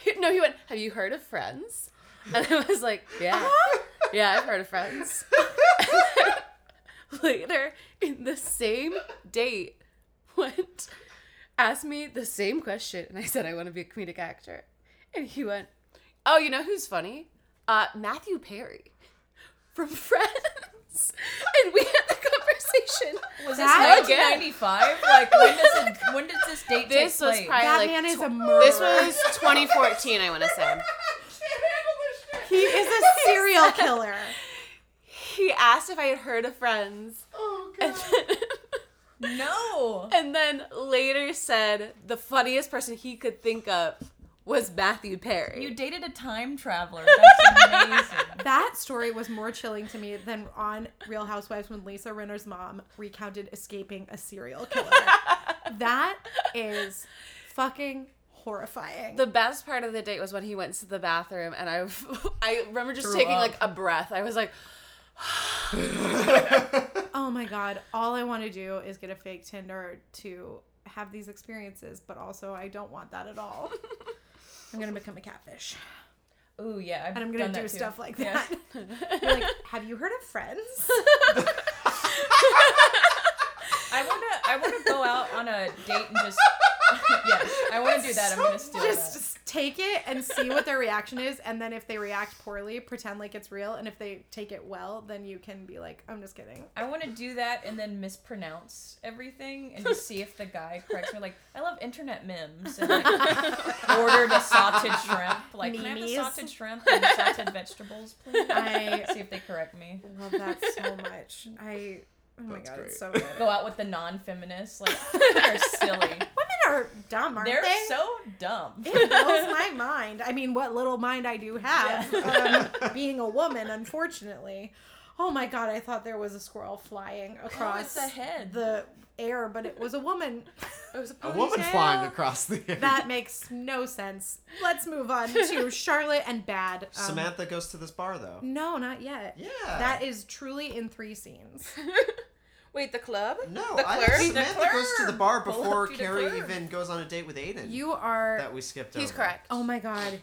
Speaker 3: he- "No," he went, "Have you heard of Friends?" And I was like, "Yeah, yeah, I've heard of Friends." Later in the same date, went asked me the same question, and I said I want to be a comedic actor, and he went, "Oh, you know who's funny? Uh, Matthew Perry from Friends." And we had the conversation.
Speaker 4: Was this
Speaker 2: That-
Speaker 4: 1995? Like when does it, when does this date
Speaker 3: This
Speaker 4: take
Speaker 3: was
Speaker 4: place?
Speaker 3: probably
Speaker 2: That
Speaker 3: like
Speaker 2: man is
Speaker 3: tw-
Speaker 2: a murderer.
Speaker 3: this was 2014. I want to say
Speaker 2: He is a serial killer.
Speaker 3: he asked if I had heard of Friends,
Speaker 1: oh
Speaker 3: and
Speaker 1: god.
Speaker 3: then,
Speaker 4: No.
Speaker 3: and then later said the funniest person he could think of was Matthew Perry.
Speaker 4: You dated a time traveler. That's amazing.
Speaker 2: That story was more chilling to me than on Real Housewives when Lisa Rinner's mom recounted escaping a serial killer. that is fucking horrifying.
Speaker 3: The best part of the date was when he went to the bathroom, and I, I remember just
Speaker 4: Threw
Speaker 3: taking
Speaker 4: up.
Speaker 3: like a breath. I was like,
Speaker 2: oh my god, all I want to do is get a fake Tinder to have these experiences, but also I don't want that at all. I'm gonna become a catfish.
Speaker 4: Ooh yeah, I've
Speaker 2: And I'm
Speaker 4: done
Speaker 2: gonna
Speaker 4: that
Speaker 2: do
Speaker 4: too.
Speaker 2: stuff like
Speaker 4: Yeah.
Speaker 2: that. You're like, have you heard of friends?
Speaker 4: I wanna I wanna go out on a date and just yeah. I wanna do that. I'm gonna steal
Speaker 2: just,
Speaker 4: that.
Speaker 2: just take it and see what their reaction is and then if they react poorly pretend like it's real and if they take it well then you can be like i'm just kidding
Speaker 4: I wanna do that and then mispronounce everything and just see if the guy corrects me. Like I love internet memes and like ordered a salted shrimp. Like can I have a
Speaker 2: Memes.
Speaker 4: salted shrimp and salted vegetables, please?
Speaker 2: I-
Speaker 4: see if they correct me.
Speaker 2: love that so much i oh my
Speaker 1: That's
Speaker 2: god
Speaker 1: great.
Speaker 2: it's so good
Speaker 4: Go out with the non-feminists. Like they're silly.
Speaker 2: women are dumb aren't
Speaker 4: They're
Speaker 2: they
Speaker 4: so dumb.
Speaker 2: it blows my mind i mean what little mind i do have um, being a woman unfortunately oh my god i thought there was a squirrel flying across
Speaker 4: Oh, it's a head.
Speaker 2: the air but it was a woman
Speaker 3: it was
Speaker 1: A woman
Speaker 2: Ponytail.
Speaker 1: flying across the air.
Speaker 2: That makes no sense. Let's move on to Charlotte and Bad. Um,
Speaker 1: Samantha goes to this bar though.
Speaker 2: No, not yet.
Speaker 1: Yeah.
Speaker 2: That is truly in three scenes.
Speaker 3: Wait, the club?
Speaker 1: no,
Speaker 3: the
Speaker 1: I,
Speaker 3: clerk?
Speaker 1: Samantha
Speaker 4: The
Speaker 1: goes to the
Speaker 4: clerk.
Speaker 1: bar
Speaker 4: Pull up
Speaker 1: before
Speaker 4: to the
Speaker 1: Carrie
Speaker 4: clerk.
Speaker 1: even goes on a date with Aiden.
Speaker 2: You are.
Speaker 1: that we skipped
Speaker 3: He's
Speaker 1: over.
Speaker 3: correct.
Speaker 2: oh my god.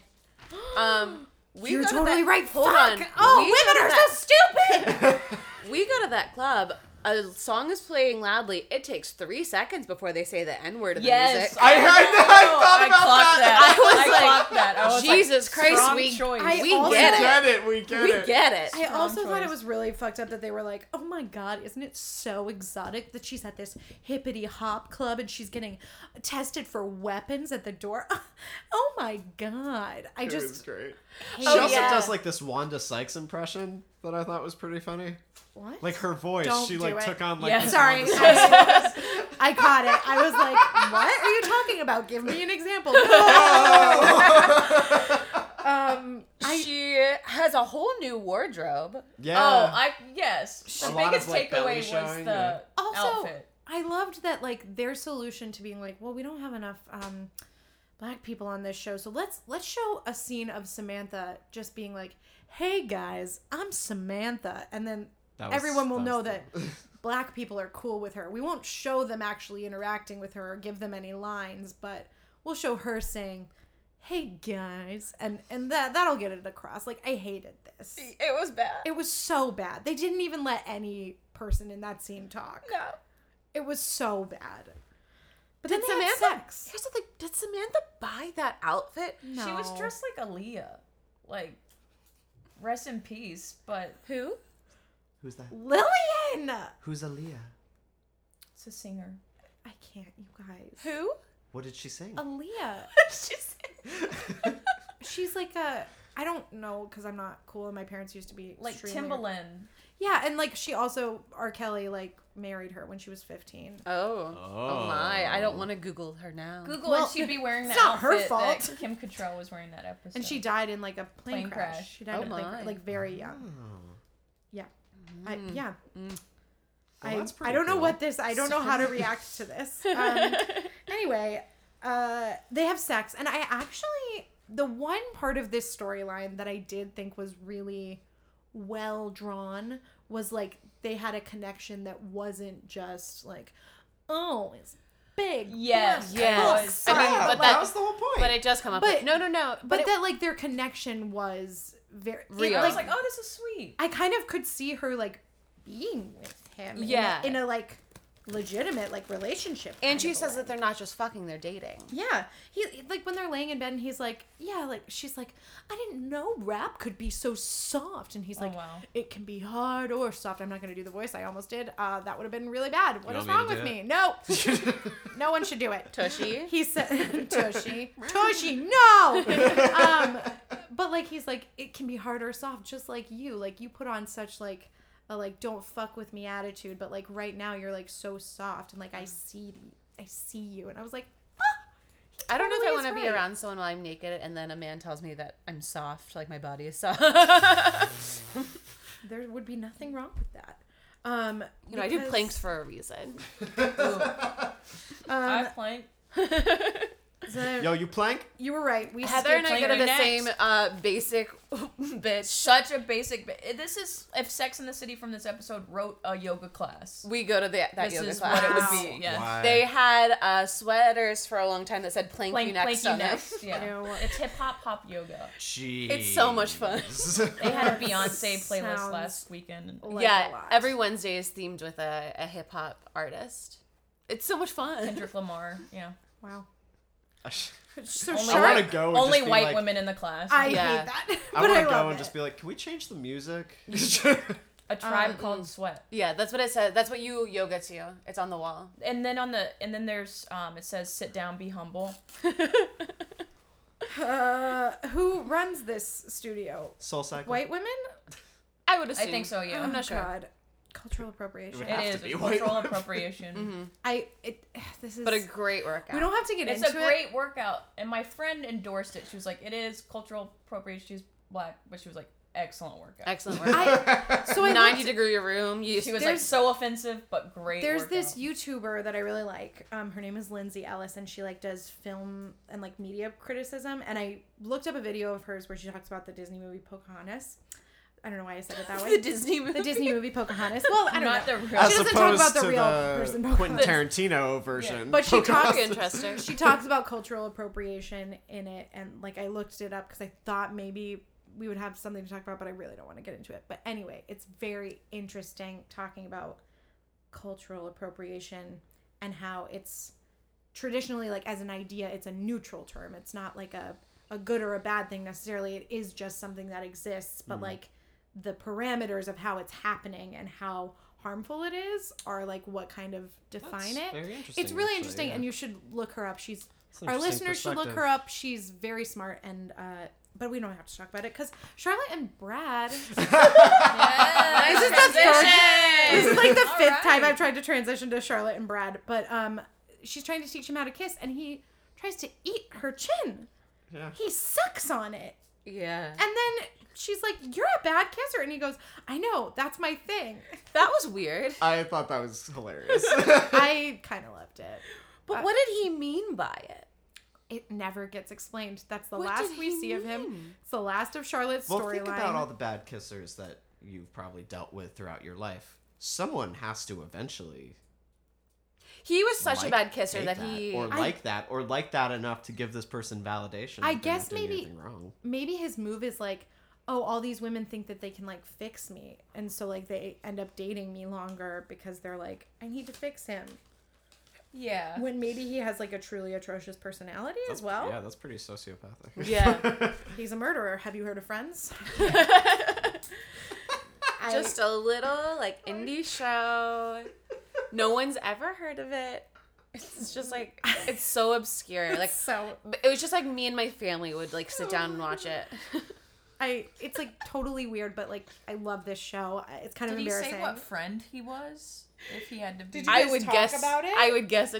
Speaker 3: Um, we
Speaker 2: You're
Speaker 3: go to
Speaker 2: totally
Speaker 3: that-
Speaker 2: right.
Speaker 3: Hold
Speaker 2: Fuck.
Speaker 3: on.
Speaker 2: Oh,
Speaker 3: We go to
Speaker 2: women are
Speaker 3: that-
Speaker 2: so stupid.
Speaker 3: We go to that club. A song is playing loudly. It takes three seconds before they say the N word in
Speaker 4: Yes,
Speaker 3: the music.
Speaker 1: I heard that. I
Speaker 4: know.
Speaker 1: thought about
Speaker 4: clocked
Speaker 1: that.
Speaker 4: that.
Speaker 3: I was like,
Speaker 4: clocked that. I was like,
Speaker 3: Jesus Christ,
Speaker 4: strong
Speaker 3: we-
Speaker 4: choice.
Speaker 2: I-
Speaker 3: we
Speaker 2: also-
Speaker 3: get it.
Speaker 1: it. We get
Speaker 3: we get it.
Speaker 2: I
Speaker 4: Strong
Speaker 2: also thought it
Speaker 4: choice.
Speaker 2: was really fucked up that they were like, "Oh my god, isn't it so exotic that she's at this hippity hop club and she's getting tested for weapons at the door?" oh my god, I just
Speaker 1: great.
Speaker 2: hate
Speaker 1: She
Speaker 3: Oh,
Speaker 1: also
Speaker 3: yeah.
Speaker 1: does like this Wanda Sykes impression that I thought was pretty funny.
Speaker 2: what?
Speaker 1: Like her voice,
Speaker 2: Don't
Speaker 1: she
Speaker 2: do
Speaker 1: like
Speaker 2: it.
Speaker 1: took on like.
Speaker 4: Yeah.
Speaker 1: this
Speaker 2: Sorry.
Speaker 1: Wanda Sykes-
Speaker 2: I I caught it. I was like, what are you talking about? Give me an example. um, I,
Speaker 3: she has a whole new wardrobe.
Speaker 1: yeah.
Speaker 4: Oh, I yes.
Speaker 1: A
Speaker 4: The
Speaker 1: lot of,
Speaker 4: biggest
Speaker 1: like, belly
Speaker 4: takeaway was
Speaker 1: showing, yeah.
Speaker 4: the
Speaker 2: also,
Speaker 4: outfit.
Speaker 2: I loved that, like, their solution to being like, well, we don't have enough, um, black people on this show so let's let's show a scene of samantha just being like "Hey guys, I'm Samantha," and then
Speaker 1: That was-
Speaker 2: everyone will
Speaker 1: that
Speaker 2: know
Speaker 1: was
Speaker 2: that black people are cool with her. We won't show them actually interacting with her or give them any lines, but we'll show her saying, "Hey guys," and and that that'll get it across. Like I hated this.
Speaker 4: It was bad.
Speaker 2: It was so bad. They didn't even let any person in that scene talk.
Speaker 4: no.
Speaker 2: It was so bad. But
Speaker 3: Did
Speaker 2: then they had
Speaker 3: Samantha?
Speaker 2: sex.
Speaker 3: Here's the thing. Did Samantha buy that outfit?
Speaker 2: No.
Speaker 4: She was dressed like Aaliyah. Like, rest in peace, but
Speaker 3: Who?
Speaker 1: Who's that?
Speaker 2: Lillian.
Speaker 1: Who's Aaliyah?
Speaker 4: it's a singer.
Speaker 2: I can't, you guys.
Speaker 3: Who?
Speaker 1: What did she sing?
Speaker 2: Um, Aaliyah.
Speaker 4: She's
Speaker 2: She's like a. I don't know because I'm not cool, and my parents used to be
Speaker 4: like
Speaker 2: extremely-
Speaker 4: Timbaland.
Speaker 2: Yeah, and like she also R. Kelly like married her when she was 15.
Speaker 3: Oh.
Speaker 1: Oh.
Speaker 3: my. I don't want to Google her now.
Speaker 4: Google
Speaker 2: Well,
Speaker 4: and she'd be wearing
Speaker 2: it's
Speaker 4: that
Speaker 2: not her
Speaker 4: outfit that
Speaker 2: fault.
Speaker 4: Kim Cattrall was wearing that episode.
Speaker 2: And she died in like a plane,
Speaker 4: Plane
Speaker 2: crash.
Speaker 4: crash.
Speaker 2: She died
Speaker 3: Oh
Speaker 2: in a plane cra-
Speaker 3: my.
Speaker 2: like very young.
Speaker 1: Oh.
Speaker 2: Yeah. I, yeah.
Speaker 1: Well,
Speaker 2: I,
Speaker 1: that's
Speaker 2: I
Speaker 1: pretty
Speaker 2: don't know
Speaker 1: cool.
Speaker 2: what this I don't know how to react to this. Um, anyway, uh, they have sex, and I actually the one part of this storyline that I did think was really well drawn was like they had a connection that wasn't just like oh it's big
Speaker 4: Yes,
Speaker 2: black
Speaker 3: yes.
Speaker 2: books.
Speaker 3: I mean,
Speaker 1: Yeah,
Speaker 3: but
Speaker 1: but
Speaker 3: that-
Speaker 1: that was the whole point.
Speaker 3: But it does come up.
Speaker 2: But-
Speaker 3: with- no, no, no.
Speaker 2: but,
Speaker 3: it-
Speaker 2: that like their connection was very it,
Speaker 3: Real.
Speaker 4: I was
Speaker 2: like,
Speaker 4: like, oh, this is sweet.
Speaker 2: I kind of could see her like being with him. in a-
Speaker 3: Yeah.
Speaker 2: in a, like legitimate like relationship. kind
Speaker 3: and she
Speaker 2: of a
Speaker 3: says
Speaker 2: way.
Speaker 3: that they're not just fucking; they're dating.
Speaker 2: Yeah, he like when they're laying in bed and he's like, yeah, like she's like, I didn't know rap could be so soft, and he's
Speaker 4: Oh,
Speaker 2: like,
Speaker 4: wow.
Speaker 2: it can be hard or soft. I'm not gonna do the voice. I almost did. Uh, that would have been really bad. What
Speaker 1: You
Speaker 2: is wrong
Speaker 1: want me
Speaker 2: with me?
Speaker 1: to
Speaker 2: No, no one should do it.
Speaker 3: Tushy.
Speaker 2: He said, Tushy. Tushy, no! Um, but, like, he's like, it can be hard or soft, just like you. Like, you put on such, like, a, like, don't fuck with me attitude, but, like, right now you're, like, so soft. And, like, I see, I see you. And I was like,
Speaker 3: I don't know if I
Speaker 2: Totally
Speaker 3: want to
Speaker 2: is
Speaker 3: be
Speaker 2: right.
Speaker 3: around someone while I'm naked, and then a man tells me that I'm soft, like my body is soft. you
Speaker 2: there would be nothing wrong with that. Um,
Speaker 3: know, I do
Speaker 2: because-
Speaker 3: planks for a reason.
Speaker 4: I
Speaker 2: Um,
Speaker 4: plank.
Speaker 2: so
Speaker 1: Yo, you plank?
Speaker 2: you were right. We
Speaker 3: Heather and I
Speaker 4: plank
Speaker 3: go to the
Speaker 4: right next.
Speaker 3: same uh, basic bitch.
Speaker 4: Such a basic. ba- This is if Sex in the City from this episode wrote a yoga class.
Speaker 3: We go to the, that
Speaker 4: this
Speaker 3: yoga
Speaker 4: is
Speaker 3: class.
Speaker 4: what
Speaker 2: Wow.
Speaker 4: it would be. Yes.
Speaker 1: Why?
Speaker 3: They had uh, sweaters for a long time that said plank,
Speaker 4: Plank,
Speaker 3: you next
Speaker 4: planky
Speaker 3: on it.
Speaker 4: next. Yeah.
Speaker 2: Ew.
Speaker 4: It's hip hop hop yoga.
Speaker 3: It's so much fun.
Speaker 1: Jeez.
Speaker 4: They had a Beyonce playlist
Speaker 2: Sounds
Speaker 4: last weekend.
Speaker 2: like a
Speaker 3: yeah,
Speaker 2: lot.
Speaker 3: every Wednesday is themed with a, a hip hop artist. It's so much fun.
Speaker 4: Kendrick Lamar. Yeah.
Speaker 2: Wow. So
Speaker 4: Only
Speaker 2: sharp.
Speaker 1: I want to go. And
Speaker 4: Only
Speaker 1: just be
Speaker 4: white
Speaker 1: like,
Speaker 4: women in the class.
Speaker 2: I
Speaker 3: Yeah.
Speaker 2: hate that. But
Speaker 1: I want to
Speaker 2: love
Speaker 1: go and
Speaker 2: it.
Speaker 1: just be like, can we change the music?
Speaker 4: a tribe
Speaker 3: Um,
Speaker 4: called Sweat.
Speaker 3: Yeah, that's what it says. That's what you yoga to. It's on the wall.
Speaker 4: And then on the and then there's um it says sit down, be humble.
Speaker 2: Uh, who runs this studio?
Speaker 1: Soul cycle.
Speaker 2: White women?
Speaker 3: I would
Speaker 4: I
Speaker 3: assume.
Speaker 4: think so. Yeah.
Speaker 3: I'm not sure.
Speaker 2: Oh, God. Cultural appropriation.
Speaker 1: It would have
Speaker 4: It
Speaker 1: to
Speaker 4: is
Speaker 1: be
Speaker 4: it's
Speaker 1: white
Speaker 4: cultural
Speaker 1: women.
Speaker 4: appropriation.
Speaker 2: I it this is
Speaker 3: But a great workout.
Speaker 2: we don't have to get
Speaker 4: It's
Speaker 2: into
Speaker 4: a great workout, and my friend endorsed it. She was like, "It is cultural appropriation." She's black, but she was like, "Excellent workout."
Speaker 3: Excellent
Speaker 2: it.
Speaker 3: workout.
Speaker 2: I, so I
Speaker 3: Ninety
Speaker 2: looked-
Speaker 3: degree your room. You
Speaker 4: She was like,
Speaker 2: There's-
Speaker 4: "So offensive, but great."
Speaker 2: there's
Speaker 4: workout.
Speaker 2: this YouTuber that I really like. Um, her name is Lindsay Ellis, and she like does film and like media criticism. And I looked up a video of hers where she talks about the Disney movie Pocahontas. I don't know why I said it that way.
Speaker 3: the Disney movie.
Speaker 2: the Disney movie Pocahontas. Well, I don't
Speaker 4: not
Speaker 2: know.
Speaker 4: the real.
Speaker 1: As
Speaker 2: doesn't
Speaker 1: opposed
Speaker 2: talk about the
Speaker 1: to
Speaker 2: real
Speaker 1: the
Speaker 2: person,
Speaker 1: Quentin
Speaker 2: Pocahontas.
Speaker 1: Tarantino version.
Speaker 2: But she
Speaker 1: Pocahontas.
Speaker 2: talks-
Speaker 3: Very interesting.
Speaker 2: she talks about cultural appropriation in it and like i looked it up because i thought maybe we would have something to talk about but i really don't want to get into it but anyway it's very interesting talking about cultural appropriation and how it's traditionally like as an idea it's a neutral term it's not like a, a good or a bad thing necessarily it is just something that exists
Speaker 1: Mm-hmm.
Speaker 2: but like the parameters of how it's happening and how harmful it is are like what kind of define
Speaker 1: That's
Speaker 2: it
Speaker 1: very interesting,
Speaker 2: it's really
Speaker 1: actually,
Speaker 2: interesting
Speaker 1: yeah.
Speaker 2: and you should look her up she's
Speaker 1: an
Speaker 2: our
Speaker 1: interesting
Speaker 2: listeners should look
Speaker 1: perspective.
Speaker 2: her up she's very smart and uh but we don't have to talk about it because charlotte and brad
Speaker 4: Yes,
Speaker 2: This is the
Speaker 4: transition!
Speaker 2: this is like the
Speaker 4: All
Speaker 2: fifth
Speaker 4: right.
Speaker 2: time I've tried to transition to Charlotte and Brad, but um, she's trying to teach him how to kiss, and he tries to eat her chin.
Speaker 1: Yeah.
Speaker 2: He sucks on it,
Speaker 3: yeah.
Speaker 2: and then she's like, "You're a bad kisser," and he goes, "I know, that's my thing."
Speaker 3: That was weird.
Speaker 1: I thought that was hilarious.
Speaker 2: I kind of loved it.
Speaker 3: Uh, But what did he mean by it?
Speaker 2: It never gets explained. That's the
Speaker 3: What
Speaker 2: last
Speaker 3: did
Speaker 2: we
Speaker 3: he
Speaker 2: see of him.
Speaker 3: mean?
Speaker 2: It's the last of Charlotte's
Speaker 1: Well,
Speaker 2: storyline.
Speaker 1: think about all the bad kissers that you've probably dealt with throughout your life. Someone has to eventually
Speaker 3: He was such a
Speaker 1: like-
Speaker 3: bad kisser
Speaker 1: take
Speaker 3: that he.
Speaker 1: or
Speaker 2: I-
Speaker 1: like that or like that enough to give this person validation.
Speaker 2: I
Speaker 1: that they're not
Speaker 2: guess
Speaker 1: doing
Speaker 2: maybe-
Speaker 1: anything wrong.
Speaker 2: Maybe his move is like, oh, all these women think that they can like fix me, and so like they end up dating me longer because they're like, I need to fix him.
Speaker 4: Yeah.
Speaker 2: When maybe he has like a truly atrocious personality as
Speaker 1: That's-
Speaker 2: well.
Speaker 1: Oh, Yeah, that's pretty sociopathic.
Speaker 4: Yeah.
Speaker 2: He's a murderer. Have you heard of Friends? I-
Speaker 3: just a little like indie show. No one's ever heard of it. It's just like it's so obscure. Like
Speaker 2: Mm. so
Speaker 3: but it was just like me and my family would like sit down and watch it.
Speaker 2: I it's like totally weird, but like I love this show. I- It's kind
Speaker 4: Did
Speaker 2: of
Speaker 4: he
Speaker 2: embarrassing.
Speaker 4: say what friend he was? If he had to be
Speaker 2: Did you
Speaker 3: I
Speaker 2: guys
Speaker 3: would
Speaker 2: talk
Speaker 3: guess
Speaker 2: about it?
Speaker 3: I would guess a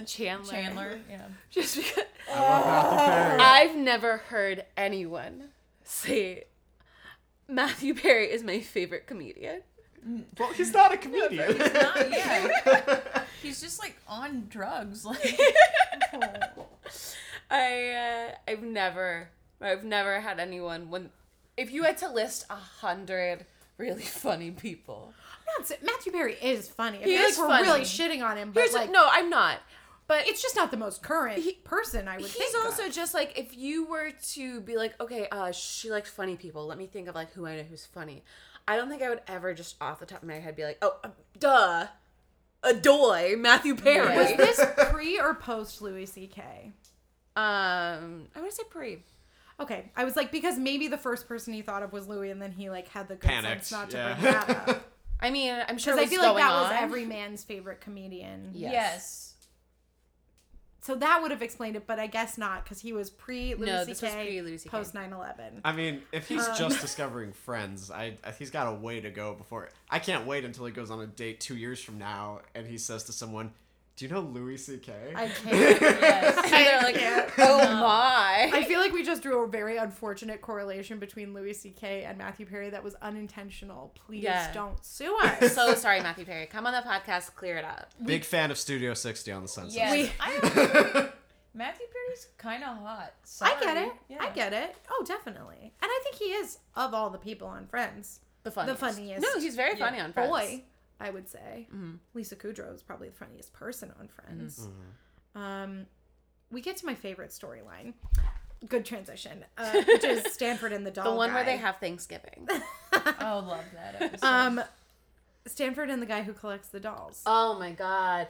Speaker 3: Chandler.
Speaker 4: Chandler? Yeah.
Speaker 3: Just because
Speaker 1: I love Matthew Perry.
Speaker 3: I've never heard anyone say Matthew Perry is my favorite comedian.
Speaker 1: Well, he's not a comedian.
Speaker 4: not, He's just like on drugs. Like
Speaker 3: I uh, I've never I've never had anyone when if you had to list a hundred really funny people.
Speaker 2: Not s- Matthew Perry is funny. I
Speaker 3: He
Speaker 2: feel
Speaker 3: is
Speaker 2: like we're really
Speaker 3: funny.
Speaker 2: shitting on him, but
Speaker 3: Here's
Speaker 2: like
Speaker 3: no, I'm not. But
Speaker 2: it's just not the most current
Speaker 3: He-
Speaker 2: person I would
Speaker 3: he's
Speaker 2: think.
Speaker 3: also
Speaker 2: of.
Speaker 3: just like if you were to be like, okay, uh, she likes funny people. Let me think of like who I know who's funny. I don't think I would ever just off the top of my head be like, oh, uh, duh, adoy Matthew Perry.
Speaker 2: was this pre or post Louis C.K.
Speaker 3: Um, I would say pre.
Speaker 2: Okay, I was like because maybe the first person he thought of was Louis, and then he like had the good
Speaker 1: Panicked,
Speaker 2: sense not to
Speaker 1: yeah.
Speaker 2: bring that up
Speaker 3: I mean, I'm sure
Speaker 2: because I
Speaker 3: what's
Speaker 2: feel like
Speaker 3: going
Speaker 2: that was
Speaker 3: on.
Speaker 2: every man's favorite comedian.
Speaker 3: Yes.
Speaker 4: yes.
Speaker 2: So that would have explained it, but I guess not because he was pre Louis
Speaker 3: No,
Speaker 2: C.K.
Speaker 3: this was pre-Louis C.K..
Speaker 2: post 9/11.
Speaker 1: I mean, if he's
Speaker 2: Um,
Speaker 1: just discovering friends, I, I he's got a way to go before. I can't wait until he goes on a date two years from now and he says to someone, "Do you know Louis C.K.?"
Speaker 2: I can't.
Speaker 4: Yes.
Speaker 3: And they're like, oh my.
Speaker 2: I feel like we just drew a very unfortunate correlation between Louis C.K. and Matthew Perry that was unintentional. Please
Speaker 3: Yeah.
Speaker 2: don't sue us.
Speaker 3: so sorry, Matthew Perry. Come on the podcast, clear it up.
Speaker 1: Big fan of Studio 60 on the Sunset.
Speaker 4: Yes.
Speaker 2: We-
Speaker 4: I Matthew Perry's kind of hot.
Speaker 2: I get
Speaker 4: Sorry.
Speaker 2: it.
Speaker 4: Yeah.
Speaker 2: I get it. Oh, definitely. And I think he is of all the people on Friends,
Speaker 3: The funniest.
Speaker 2: funniest.
Speaker 3: No, he's very
Speaker 4: Yeah.
Speaker 3: funny on Friends. Mm-hmm.
Speaker 2: boy. I would say Lisa Kudrow is probably the funniest person on Friends.
Speaker 3: Mm-hmm.
Speaker 2: Um, we get to my favorite storyline. Good transition, uh, which is Stanford and the doll.
Speaker 3: The one where
Speaker 2: guy.
Speaker 3: they have Thanksgiving.
Speaker 4: Oh, love that episode.
Speaker 2: um, Stanford and the guy who collects the dolls.
Speaker 3: oh my god.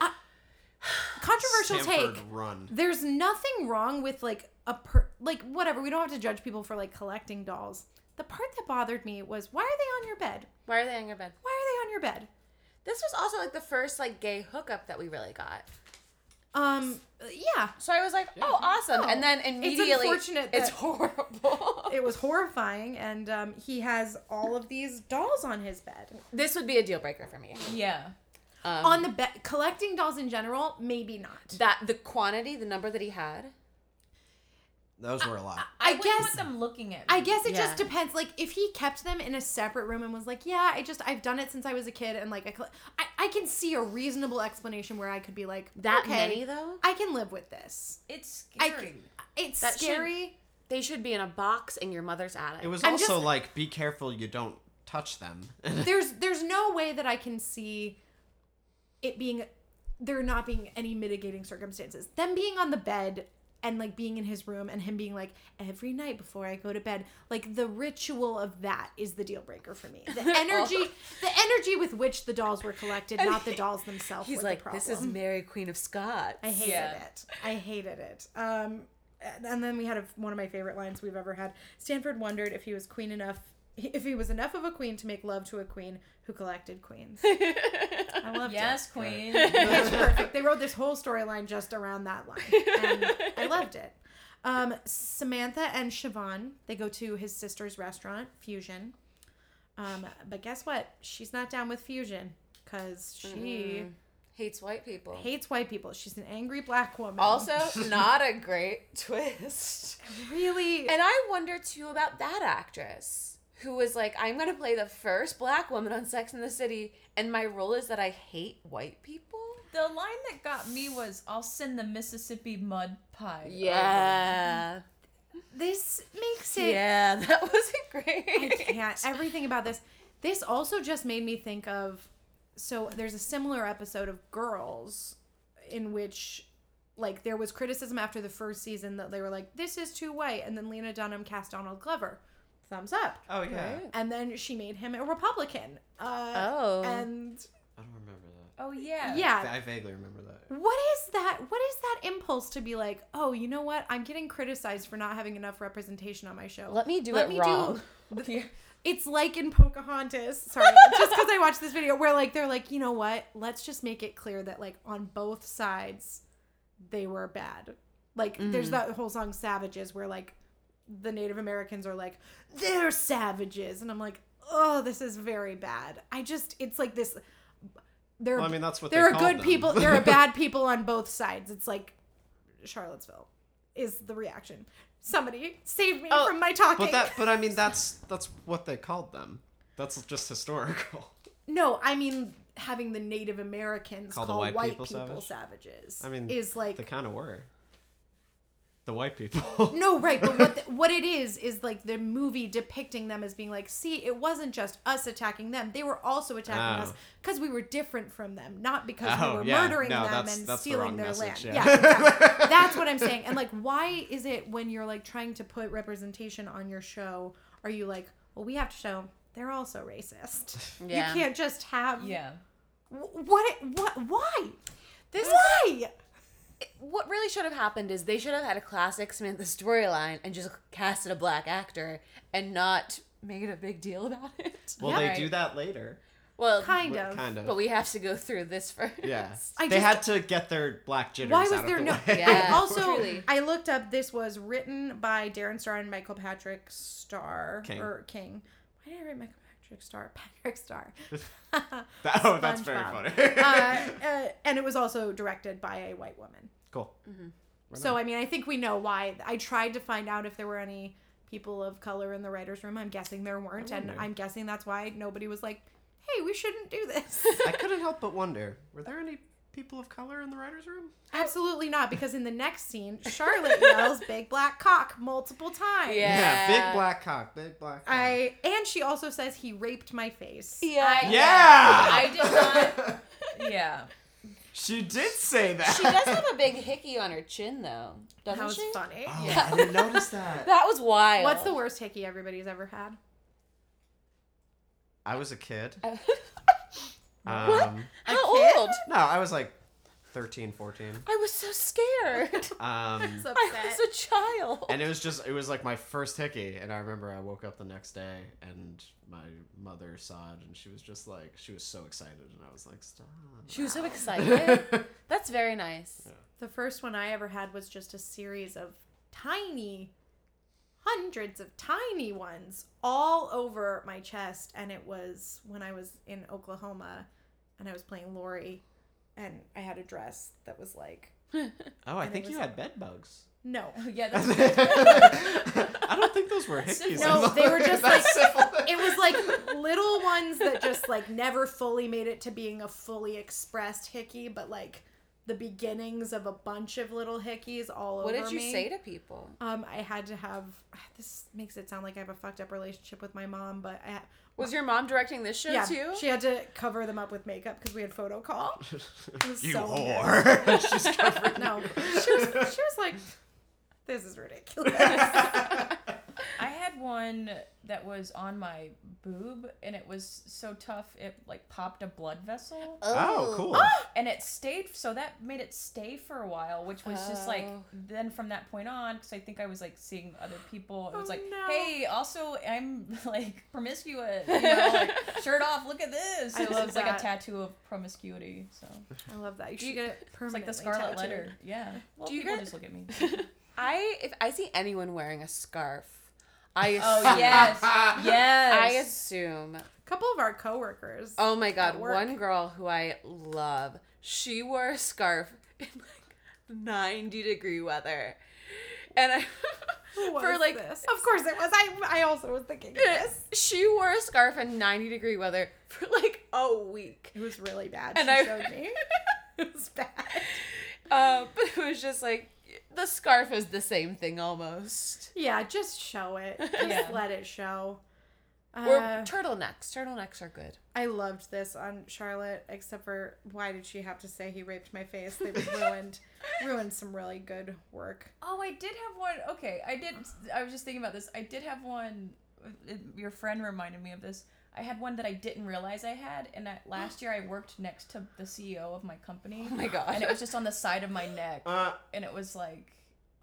Speaker 2: Controversial
Speaker 1: Stanford
Speaker 2: take.
Speaker 1: Run.
Speaker 2: there's nothing wrong with like a per like whatever we don't have to judge people for like collecting dolls the part that bothered me was why are they on your bed
Speaker 3: Why are they on your bed?
Speaker 2: why are they on your bed
Speaker 3: This was also like the first like gay hookup that we really got.
Speaker 2: um yeah
Speaker 3: So I was like, oh, awesome. And then immediately
Speaker 2: unfortunate
Speaker 3: it's
Speaker 2: that-
Speaker 3: horrible.
Speaker 2: it was horrifying and um he has all of these dolls on his bed
Speaker 3: this would be a deal breaker for me.
Speaker 4: yeah.
Speaker 3: Um,
Speaker 2: on the bed collecting dolls in general maybe not
Speaker 3: that the quantity, the number that he had.
Speaker 1: Those were a lot.
Speaker 2: I
Speaker 4: wouldn't
Speaker 2: guess-
Speaker 4: want them looking at me.
Speaker 2: I guess it just
Speaker 3: Yeah.
Speaker 2: depends. Like, if he kept them in a separate room and was like, "Yeah, I just I've done it since I was a kid," and like I, coll- I, I can see a reasonable explanation where I could be like,
Speaker 3: That
Speaker 2: okay,
Speaker 3: many though?
Speaker 2: I can live with this."
Speaker 4: It's
Speaker 2: I
Speaker 4: scary.
Speaker 2: c- it's
Speaker 3: That should-
Speaker 2: scary.
Speaker 3: They should be in a box in your mother's attic.
Speaker 1: It was
Speaker 2: I'm
Speaker 1: also
Speaker 2: just-
Speaker 1: like, be careful you don't touch them.
Speaker 2: There's there's no way that I can see it being there not being any mitigating circumstances. Them being on the bed and like being in his room and him being like every night before I go to bed, like the ritual of that is the deal breaker for me. The energy, the energy with which the dolls were collected, not the dolls themselves.
Speaker 3: He's
Speaker 2: were the
Speaker 3: like, this is
Speaker 2: problem."
Speaker 3: Mary Queen of Scots.
Speaker 2: I hated
Speaker 4: Yeah.
Speaker 2: it. I hated it. Um, and- and then we had a, one of my favorite lines we've ever had. Stanford wondered if he was queen enough, if he was enough of a queen to make love to a queen who collected queens. I loved
Speaker 4: yes, Queen.
Speaker 2: it. It's perfect. They wrote this whole storyline just around that line, and I loved it. Um, Samantha and Siobhan, they go to his sister's restaurant, Fusion. Um, but guess what? She's not down with Fusion because she
Speaker 4: Mm-hmm.
Speaker 3: Hates white people.
Speaker 2: hates white people. She's an angry black woman.
Speaker 3: Also, not a great twist.
Speaker 2: really,
Speaker 3: And I wonder too about that actress who was like, I'm going to play the first black woman on Sex in the City, and my role is that I hate white people.
Speaker 4: The line that got me was, "I'll send the Mississippi mud pie." over."
Speaker 3: Yeah.
Speaker 2: This makes it
Speaker 3: Yeah, that wasn't
Speaker 2: I
Speaker 3: great.
Speaker 2: can't. Everything about this. This also just made me think of. So there's a similar episode of Girls, in which, like, there was criticism after the first season that they were like, "This is too white," and then Lena Dunham cast Donald Glover, thumbs up,
Speaker 1: Oh yeah.
Speaker 3: Right.
Speaker 2: and then she made him a Republican. Uh,
Speaker 3: Oh.
Speaker 2: And
Speaker 1: I don't remember that.
Speaker 4: Oh yeah.
Speaker 2: yeah.
Speaker 1: I vaguely remember that.
Speaker 2: What is that? What is that impulse to be like, oh, you know what? I'm getting criticized for not having enough representation on my show.
Speaker 3: let me do
Speaker 2: Let
Speaker 3: it
Speaker 2: me do-
Speaker 3: wrong.
Speaker 4: Yeah.
Speaker 2: It's like in Pocahontas. Sorry, just because I watched this video, where like they're like, you know what? Let's just make it clear that like on both sides, they were bad. Like there's
Speaker 1: Mm.
Speaker 2: that whole song "Savages" where like the Native Americans are like they're savages, and I'm like, oh, this is very bad. I just it's like this. There,
Speaker 1: Well, I mean, that's what
Speaker 2: there
Speaker 1: they
Speaker 2: are
Speaker 1: called
Speaker 2: good
Speaker 1: them.
Speaker 2: people. There are bad people on both sides. It's like Charlottesville is the reaction. Somebody save me
Speaker 3: Oh,
Speaker 2: from my talking.
Speaker 1: But that, but I mean, that's that's what they called them. That's just historical.
Speaker 2: No, I mean having the Native Americans
Speaker 1: Call the
Speaker 2: call
Speaker 1: white
Speaker 2: white,
Speaker 1: people
Speaker 2: people,
Speaker 1: savage?
Speaker 2: savages.
Speaker 1: I mean,
Speaker 2: is like
Speaker 1: They kind of were. The white people.
Speaker 2: no, right? But what the, what it is is like the movie depicting them as being like, see, it wasn't just us attacking them; they were also attacking
Speaker 1: Oh.
Speaker 2: us because we were different from them, not because
Speaker 1: Oh,
Speaker 2: we were
Speaker 1: yeah.
Speaker 2: murdering
Speaker 1: No,
Speaker 2: them
Speaker 1: that's-
Speaker 2: and
Speaker 1: that's the wrong
Speaker 2: stealing their
Speaker 1: message,
Speaker 2: land.
Speaker 1: yeah.
Speaker 2: Yeah, exactly. that's what I'm saying. And like, why is it when you're like trying to put representation on your show, are you like, well, we have to show they're also racist?
Speaker 3: Yeah.
Speaker 2: You can't just have
Speaker 4: Yeah.
Speaker 2: Wh- What? What? Why?
Speaker 3: This-
Speaker 2: why?
Speaker 3: What really should have happened is they should have had a classic Samantha storyline and just casted a black actor and not made a big deal about it.
Speaker 1: well,
Speaker 2: Yeah.
Speaker 1: they
Speaker 4: Right.
Speaker 1: do that later.
Speaker 3: Well,
Speaker 2: Kind
Speaker 1: Well,
Speaker 2: of.
Speaker 1: Kind of.
Speaker 3: but we have to go through this first.
Speaker 1: yeah.
Speaker 2: I
Speaker 1: they
Speaker 2: just-
Speaker 1: had to get their black jitters.
Speaker 2: Why was
Speaker 1: out
Speaker 2: there
Speaker 1: of the
Speaker 2: no?
Speaker 1: Way.
Speaker 3: Yeah.
Speaker 2: I also
Speaker 3: Truly.
Speaker 2: I looked up. This was written by Darren Star and Michael Patrick Star
Speaker 1: King.
Speaker 2: or King. Why did I write Michael Patrick Star? Patrick Star.
Speaker 1: That- oh, that's very funny.
Speaker 2: SpongeBob. uh, uh, and it was also directed by a white woman.
Speaker 1: cool.
Speaker 2: So I mean, I think we know why. I tried to find out if there were any people of color in the writers' room. I'm guessing there weren't, and
Speaker 1: wonder.
Speaker 2: I'm guessing that's why nobody was like, "Hey, we shouldn't do this."
Speaker 1: I couldn't help but wonder: were there any people of color in the writers' room?
Speaker 2: Absolutely not, because in the next scene, Charlotte yells "big black cock" multiple times.
Speaker 3: Yeah.
Speaker 1: big black cock, big black. Cock.
Speaker 2: I and she also says he raped my face.
Speaker 3: Yeah.
Speaker 1: Yeah.
Speaker 3: I did not.
Speaker 4: Yeah.
Speaker 1: she did say that.
Speaker 3: She does have a big hickey on her chin, though, doesn't
Speaker 2: That was
Speaker 3: she?
Speaker 2: funny.
Speaker 1: Oh,
Speaker 3: Yeah.
Speaker 1: I didn't notice that.
Speaker 3: That was wild.
Speaker 2: What's the worst hickey everybody's ever had?
Speaker 1: I was a kid.
Speaker 3: word?
Speaker 1: Um,
Speaker 3: How
Speaker 2: kid?
Speaker 3: old?
Speaker 1: No, I was like 13, 14.
Speaker 3: I was so scared.
Speaker 1: Um,
Speaker 2: upset.
Speaker 3: I was a child.
Speaker 1: and it was just, it was like my first hickey. And I remember I woke up the next day and my mother saw it and she was just like, she was so excited. And I was like, stop.
Speaker 3: she was so excited. That's very nice.
Speaker 2: the first one I ever had was just a series of tiny, hundreds of tiny ones all over my chest, and it was when I was in Oklahoma, and I was playing Lori, and I had a dress that was like
Speaker 1: Oh, I
Speaker 2: And it
Speaker 1: think
Speaker 2: was-
Speaker 1: you had bed bugs.
Speaker 2: no.
Speaker 4: Yeah. That's,
Speaker 1: I don't think those were hickeys.
Speaker 2: No,
Speaker 1: I'm
Speaker 2: they were just
Speaker 1: That's
Speaker 2: like-
Speaker 1: syphilis.
Speaker 2: it was like little ones that just like never fully made it to being a fully expressed hickey, but like the beginnings of a bunch of little hickeys all
Speaker 3: What
Speaker 2: over
Speaker 3: did you
Speaker 2: me.
Speaker 3: say to people?
Speaker 2: Um, I had to have. This makes it sound like I have a fucked up relationship with my mom, but I
Speaker 3: Was your mom directing this show
Speaker 2: yeah,
Speaker 3: too?
Speaker 2: she had to cover them up with makeup because we had photo call. It was
Speaker 1: you
Speaker 2: so
Speaker 1: whore. She's
Speaker 2: embarrassing.
Speaker 1: covering
Speaker 2: No, she was, she was like, "This is ridiculous."
Speaker 4: I had one that was on my boob, and it was so tough it like popped a blood vessel,
Speaker 1: Oh, cool.
Speaker 4: and it stayed. So that made it stay for a while, which was just like
Speaker 3: Oh.
Speaker 4: then from that point on, because I think I was like seeing other people. It was
Speaker 2: Oh,
Speaker 4: like,
Speaker 2: no.
Speaker 4: hey, also I'm like promiscuous, you know, like shirt off. Look at this.
Speaker 2: I
Speaker 4: It
Speaker 2: love
Speaker 4: was like
Speaker 2: that.
Speaker 4: a tattoo of promiscuity. So
Speaker 2: I love that. You should get it
Speaker 4: it's like
Speaker 2: permanently
Speaker 4: the scarlet
Speaker 2: tattooed.
Speaker 4: letter. Yeah. Well,
Speaker 3: Do you
Speaker 4: people
Speaker 3: get-
Speaker 4: just look at me.
Speaker 3: I if I see anyone wearing a scarf, I
Speaker 4: Oh
Speaker 3: assume,
Speaker 4: yes,
Speaker 3: I
Speaker 4: yes.
Speaker 3: assume.
Speaker 2: A couple of our coworkers.
Speaker 3: Oh my god,
Speaker 2: At work.
Speaker 3: one girl who I love, she wore a scarf in like 90 degree weather. And I
Speaker 2: Who
Speaker 3: for
Speaker 2: was
Speaker 3: like
Speaker 2: this? Of course it was. I I also was thinking this.
Speaker 3: she wore a scarf in 90 degree weather for like a week.
Speaker 2: It was really bad.
Speaker 3: And
Speaker 2: she
Speaker 3: I-
Speaker 2: showed me. it was bad.
Speaker 3: Uh, but it was just like the scarf is the same thing almost.
Speaker 2: Yeah, just show it. Just
Speaker 4: Yeah.
Speaker 2: let it show.
Speaker 3: or
Speaker 2: Uh,
Speaker 3: turtlenecks. Turtlenecks are good.
Speaker 2: I loved this on Charlotte, except for why did she have to say he raped my face? They was ruined, ruined some really good work.
Speaker 4: Oh, I did have one. Okay, I did. I was just thinking about this. I did have one. it- Your friend reminded me of this. I had one that I didn't realize I had, and that last year I worked next to the CEO of my company.
Speaker 3: Oh my gosh.
Speaker 4: And it was just on the side of my neck,
Speaker 1: Uh,
Speaker 4: and it was like,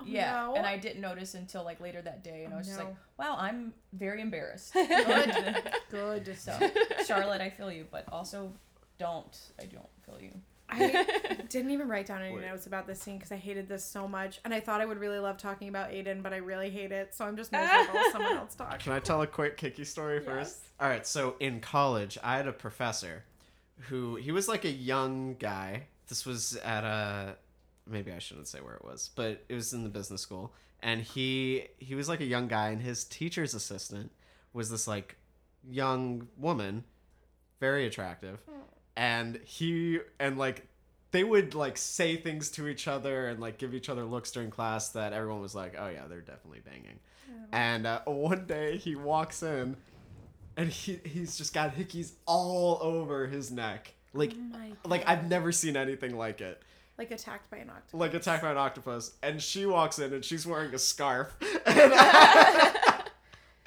Speaker 4: yeah.
Speaker 2: no.
Speaker 4: And I didn't notice until like later that day, and I was just like,
Speaker 2: no.
Speaker 4: wow, I'm very embarrassed.
Speaker 2: Good.
Speaker 4: so, Charlotte, I feel you, but also don't. I don't feel you.
Speaker 2: I didn't even write down any
Speaker 1: Wait.
Speaker 2: notes about this scene because I hated this so much, and I thought I would really love talking about Aiden, but I really hate it, so I'm just miserable. while Someone else talk.
Speaker 1: Can I tell a quick Kiki story first? All right. So in college, I had a professor who he was like a young guy. This was at a maybe I shouldn't say where it was, but it was in the business school, and he he was like a young guy, and his teacher's assistant was this like young woman, very attractive, and he and like they would like say things to each other and like give each other looks during class that everyone was like, oh yeah, they're definitely banging. And uh, one day he walks in and he he's just got hickeys all over his neck. Like
Speaker 3: Oh
Speaker 2: my
Speaker 1: like I've never seen anything like it.
Speaker 2: Like attacked by an octopus.
Speaker 1: Like Attack by an Octopus. And she walks in and she's wearing a scarf. and, I-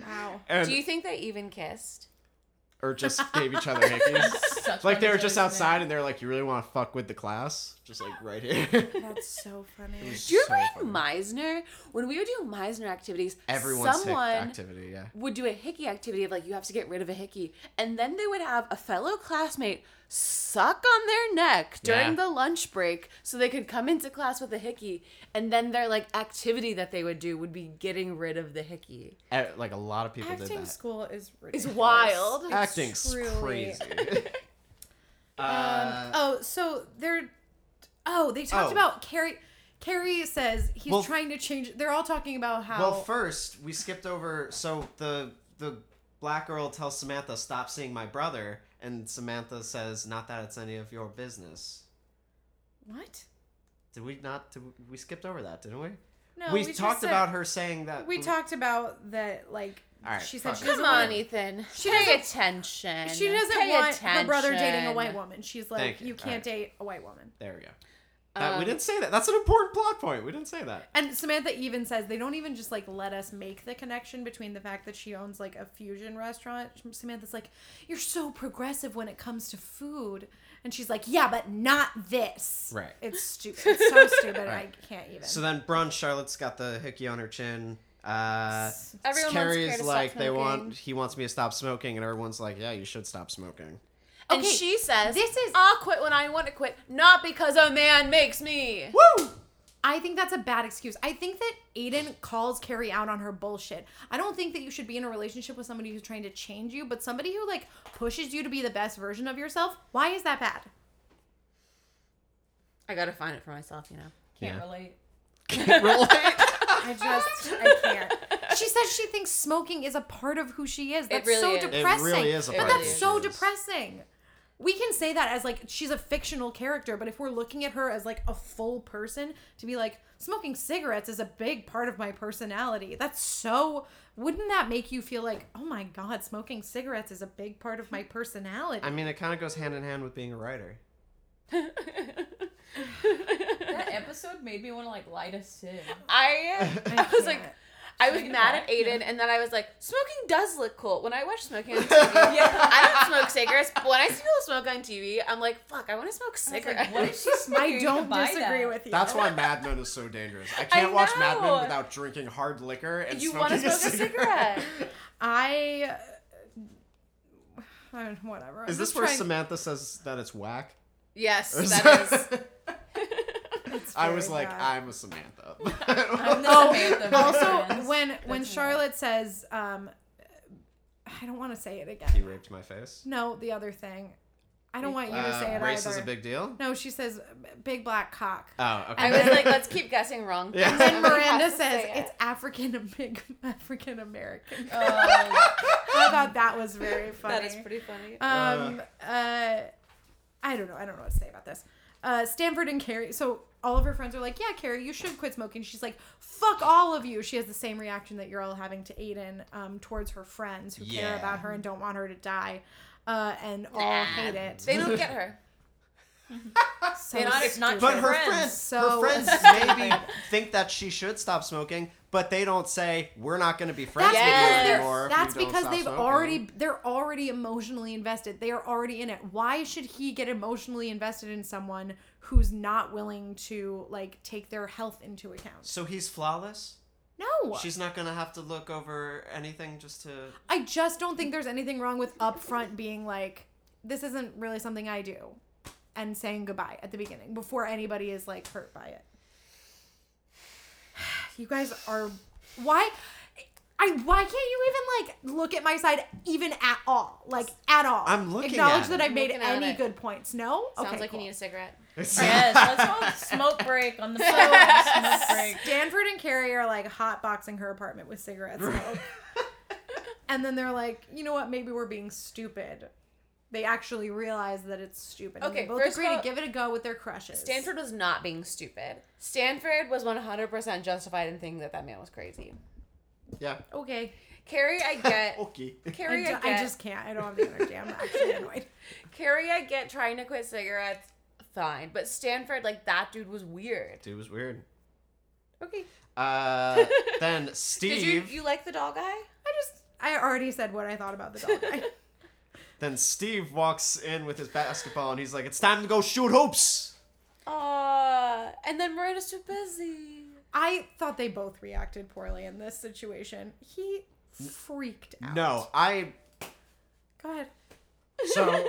Speaker 2: Wow.
Speaker 1: and-
Speaker 3: Do you think they even kissed?
Speaker 1: or just gave each other hickeys.
Speaker 4: Such
Speaker 1: like they were
Speaker 4: underjudgment.
Speaker 1: just outside and they're like, You really wanna fuck with the class? Just like right here.
Speaker 2: That's so funny.
Speaker 3: Do you remember in Meisner when we would do Meisner activities?
Speaker 1: Everyone's hick
Speaker 3: someone
Speaker 1: activity, yeah.
Speaker 3: would do a hickey activity of like you have to get rid of a hickey, and then they would have a fellow classmate suck on their neck during
Speaker 1: Yeah.
Speaker 3: the lunch break so they could come into class with a hickey, and then their like activity that they would do would be getting rid of the hickey.
Speaker 1: Eh, Like a lot of people did
Speaker 2: Acting
Speaker 1: that.
Speaker 2: school is
Speaker 3: It's
Speaker 2: ridiculous.
Speaker 3: wild.
Speaker 1: Acting's
Speaker 2: truly-
Speaker 1: crazy. Uh,
Speaker 2: Um, oh, so they're. Oh, they talked
Speaker 1: Oh.
Speaker 2: about Carrie. Carrie says he's
Speaker 1: Well-
Speaker 2: trying to change. They're all talking about how.
Speaker 1: Well, first we skipped over. So the the black girl tells Samantha, "Stop seeing my brother," and Samantha says, "Not that it's any of your business."
Speaker 2: what?
Speaker 1: Did we not? Did we, we skipped over that, didn't we?
Speaker 2: No,
Speaker 1: we,
Speaker 2: just
Speaker 1: talked
Speaker 2: said-
Speaker 1: about her saying that.
Speaker 2: We talked about that. Like
Speaker 1: All right,
Speaker 2: she said,
Speaker 1: fuck
Speaker 2: she
Speaker 1: it.
Speaker 2: doesn't
Speaker 3: Come
Speaker 2: want-
Speaker 3: on, Ethan.
Speaker 2: She
Speaker 3: Pay
Speaker 2: doesn't-
Speaker 3: attention.
Speaker 2: She doesn't
Speaker 3: Pay
Speaker 2: want her brother dating a
Speaker 3: attention.
Speaker 2: white woman. She's like,
Speaker 1: Thank
Speaker 2: you,
Speaker 1: you.
Speaker 2: can't
Speaker 1: Alright.
Speaker 2: date a white woman.
Speaker 1: There we go. That, we
Speaker 3: Um,
Speaker 1: didn't say that. That's an important plot point. We didn't say that.
Speaker 2: And Samantha even says they don't even just like let us make the connection between the fact that she owns like a fusion restaurant. Samantha's like, "You're so progressive when it comes to food," and she's like, "Yeah, but not this."
Speaker 1: Right.
Speaker 2: It's stupid. It's so stupid. I can't even.
Speaker 1: So then brunch. Charlotte's got the hickey on her chin. Uh,
Speaker 3: Everyone wants Kara
Speaker 1: Carrie's
Speaker 3: to stop
Speaker 1: like, they
Speaker 3: smoking."
Speaker 1: want. He wants me to stop smoking, and everyone's like, yeah, you should stop smoking.
Speaker 3: And
Speaker 2: Okay,
Speaker 3: she says,
Speaker 2: this is-
Speaker 3: I'll quit when I want to quit, not because a man makes me."
Speaker 1: Woo!
Speaker 2: I think that's a bad excuse. I think that Aiden calls Carrie out on her bullshit. I don't think that you should be in a relationship with somebody who's trying to change you, but somebody who like pushes you to be the best version of yourself. Why is that bad?
Speaker 3: I gotta find it for myself, you know.
Speaker 4: Can't
Speaker 1: Yeah.
Speaker 4: relate.
Speaker 1: Relate.
Speaker 2: I just I can't. She says she thinks smoking is a part of who she is. That's
Speaker 3: really
Speaker 2: so
Speaker 3: is. It
Speaker 1: It
Speaker 2: depressing.
Speaker 1: really is a
Speaker 3: But
Speaker 1: part
Speaker 2: but
Speaker 1: of
Speaker 2: that's
Speaker 1: who
Speaker 2: so
Speaker 1: she is.
Speaker 2: depressing. We can say that as like she's a fictional character, but if we're looking at her as like a full person, to be like smoking cigarettes is a big part of my personality. That's so. Wouldn't that make you feel like, oh my god, smoking cigarettes is a big part of my personality?
Speaker 1: I mean, it kind of goes hand in hand with being a writer.
Speaker 4: That episode made me want to like light a cig.
Speaker 3: I, I was like,
Speaker 2: can't.
Speaker 3: I was mad at Aiden, and then I was like, smoking does look cool. When I watch smoking on TV, I don't smoke cigarettes, but when I see people smoke on TV, I'm like, fuck, I want to smoke
Speaker 4: I was like,
Speaker 3: cigarettes.
Speaker 4: what is she smoking?
Speaker 2: I don't
Speaker 4: Buy
Speaker 2: disagree
Speaker 4: that.
Speaker 2: with you.
Speaker 1: That's why Mad Men is so dangerous. I
Speaker 3: I
Speaker 1: can't watch Mad
Speaker 3: know.
Speaker 1: Men without drinking hard liquor and
Speaker 3: you want
Speaker 1: smoking
Speaker 3: to smoke a cigarette?
Speaker 2: I. I mean, whatever. I'm
Speaker 1: Is
Speaker 2: just
Speaker 1: this where
Speaker 2: trying-
Speaker 1: Samantha says that it's whack?
Speaker 3: yes, that is.
Speaker 1: I was
Speaker 2: very
Speaker 1: like,
Speaker 2: bad.
Speaker 1: I'm a Samantha.
Speaker 4: I'm the Samantha
Speaker 2: Oh, also
Speaker 4: Burns.
Speaker 2: when when
Speaker 4: That's
Speaker 2: Charlotte says, um, I don't want to say it
Speaker 1: he
Speaker 2: again.
Speaker 1: raped my face.
Speaker 2: No, the other thing. I don't want you to say
Speaker 1: Uh,
Speaker 2: it
Speaker 1: race
Speaker 2: either.
Speaker 1: is a big deal.
Speaker 2: no, she says "B- big black cock.
Speaker 1: Oh, okay.
Speaker 3: I was like, let's keep guessing wrong.
Speaker 1: Yeah.
Speaker 3: things,
Speaker 2: Then
Speaker 3: and we have
Speaker 2: Miranda
Speaker 3: to
Speaker 2: says
Speaker 3: say it.
Speaker 2: it's African African American.
Speaker 4: Oh,
Speaker 2: I thought that was very funny.
Speaker 3: That is pretty funny.
Speaker 2: uh, Um, uh, I don't know. I don't know what to say about this. uh, Stanford and Carrie. So all of her friends are like, "Yeah, Carrie, you should quit smoking." She's like, "Fuck all of you." She has the same reaction that you're all having to Aiden um, towards her friends who care
Speaker 1: Yeah.
Speaker 2: about her and don't want her to die, uh, and all hate it.
Speaker 3: They don't get her.
Speaker 2: So
Speaker 4: they not- not
Speaker 2: stupid.
Speaker 4: But
Speaker 1: But her
Speaker 4: friends.
Speaker 1: friends,
Speaker 2: So-
Speaker 1: her friends maybe think that she should stop smoking, but they don't say we're not going to be friends
Speaker 2: That's
Speaker 3: Yes.
Speaker 1: with you
Speaker 2: because
Speaker 1: anymore.
Speaker 2: they're,
Speaker 1: if
Speaker 2: that's
Speaker 1: you don't
Speaker 2: because
Speaker 1: stop
Speaker 2: they've
Speaker 1: smoking."
Speaker 2: already they're already emotionally invested. They are already in it. Why should he get emotionally invested in someone who's not willing to like take their health into account?
Speaker 1: So he's flawless.
Speaker 2: No.
Speaker 1: She's not going to have to look over anything just to.
Speaker 2: I just don't think there's anything wrong with upfront being like this isn't really something I do and saying goodbye at the beginning before anybody is like hurt by it. You guys are why I why can't you even like look at my side even at all? Like at all.
Speaker 1: I'm looking
Speaker 2: Acknowledge
Speaker 1: at
Speaker 2: that
Speaker 1: it.
Speaker 2: I've made
Speaker 3: Looking at
Speaker 2: any
Speaker 3: it.
Speaker 2: good points. No?
Speaker 3: Sounds
Speaker 2: okay,
Speaker 3: like
Speaker 2: cool.
Speaker 3: you need a cigarette.
Speaker 4: Yes, let's go on smoke break on the phone. smoke break.
Speaker 2: Danford and Carrie are like hotboxing her apartment with cigarette smoke. and then they're like, you know what? Maybe we're being stupid. They actually realize that it's stupid. and
Speaker 3: Okay,
Speaker 2: they both
Speaker 3: first of
Speaker 2: agree
Speaker 3: all,
Speaker 2: to give it a go with their crushes.
Speaker 3: Stanford was not being stupid. Stanford was 100% justified in thinking that that man was crazy.
Speaker 1: Yeah.
Speaker 2: Okay.
Speaker 3: Carrie, I get.
Speaker 1: Okay.
Speaker 2: I,
Speaker 3: Carrie,
Speaker 2: ju-
Speaker 3: I,
Speaker 2: I
Speaker 3: get.
Speaker 2: just can't. I don't have the energy. I'm actually annoyed.
Speaker 3: Carrie, I get trying to quit cigarettes. Fine, but Stanford, like that dude was weird.
Speaker 1: Dude was weird.
Speaker 3: Okay.
Speaker 1: Uh, then Steve.
Speaker 3: Did you you like the doll guy?
Speaker 2: I just, I already said what I thought about the dog. guy.
Speaker 1: Then Steve walks in with his basketball and he's like, "It's time to go shoot hoops."
Speaker 3: Uh, and then Marina's too busy.
Speaker 2: I thought they both reacted poorly in this situation. He freaked out.
Speaker 1: No, I
Speaker 2: Go ahead.
Speaker 1: So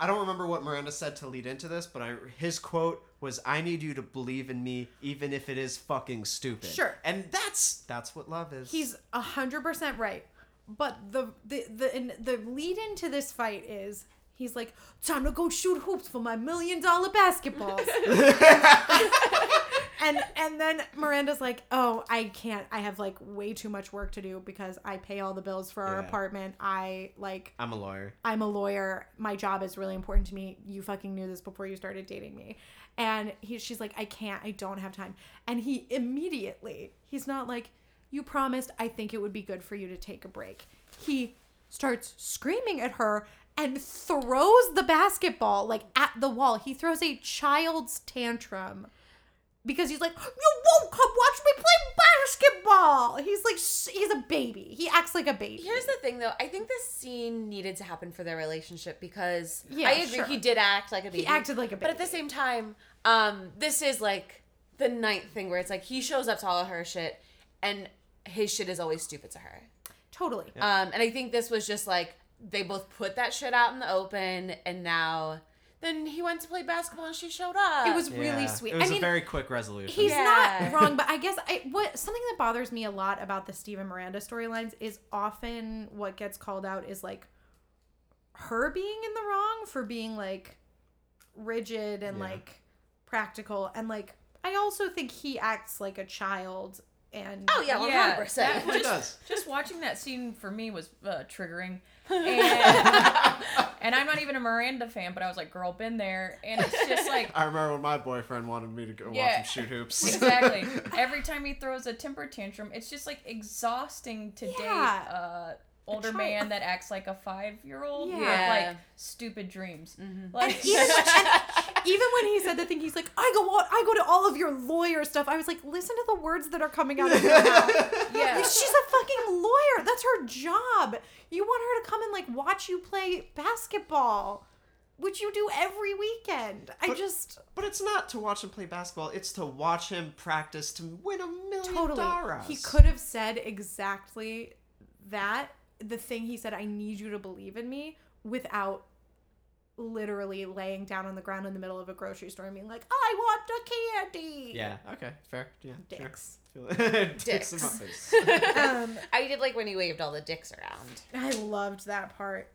Speaker 1: I don't remember what Miranda said to lead into this, but I, his quote was, "I need you to believe in me, even if it is fucking stupid."
Speaker 2: Sure.
Speaker 1: And that's that's what love is.
Speaker 2: He's a hundred percent right. But the the the in, the lead into this fight is he's like time to go shoot hoops for my million dollar basketballs. and and then Miranda's like, oh, I can't. I have like way too much work to do because I pay all the bills for our
Speaker 1: Yeah.
Speaker 2: apartment. I like
Speaker 1: I'm a lawyer.
Speaker 2: I'm a lawyer. My job is really important to me. You fucking knew this before you started dating me. And he, she's like, I can't. I don't have time. And he immediately, he's not like, you promised. I think it would be good for you to take a break. He starts screaming at her and throws the basketball like at the wall. He throws a child's tantrum because he's like, you won't come watch me play basketball. He's like, s- he's a baby. He acts like a baby.
Speaker 3: Here's the thing, though. I think this scene needed to happen for their relationship because
Speaker 2: Yeah,
Speaker 3: I agree
Speaker 2: sure.
Speaker 3: he did act like a baby.
Speaker 2: acted like a
Speaker 3: But at the
Speaker 2: baby.
Speaker 3: same time, um, this is like the ninth thing where it's like he shows up to all of her shit, and his shit is always stupid to her.
Speaker 2: totally.
Speaker 3: Um, and I think this was just like they both put that shit out in the open, and now then he went to play basketball and she showed up.
Speaker 2: It was really
Speaker 1: Yeah.
Speaker 2: sweet.
Speaker 1: It was
Speaker 2: I
Speaker 1: a
Speaker 2: mean,
Speaker 1: very quick resolution.
Speaker 2: he's
Speaker 3: Yeah.
Speaker 2: not wrong, but I guess I what something that bothers me a lot about the Steve and Miranda storylines is often what gets called out is like her being in the wrong for being like rigid and
Speaker 1: Yeah.
Speaker 2: like practical and like I also think he acts like a child and
Speaker 3: oh yeah, one
Speaker 4: Yeah,
Speaker 3: hundred percent.
Speaker 1: Definitely does.
Speaker 4: Just watching that scene for me was uh, triggering, and, and I'm not even a Miranda fan, but I was like, "Girl, been there," and it's just like.
Speaker 1: I remember when my boyfriend wanted me to go
Speaker 4: Yeah.
Speaker 1: watch him shoot hoops.
Speaker 4: Exactly. Every time he throws a temper tantrum, it's just like exhausting to date
Speaker 2: Yeah.
Speaker 4: uh, older
Speaker 2: child.
Speaker 4: man that acts like a five year old with
Speaker 3: Yeah.
Speaker 4: like stupid dreams. Like,
Speaker 2: even, and even when he said the thing, he's like, "I go, out, I go to all of your lawyer stuff." I was like, "Listen to the words that are coming out of your mouth."
Speaker 4: yeah.
Speaker 2: She's a fucking lawyer. That's her job. You want her to come and like watch you play basketball, which you do every weekend. I
Speaker 1: But-
Speaker 2: just
Speaker 1: but it's not to watch him play basketball; it's to watch him practice to win a million
Speaker 2: totally.
Speaker 1: dollars.
Speaker 2: He could have said exactly that. The thing he said, "I need you to believe in me," without literally laying down on the ground in the middle of a grocery store and being like, "I want the candy."
Speaker 1: Yeah. Okay. Fair. Yeah. sure.
Speaker 2: Dicks.
Speaker 1: Dicks. in my
Speaker 3: Dicks.
Speaker 1: face.
Speaker 2: Um,
Speaker 3: I did like when he waved all the dicks around.
Speaker 2: I loved that part.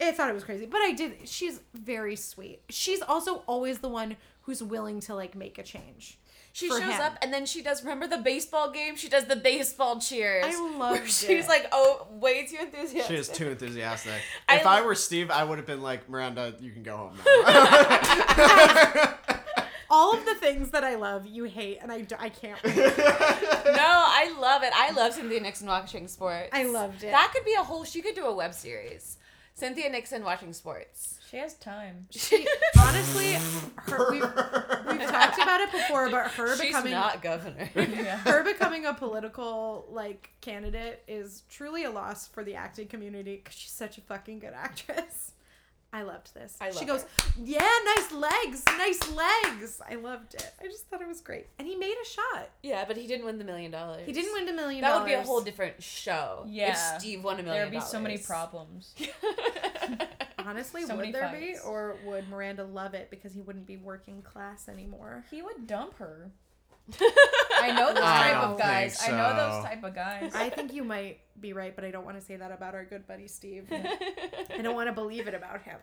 Speaker 2: I thought it was crazy, but I did. She's very sweet. She's also always the one who's willing to like make a change.
Speaker 3: She
Speaker 2: for
Speaker 3: shows
Speaker 2: him.
Speaker 3: up and then she does. Remember the baseball game? She does the baseball cheers.
Speaker 2: I loved
Speaker 3: where She's
Speaker 2: it.
Speaker 3: like, oh, way too enthusiastic.
Speaker 1: She is too enthusiastic.
Speaker 3: I
Speaker 1: if I
Speaker 3: lo-
Speaker 1: were Steve, I would have been like, Miranda, you can go home now.
Speaker 2: All of the things that I love, you hate, and I, d- I can't. Wait.
Speaker 3: no, I love it. I love Cynthia Nixon watching sports.
Speaker 2: I loved it.
Speaker 3: That could be a whole. She could do a web series. Cynthia Nixon watching sports.
Speaker 4: She has time.
Speaker 2: She, honestly, her, we, we've talked about it before, but her
Speaker 3: She's
Speaker 2: becoming
Speaker 3: not governor.
Speaker 4: Yeah.
Speaker 2: her becoming a political like candidate is truly a loss for the acting community because she's such a fucking good actress. I loved this.
Speaker 3: I
Speaker 2: she
Speaker 3: love
Speaker 2: goes,
Speaker 3: her.
Speaker 2: yeah, nice legs, nice legs. I loved it. I just thought it was great, and he made a shot.
Speaker 3: yeah, but he didn't win the million dollars.
Speaker 2: He didn't win a million.
Speaker 3: That would be a
Speaker 2: dollars.
Speaker 3: whole different show. If
Speaker 4: Yeah.
Speaker 3: Steve won a million.
Speaker 4: There'd be so many
Speaker 3: dollars.
Speaker 4: problems.
Speaker 2: Honestly,
Speaker 4: so
Speaker 2: would
Speaker 4: many
Speaker 2: there be,
Speaker 4: fights.
Speaker 2: or would Miranda love it because he wouldn't be working class anymore?
Speaker 4: He would dump her. I know those
Speaker 1: I
Speaker 4: type
Speaker 1: don't
Speaker 4: of guys.
Speaker 1: think
Speaker 4: I know those
Speaker 1: so.
Speaker 4: type of guys.
Speaker 2: I think you might be right, but I don't want to say that about our good buddy Steve. I don't want to believe it about him,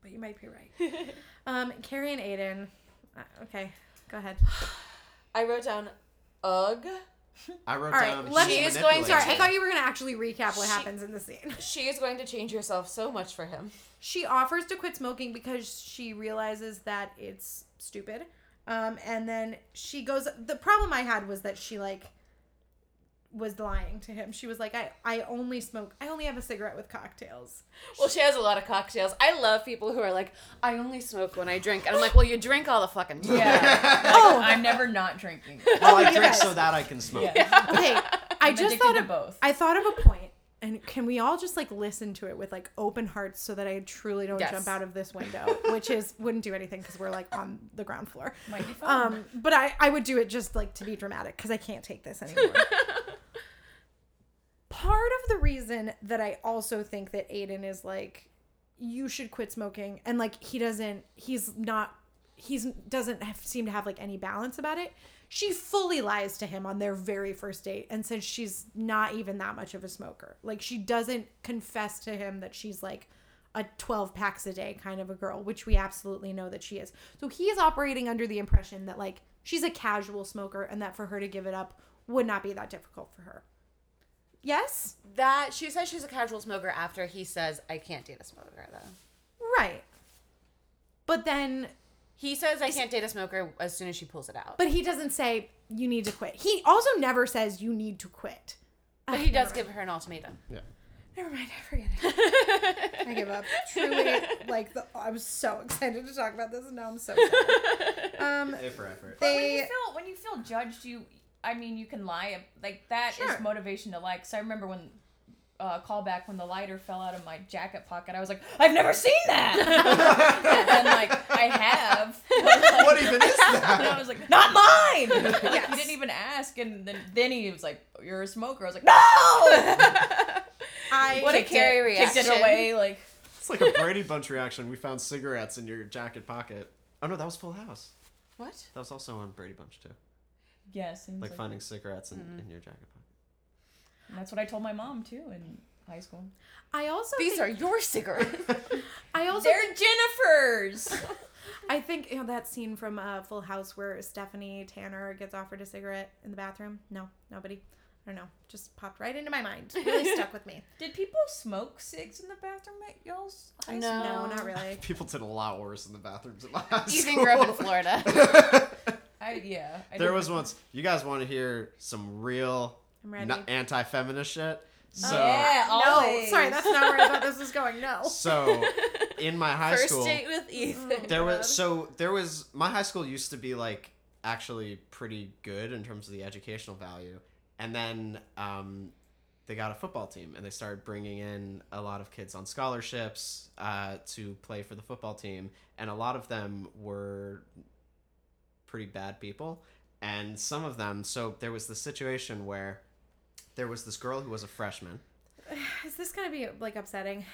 Speaker 2: but you might be right. Um, Carrie and Aiden. Uh, okay, go ahead.
Speaker 3: I wrote down, ugh.
Speaker 1: I wrote
Speaker 2: All right,
Speaker 1: down.
Speaker 2: let
Speaker 1: she
Speaker 3: me- She is going to-
Speaker 2: Sorry,
Speaker 1: manipulates
Speaker 2: I
Speaker 1: him.
Speaker 2: thought you were gonna actually recap what
Speaker 3: She-
Speaker 2: happens in the scene.
Speaker 3: She is going to change herself so much for him.
Speaker 2: She offers to quit smoking because she realizes that it's stupid. Um, and then she goes. The problem I had was that she like was lying to him. She was like, "I I only smoke. I only have a cigarette with cocktails."
Speaker 3: Well, she has a lot of cocktails. I love people who are like, I only smoke when I drink. And I'm like, well, you drink all the fucking time.
Speaker 4: yeah.
Speaker 2: Oh,
Speaker 4: I'm never not drinking.
Speaker 1: Well, I
Speaker 2: yeah,
Speaker 1: drink
Speaker 2: guys.
Speaker 1: so that I can smoke.
Speaker 4: Yeah.
Speaker 2: okay. I just
Speaker 4: addicted
Speaker 2: thought
Speaker 4: to
Speaker 2: of
Speaker 4: both.
Speaker 2: I thought of a point, and can we all just like listen to it with like open hearts so that I truly don't
Speaker 3: Yes.
Speaker 2: jump out of this window, which is wouldn't do anything because we're like on the ground floor.
Speaker 4: Might be fun.
Speaker 2: Um, but I I would do it just like to be dramatic because I can't take this anymore. Part of the reason that I also think that Aiden is like, you should quit smoking, and like he doesn't, he's not, he's doesn't have, seem to have like any balance about it. She fully lies to him on their very first date and says she's not even that much of a smoker. Like she doesn't confess to him that she's like a 12 packs a day kind of a girl, which we absolutely know that she is. So he is operating under the impression that like she's a casual smoker and that for her to give it up would not be that difficult for her. Yes?
Speaker 3: That she says she's a casual smoker after he says, I can't date a smoker though.
Speaker 2: Right. But then
Speaker 3: He says I can't date a smoker as soon as she pulls it out.
Speaker 2: but he doesn't say you need to quit. He also never says you need to quit.
Speaker 3: But he does give her an ultimatum.
Speaker 1: Yeah.
Speaker 2: Never mind, I forget it. I give up. Truly, like the, I was so excited to talk about this, and now I'm so. sad. Um,
Speaker 1: A for effort.
Speaker 4: when you
Speaker 2: they
Speaker 4: feel when you feel judged, you I mean you can lie like that is
Speaker 2: Sure.
Speaker 4: motivation to lie. Because I remember when uh, callback when the lighter fell out of my jacket pocket, I was like, I've never seen that. and like I have,
Speaker 1: What even is
Speaker 4: and I
Speaker 1: that?
Speaker 4: was like, not mine. Like,
Speaker 2: Yes.
Speaker 4: He didn't even ask, and then then he was like, "Oh, you're a smoker. I was like, no.
Speaker 2: I
Speaker 3: What a
Speaker 4: Kicked it-
Speaker 3: Carrie
Speaker 4: Kicked
Speaker 3: reaction.
Speaker 4: it away like.
Speaker 1: It's like a Brady Bunch reaction. We found cigarettes in your jacket pocket. Oh no, that was Full House.
Speaker 3: What?
Speaker 1: That was also on Brady Bunch too.
Speaker 4: Yes, and he's
Speaker 1: Like finding cigarettes in, in your jacket pocket.
Speaker 4: and that's what I told my mom too in high school.
Speaker 2: I also
Speaker 3: These
Speaker 2: think,
Speaker 3: are your cigarettes.
Speaker 2: I also
Speaker 4: They're Jennifer's.
Speaker 2: I think you know, that scene from uh, Full House where Stephanie Tanner gets offered a cigarette in the bathroom. No, nobody. I don't know. Just popped right into my mind. Really stuck with me.
Speaker 4: Did people smoke cigs in the bathroom at y'all's high
Speaker 3: No.
Speaker 4: school?
Speaker 2: No, not really.
Speaker 1: People did a lot worse in the bathrooms at my high
Speaker 3: Ethan
Speaker 1: school.
Speaker 3: grew up in Florida.
Speaker 4: I yeah. I
Speaker 1: There
Speaker 4: didn't-
Speaker 1: was once. You guys want to hear some real
Speaker 2: I'm ready.
Speaker 1: n- anti-feminist shit? So,
Speaker 4: Oh, yeah,
Speaker 2: No,
Speaker 4: always.
Speaker 2: sorry, that's not where I thought this was going. No.
Speaker 1: so in my high
Speaker 3: First
Speaker 1: school,
Speaker 3: date with Ethan.
Speaker 1: there
Speaker 2: God.
Speaker 1: was so there was my high school used to be like actually pretty good in terms of the educational value, and then um, they got a football team and they started bringing in a lot of kids on scholarships uh, to play for the football team, and a lot of them were pretty bad people, and some of them. So there was the situation where there was this girl who was a freshman.
Speaker 2: Is this gonna be like upsetting?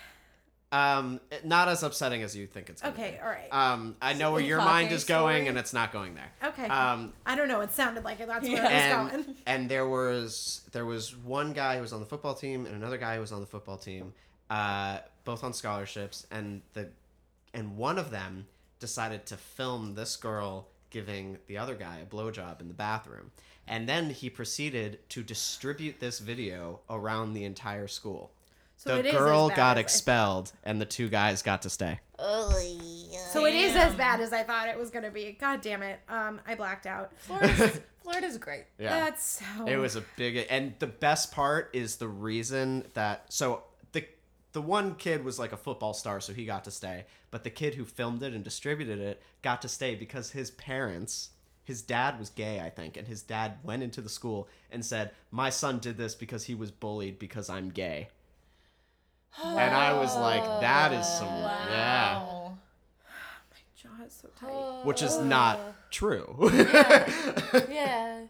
Speaker 1: Um, not as upsetting as you think it's. Gonna
Speaker 2: Okay,
Speaker 1: be.
Speaker 2: all right.
Speaker 1: Um, I know where
Speaker 3: It's a
Speaker 1: your mind
Speaker 3: Hawkeye
Speaker 1: is going,
Speaker 3: story.
Speaker 1: and it's not going there.
Speaker 2: Okay.
Speaker 1: Um,
Speaker 2: I don't know. It sounded like it. That's where I was
Speaker 1: and
Speaker 2: going.
Speaker 1: and there was there was one guy who was on the football team and another guy who was on the football team, uh, both on scholarships, and the and one of them decided to film this girl giving the other guy a blowjob in the bathroom. And then he proceeded to distribute this video around the entire school.
Speaker 2: So
Speaker 1: the
Speaker 2: it is
Speaker 1: girl
Speaker 2: as bad
Speaker 1: got
Speaker 2: as I-
Speaker 1: expelled, and the two guys got to stay.
Speaker 2: So it is as bad as I thought it was gonna be. God damn it. Um, I blacked out.
Speaker 3: Florida's, Florida's great.
Speaker 1: Yeah.
Speaker 2: That's so.
Speaker 1: It was a big and the best part is the reason that so the the one kid was like a football star so he got to stay, but the kid who filmed it and distributed it got to stay because his parents his dad was gay, I think, and his dad went into the school and said, "My son did this because he was bullied because I'm gay." And I was like, "That is some
Speaker 2: Oh,
Speaker 1: yeah."
Speaker 4: Wow.
Speaker 2: Jaw is so tight.
Speaker 1: Which is not true.
Speaker 3: Yeah.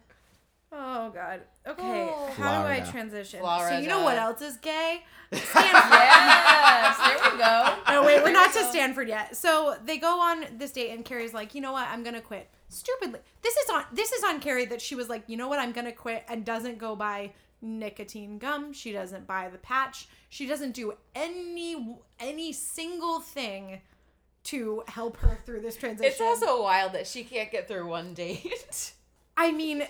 Speaker 2: Oh God. Okay.
Speaker 3: Oh.
Speaker 2: How do
Speaker 1: Florida.
Speaker 2: I transition? So you
Speaker 3: Florida.
Speaker 2: know what else is gay? Stanford.
Speaker 4: Yes, there we go.
Speaker 2: No, Oh, wait, we're not to Stanford yet. So they go on this date, and Carrie's like, you know what, I'm gonna quit. Stupidly, this is on this is on Carrie that she was like, you know what, I'm gonna quit, and doesn't go buy nicotine gum. She doesn't buy the patch. She doesn't do any any single thing to help her through this transition.
Speaker 3: It's also wild that she can't get through one date.
Speaker 2: I mean,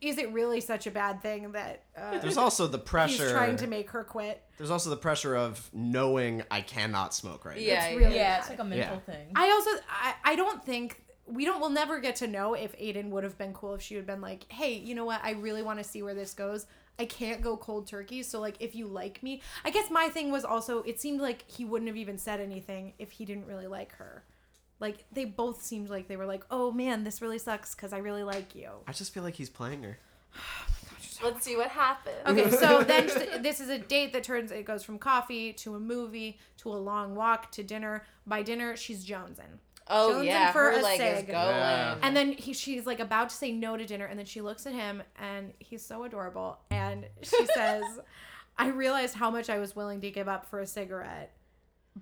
Speaker 2: is it really such a bad thing that uh,
Speaker 1: There's also the
Speaker 2: he's
Speaker 1: pressure.
Speaker 2: trying to make her quit?
Speaker 1: there's also the pressure of knowing I cannot smoke right now.
Speaker 3: Yeah.
Speaker 2: It's really
Speaker 4: Yeah,
Speaker 2: bad.
Speaker 4: it's like a mental
Speaker 1: Yeah.
Speaker 4: thing.
Speaker 2: I also I, I don't think we don't we'll never get to know if Aiden would have been cool if she had been like, "Hey, you know what? I really want to see where this goes. I can't go cold turkey, so like if you like me." I guess my thing was also it seemed like he wouldn't have even said anything if he didn't really like her. Like they both seemed like they were like, "Oh man, this really sucks cuz I really like you."
Speaker 1: I just feel like he's playing her.
Speaker 3: Let's see what happens.
Speaker 2: Okay, so then just- this is a date that turns it goes from coffee to a movie to a long walk to dinner. By dinner, she's jonesing.
Speaker 3: Oh
Speaker 2: Jones
Speaker 3: yeah,
Speaker 2: and for
Speaker 3: her
Speaker 2: a
Speaker 3: leg is
Speaker 2: sig.
Speaker 3: going.
Speaker 1: Yeah.
Speaker 2: And then he, she's like about to say no to dinner, and then she looks at him, and he's so adorable. And she says, I realized how much I was willing to give up for a cigarette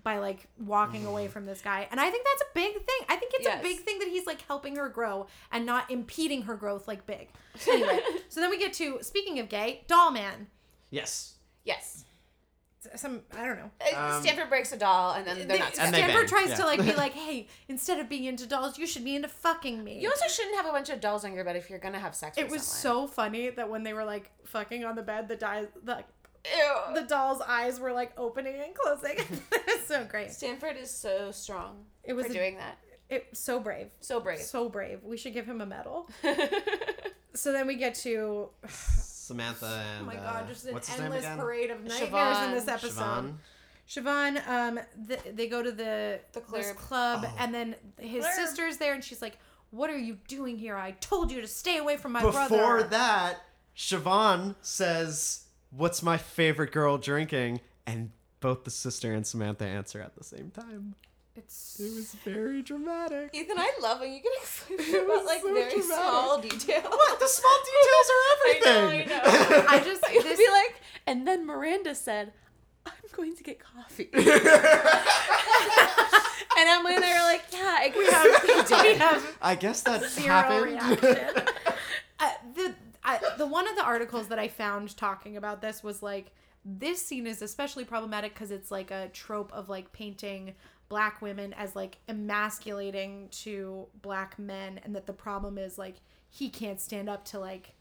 Speaker 2: by like walking away
Speaker 1: Mm-hmm.
Speaker 2: from this guy. And I think that's a big thing. I think it's
Speaker 3: Yes.
Speaker 2: a big thing that he's like helping her grow and not impeding her growth like big. Anyway, so then we get to speaking of gay, doll man.
Speaker 1: Yes.
Speaker 3: Yes, Uh,
Speaker 2: Some, I don't know.
Speaker 1: Um,
Speaker 3: Stanford breaks a doll, and then they're
Speaker 2: They-
Speaker 3: not.
Speaker 1: And they
Speaker 2: Stanford
Speaker 1: bang,
Speaker 2: tries
Speaker 1: yeah.
Speaker 2: to like be like, hey, instead of being into dolls, you should be into fucking me.
Speaker 3: You also shouldn't have a bunch of dolls on your bed if you're gonna have sex.
Speaker 2: It
Speaker 3: with
Speaker 2: was
Speaker 3: someone.
Speaker 2: so funny that when they were like fucking on the bed, the di- the
Speaker 3: Ew.
Speaker 2: the doll's eyes were like opening and closing. it was so great.
Speaker 3: Stanford is so strong.
Speaker 2: It was
Speaker 3: for
Speaker 2: a-
Speaker 3: doing that.
Speaker 2: It so brave,
Speaker 3: So brave.
Speaker 2: so brave. We should give him a medal. So then we get to
Speaker 1: Samantha and
Speaker 2: oh my
Speaker 1: uh,
Speaker 2: god, just an
Speaker 1: what's his name
Speaker 2: endless
Speaker 1: again?
Speaker 2: parade of nightmares in this
Speaker 3: Siobhan.
Speaker 2: episode.
Speaker 1: Siobhan.
Speaker 2: Siobhan, um, th- they go to the
Speaker 3: The
Speaker 2: this
Speaker 3: club.
Speaker 2: club,
Speaker 1: Oh.
Speaker 2: and then his
Speaker 4: Club.
Speaker 2: sister's there, and she's like, "What are you doing here? I told you to stay away from my
Speaker 1: Before
Speaker 2: brother."
Speaker 1: that, Siobhan says, "What's my favorite girl drinking?" And both the sister and Samantha answer at the same time.
Speaker 2: it's
Speaker 1: It was very dramatic.
Speaker 3: Ethan, I love when you get excited
Speaker 1: was
Speaker 3: about like
Speaker 1: so
Speaker 3: very
Speaker 1: dramatic.
Speaker 3: small details.
Speaker 1: What? The small details are
Speaker 3: I
Speaker 1: everything.
Speaker 3: know, I know.
Speaker 2: I just
Speaker 3: You'll
Speaker 2: this
Speaker 3: be like, and then Miranda said, "I'm going to get coffee," and Emily and I were like, "Yeah, I guess
Speaker 2: we have
Speaker 1: I guess that
Speaker 2: zero
Speaker 1: happened.
Speaker 2: reaction. uh, the I, the one of the articles that I found talking about this was like this scene is especially problematic because it's like a trope of like painting black women as like emasculating to black men, and that the problem is like he can't stand up to like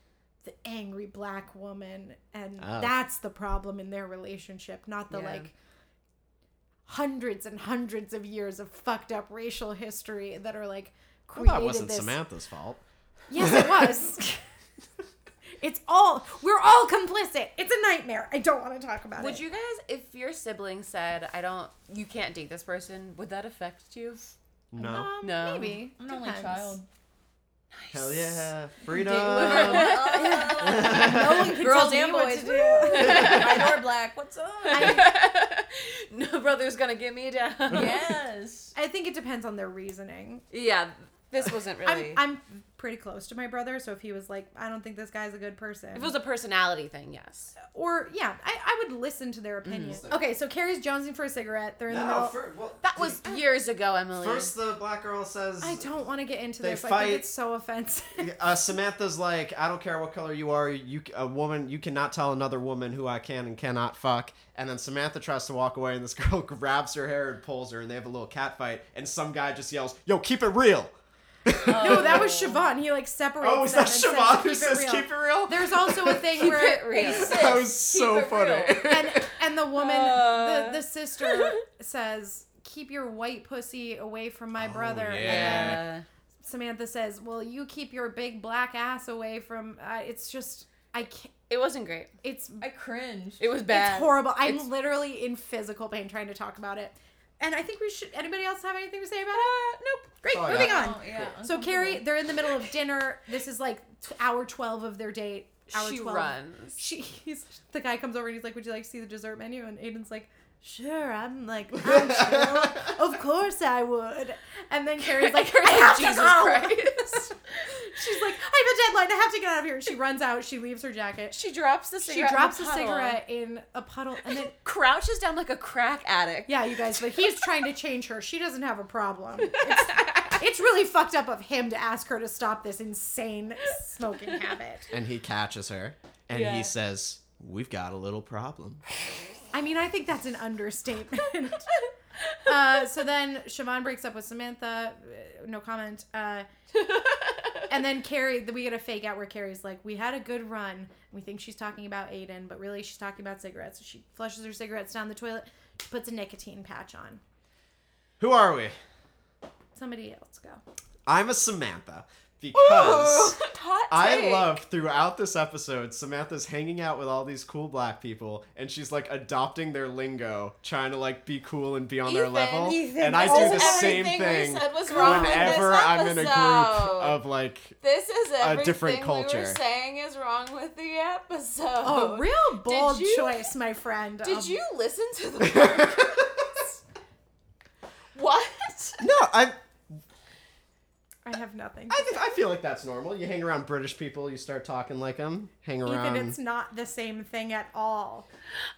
Speaker 2: the angry black woman, and
Speaker 1: Oh.
Speaker 2: that's the problem in their relationship, not the
Speaker 4: Yeah.
Speaker 2: like hundreds and hundreds of years of fucked up racial history that are like
Speaker 1: Well,
Speaker 2: created
Speaker 1: that wasn't
Speaker 2: this.
Speaker 1: Samantha's fault.
Speaker 2: Yes, it was. it's all we're all complicit. It's a nightmare. I don't want to talk about
Speaker 3: Would
Speaker 2: it.
Speaker 3: you guys, if your sibling said, "I don't, you can't date this person," would that affect you?
Speaker 1: No.
Speaker 2: Um,
Speaker 3: No.
Speaker 2: Maybe.
Speaker 4: I'm an only
Speaker 2: Depends.
Speaker 4: child.
Speaker 1: Hell yeah, freedom.
Speaker 2: No one can tell
Speaker 4: Girls
Speaker 2: me
Speaker 4: and
Speaker 2: what
Speaker 4: boys.
Speaker 2: to do.
Speaker 4: White or black, what's up?
Speaker 3: no brother's gonna get me down. Yeah,
Speaker 4: yes.
Speaker 2: I think it depends on their reasoning.
Speaker 3: this wasn't
Speaker 2: I'm,
Speaker 3: really.
Speaker 2: I'm pretty close to my brother, so if he was like, I don't think this guy's a good person.
Speaker 3: if it was a personality thing, yes.
Speaker 2: or, yeah, I, I would listen to
Speaker 1: Mm-hmm.
Speaker 2: their opinion. Okay, so Carrie's jonesing for a cigarette. They're in the middle.
Speaker 3: That was years ago, Emily.
Speaker 1: First, the black girl says,
Speaker 2: I don't want to get into
Speaker 1: They
Speaker 2: this. I
Speaker 1: fight.
Speaker 2: think it's so offensive.
Speaker 1: uh, "Samantha's like, I don't care what color you are. You a woman, you cannot tell another woman who I can and cannot fuck." And then Samantha tries to walk away, and this girl grabs her hair and pulls her, and they have a little cat fight. And some guy just yells, "Yo, keep it real!"
Speaker 2: No, that was Siobhan. He like separates.
Speaker 1: Oh, is
Speaker 2: them
Speaker 1: that
Speaker 2: and
Speaker 1: Siobhan who
Speaker 2: says,
Speaker 1: says keep it real?
Speaker 2: There's also a thing where
Speaker 1: That was so funny.
Speaker 2: and and the woman
Speaker 3: Uh.
Speaker 2: the, the sister says keep your white pussy away from
Speaker 1: Oh,
Speaker 2: my brother and then
Speaker 3: Yeah.
Speaker 2: samantha says well you keep your big black ass away from uh, it's just i can't
Speaker 3: It wasn't great.
Speaker 2: it's
Speaker 4: I cringe.
Speaker 3: It was bad.
Speaker 2: it's horrible i'm
Speaker 3: It's-
Speaker 2: literally in physical pain trying to talk about it and i think we should anybody else have anything to say about it nope great
Speaker 1: Oh, yeah.
Speaker 2: moving on
Speaker 4: Oh, yeah.
Speaker 2: so carrie they're in the middle of dinner this is like t- hour 12 of their date hour
Speaker 3: She
Speaker 2: 12
Speaker 3: runs.
Speaker 2: she he's the guy comes over and he's like, "Would you like to see the dessert menu?" And Aiden's like, "Sure." I'm like, I'm sure. "Of course I would." And then Carrie's like, "I have to go."
Speaker 3: Jesus Christ.
Speaker 2: She's like, "I have a deadline. I have to get out of here." And she runs out. She leaves her jacket.
Speaker 3: she drops the
Speaker 2: She
Speaker 3: cigarette. in
Speaker 2: drops a
Speaker 3: puddle.
Speaker 2: cigarette in a puddle, and then
Speaker 3: Crouches down like a crack addict.
Speaker 2: yeah, you guys. But he's trying to change her. She doesn't have a problem. It's, it's really fucked up of him to ask her to stop this insane smoking habit.
Speaker 1: And he catches her and
Speaker 3: Yeah.
Speaker 1: he says, We've got a little problem.
Speaker 2: I mean, I think that's an understatement. uh, so then Siobhan breaks up with Samantha. uh, No comment. Uh, and then Carrie, we get a fake out where Carrie's like, "We had a good run. We think she's talking about Aiden, but really she's talking about cigarettes." So she flushes her cigarettes down the toilet. She puts a nicotine patch on.
Speaker 1: Who are we?
Speaker 2: Somebody else go.
Speaker 1: I'm a Samantha because
Speaker 3: Hot
Speaker 1: I
Speaker 3: take.
Speaker 1: love throughout this episode Samantha's hanging out with all these cool black people and she's like adopting their lingo, trying to like be cool and be on their
Speaker 3: Ethan,
Speaker 1: level.
Speaker 3: Ethan,
Speaker 1: and I
Speaker 3: this
Speaker 1: do the
Speaker 3: is
Speaker 1: same
Speaker 3: everything we
Speaker 1: thing
Speaker 3: said was wrong with this
Speaker 1: whenever I'm in a group
Speaker 3: episode.
Speaker 1: of like
Speaker 3: This is everything
Speaker 1: a different
Speaker 3: we were
Speaker 1: culture.
Speaker 3: saying is wrong with the episode.
Speaker 2: Oh, real bold
Speaker 3: you-
Speaker 2: choice, my friend.
Speaker 3: Did
Speaker 2: Um,
Speaker 3: you listen to the podcast? what?
Speaker 1: No, I
Speaker 2: I have nothing.
Speaker 1: I, th- I feel like that's normal. You hang around British people, you start talking like them, hang around.
Speaker 2: Ethan, it's not the same thing at all.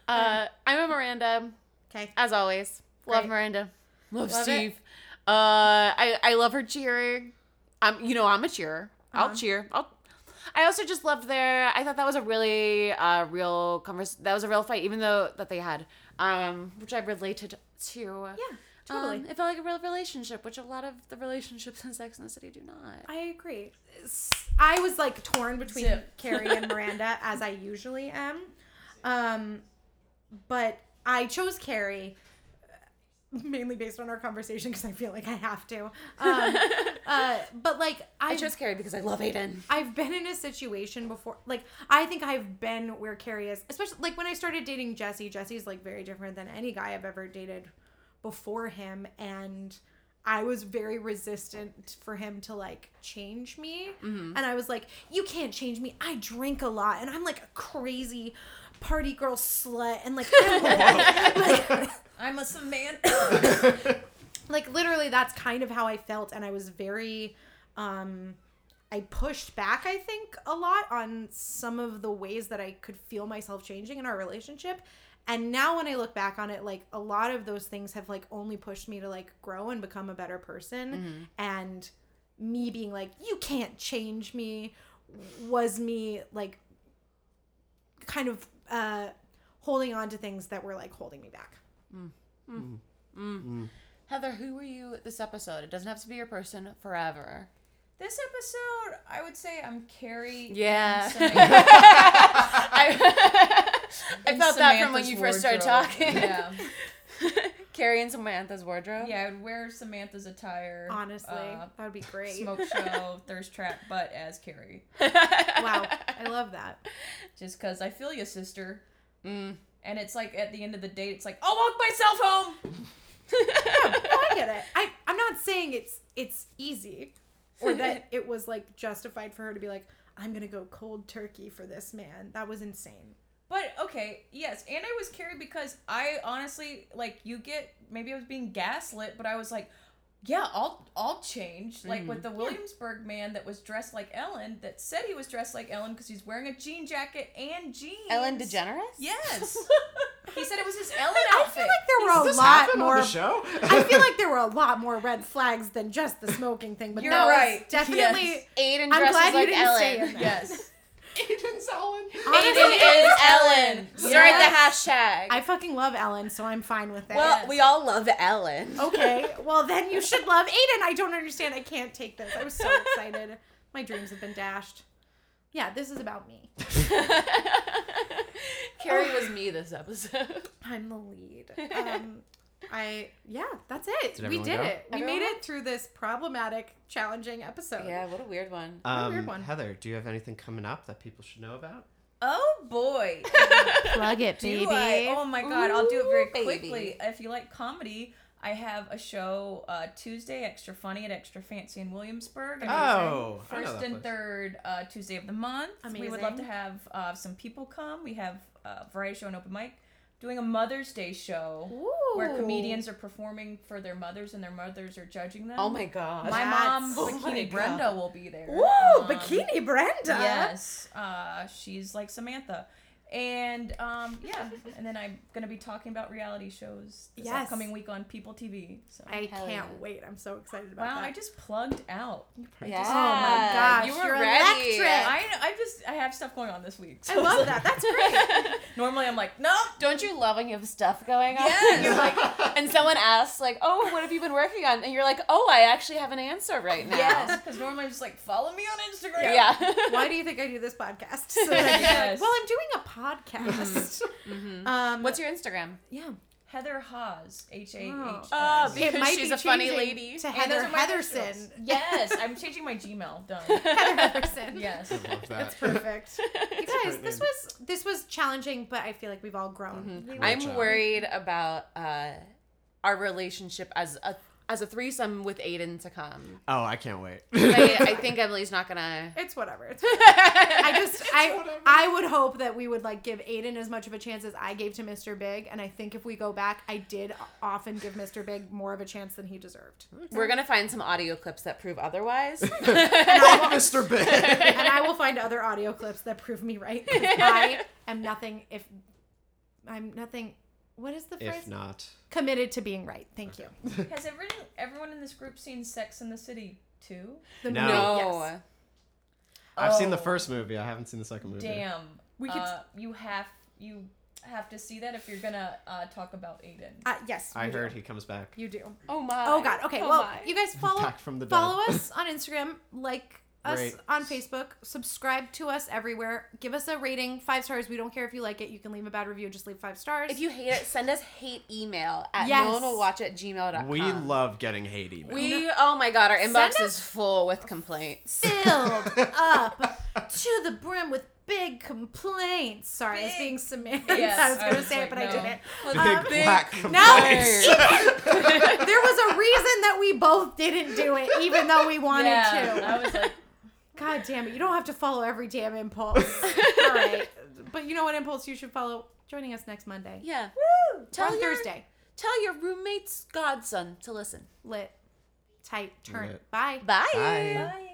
Speaker 3: Uh, I'm a Miranda,
Speaker 2: Okay.
Speaker 3: as always.
Speaker 2: Great.
Speaker 3: Love Miranda. Love,
Speaker 2: Love
Speaker 3: Steve. Uh, I I love her cheering. I'm you know I'm a cheerer. I'll cheer. I'll. I also just loved their. I thought that was a really uh, real converse. That was a real fight, even though that they had, um, which I related to. Yeah,
Speaker 2: totally.
Speaker 3: Um, it felt like a real relationship, which a lot of the relationships in Sex and the City do not.
Speaker 2: I agree. S- I was like torn between
Speaker 4: Zip.
Speaker 2: Carrie and Miranda, as I usually am. Um, but I chose Carrie uh, mainly based on our conversation because I feel like I have to. Um, uh, but like I,
Speaker 3: I chose Carrie because I love Aiden.
Speaker 2: I've been in a situation before. Like I think I've been where Carrie is, especially like when I started dating Jesse. Jesse's like very different than any guy I've ever dated before him, and I was very resistant for him to like change me. And I was like, "You can't change me. I drink a lot, and I'm like a crazy party girl slut, and like." I'm- like
Speaker 4: I'm a Samantha.
Speaker 2: like literally that's kind of how i felt and i was very um i pushed back i think a lot on some of the ways that i could feel myself changing in our relationship and now when i look back on it like a lot of those things have like only pushed me to like grow and become a better person
Speaker 4: Mm-hmm.
Speaker 2: and me being like you can't change me was me like kind of uh holding on to things that were like holding me back
Speaker 3: Heather, who were you this episode? It doesn't have to be your person forever.
Speaker 4: This episode, I would say I'm Carrie.
Speaker 3: Yeah.
Speaker 4: and Samantha.
Speaker 3: I, I
Speaker 4: In
Speaker 3: felt that from when
Speaker 4: Samantha's
Speaker 3: you first started
Speaker 4: wardrobe.
Speaker 3: talking.
Speaker 4: Yeah.
Speaker 3: Carrie and Samantha's wardrobe.
Speaker 4: Yeah, I would wear Samantha's attire.
Speaker 2: honestly
Speaker 4: uh,
Speaker 2: that would be great
Speaker 4: smoke show, thirst trap, but as Carrie.
Speaker 2: wow i love that
Speaker 4: Just because I feel you, sister.
Speaker 3: Mm.
Speaker 4: And it's like at the end of the day, it's like, I'll walk myself home.
Speaker 2: oh, i get it I, i'm not saying it's it's easy or that it was like justified for her to be like i'm gonna go cold turkey for this man that was insane
Speaker 4: But okay, yes, and I was Carrie because I honestly like you get maybe I was being gaslit, but I was like, yeah, I'll I'll change. Like
Speaker 2: Mm-hmm.
Speaker 4: with the Williamsburg man that was dressed like Ellen, that said he was dressed like Ellen because he's wearing a jean jacket and jeans.
Speaker 3: Ellen DeGeneres?
Speaker 4: Yes. he said it was his Ellen
Speaker 2: i
Speaker 4: outfit.
Speaker 2: feel like there
Speaker 1: Does
Speaker 2: were a
Speaker 1: this
Speaker 2: lot
Speaker 1: happen on
Speaker 2: more
Speaker 1: the show?
Speaker 2: i feel like there were a lot more red flags than just the smoking thing but
Speaker 4: You're
Speaker 2: that was
Speaker 4: right.
Speaker 2: definitely
Speaker 4: Yes.
Speaker 3: Aiden
Speaker 2: i'm
Speaker 3: dresses
Speaker 2: glad
Speaker 3: like
Speaker 2: you didn't
Speaker 3: Ellen.
Speaker 2: stay in that
Speaker 4: yes.
Speaker 1: Agent Ellen.
Speaker 3: Aiden is Ellen. Start the hashtag.
Speaker 2: I fucking love Ellen, so I'm fine with that.
Speaker 3: well, we all love Ellen.
Speaker 2: okay. Well, then you should love Aiden. I don't understand. I can't take this. I was so excited. My dreams have been dashed. Yeah, this is about me.
Speaker 3: Oh. Carrie was me this episode.
Speaker 2: I'm the lead. Um, I yeah, that's it.
Speaker 1: Did
Speaker 2: we
Speaker 1: everyone
Speaker 2: did
Speaker 1: go?
Speaker 2: it. We
Speaker 3: Everyone
Speaker 2: made
Speaker 3: went?
Speaker 2: it through this problematic, challenging episode.
Speaker 3: Yeah, what a weird one.
Speaker 2: a weird
Speaker 1: Um,
Speaker 2: one.
Speaker 1: Heather, do you have anything coming up that people should know about?
Speaker 4: Oh boy.
Speaker 2: Plug it,
Speaker 4: Do I? Oh my god, I'll do it very
Speaker 3: Ooh, baby.
Speaker 4: quickly. If you like comedy, I have a show uh, Tuesday, Extra Funny at Extra Fancy in Williamsburg.
Speaker 1: Oh, I know
Speaker 4: first
Speaker 1: that
Speaker 4: and
Speaker 1: place.
Speaker 4: third uh, Tuesday of the month. We would love to
Speaker 2: Amazing.
Speaker 4: have uh, some people come. We have a variety show and open mic. Doing a Mother's Day show where
Speaker 2: Ooh.
Speaker 4: Oh, comedians are performing for their mothers and their mothers are judging them.
Speaker 3: Oh my god.
Speaker 4: My mom,
Speaker 2: That's-
Speaker 3: Oh
Speaker 4: Bikini
Speaker 3: my God.
Speaker 4: Brenda, will be there.
Speaker 2: Ooh,
Speaker 4: Um,
Speaker 2: Bikini Brenda.
Speaker 4: Yes, uh, she's like Samantha, and um, yeah, and then I'm gonna be talking about reality shows this
Speaker 2: Yes.
Speaker 4: upcoming week on People TV. So
Speaker 2: I
Speaker 3: Hell
Speaker 2: can't
Speaker 3: yeah.
Speaker 2: wait. I'm so excited about
Speaker 4: wow,
Speaker 2: that.
Speaker 4: I just plugged out.
Speaker 3: Yeah.
Speaker 2: gosh,
Speaker 3: You were
Speaker 2: you're
Speaker 3: ready.
Speaker 2: electric.
Speaker 4: I I just I have stuff going on this week.
Speaker 2: I
Speaker 4: so
Speaker 2: love that. That's great.
Speaker 4: Normally I'm like no.
Speaker 3: Don't you love when you have stuff going on?
Speaker 4: Yes.
Speaker 3: You're like, and someone asks, like, oh, what have you been working on? And you're like, oh, I actually have an answer right now.
Speaker 4: Yes, because normally I'm just like follow me on Instagram.
Speaker 3: Yeah.
Speaker 2: Why do you think I do this podcast? So that you're
Speaker 4: Yes. Mm-hmm.
Speaker 2: like, well, I'm doing a podcast. Um,
Speaker 3: What's your Instagram?
Speaker 2: yeah?
Speaker 4: Heather Haas, H A H.
Speaker 2: Oh.
Speaker 3: Oh,
Speaker 4: S.
Speaker 3: because
Speaker 2: it might
Speaker 3: she's
Speaker 2: be
Speaker 3: a funny
Speaker 2: changing
Speaker 3: lady.
Speaker 2: to
Speaker 4: And those
Speaker 2: Heather
Speaker 4: are my
Speaker 2: Heatherson.
Speaker 4: initials. Yes, I'm changing my Gmail. Done.
Speaker 2: Heather Heatherson.
Speaker 4: Yes.
Speaker 1: I love that.
Speaker 2: Perfect. You guys,
Speaker 1: great
Speaker 2: this
Speaker 1: name.
Speaker 2: was this was challenging, but I feel like we've all grown. We were-
Speaker 3: I'm
Speaker 1: child.
Speaker 3: worried about uh, our relationship as a as a threesome with Aiden to come.
Speaker 1: Oh, I can't wait.
Speaker 3: I, I think Emily's not gonna.
Speaker 2: It's whatever. It's whatever. I just I
Speaker 1: whatever.
Speaker 2: I would hope that we would like give Aiden as much of a chance as I gave to Mr. Big, and I think if we go back, I did often give Mr. Big more of a chance than he deserved.
Speaker 3: We're gonna find some audio clips that prove otherwise.
Speaker 1: Fuck Mr. Oh, Big.
Speaker 2: and I will find other audio clips that prove me right. 'cause I am nothing if I'm nothing. What is the
Speaker 1: if
Speaker 2: phrase?
Speaker 1: not,
Speaker 2: Committed to being right. Thank you.
Speaker 4: Has everyone everyone in this group seen Sex in the City too?
Speaker 2: The
Speaker 1: No.
Speaker 2: movie,
Speaker 3: no.
Speaker 2: yes.
Speaker 1: I've seen the
Speaker 4: Oh.
Speaker 1: first movie. I haven't seen the second movie.
Speaker 4: Damn.
Speaker 2: We
Speaker 4: We
Speaker 2: could-
Speaker 4: uh, you have you have to see that if you're gonna uh, talk about Aiden.
Speaker 2: Uh, yes.
Speaker 1: I
Speaker 2: you do.
Speaker 1: heard he comes back.
Speaker 2: You do.
Speaker 3: Oh my.
Speaker 2: Oh God. Okay.
Speaker 3: Oh
Speaker 2: well,
Speaker 3: my.
Speaker 2: you guys follow
Speaker 1: Back from the dead.
Speaker 2: follow us on Instagram, like us
Speaker 1: Rate.
Speaker 2: on Facebook, subscribe to us everywhere. Give us a rating, five stars. We don't care if you like it. You can leave a bad review. Just leave five stars.
Speaker 3: If you hate it, send us hate email at
Speaker 2: Yes.
Speaker 3: no one will watch at gmail.com.
Speaker 1: We love getting hate email.
Speaker 3: We oh my god, our inbox
Speaker 2: us-
Speaker 3: is full with complaints.
Speaker 2: filled up to the brim with big complaints. Sorry, I was being semantic.
Speaker 4: Yes,
Speaker 2: I was
Speaker 4: I
Speaker 2: gonna
Speaker 4: was
Speaker 2: say it,
Speaker 4: like,
Speaker 2: but I
Speaker 4: no.
Speaker 2: didn't.
Speaker 1: Big black complaints.
Speaker 2: No, there was a reason that we both didn't do it, even though we wanted to.
Speaker 4: I was like,
Speaker 2: God damn it. You don't have to follow every damn impulse. All right. But you know what impulse you should follow? Joining us next Monday.
Speaker 3: Yeah.
Speaker 2: Or
Speaker 3: Tell
Speaker 2: on
Speaker 3: your,
Speaker 2: Thursday.
Speaker 3: Tell your roommate's godson to listen.
Speaker 2: Lit. Tight. Turn.
Speaker 1: Lit.
Speaker 2: Bye.
Speaker 3: Bye.
Speaker 1: Bye.
Speaker 4: bye.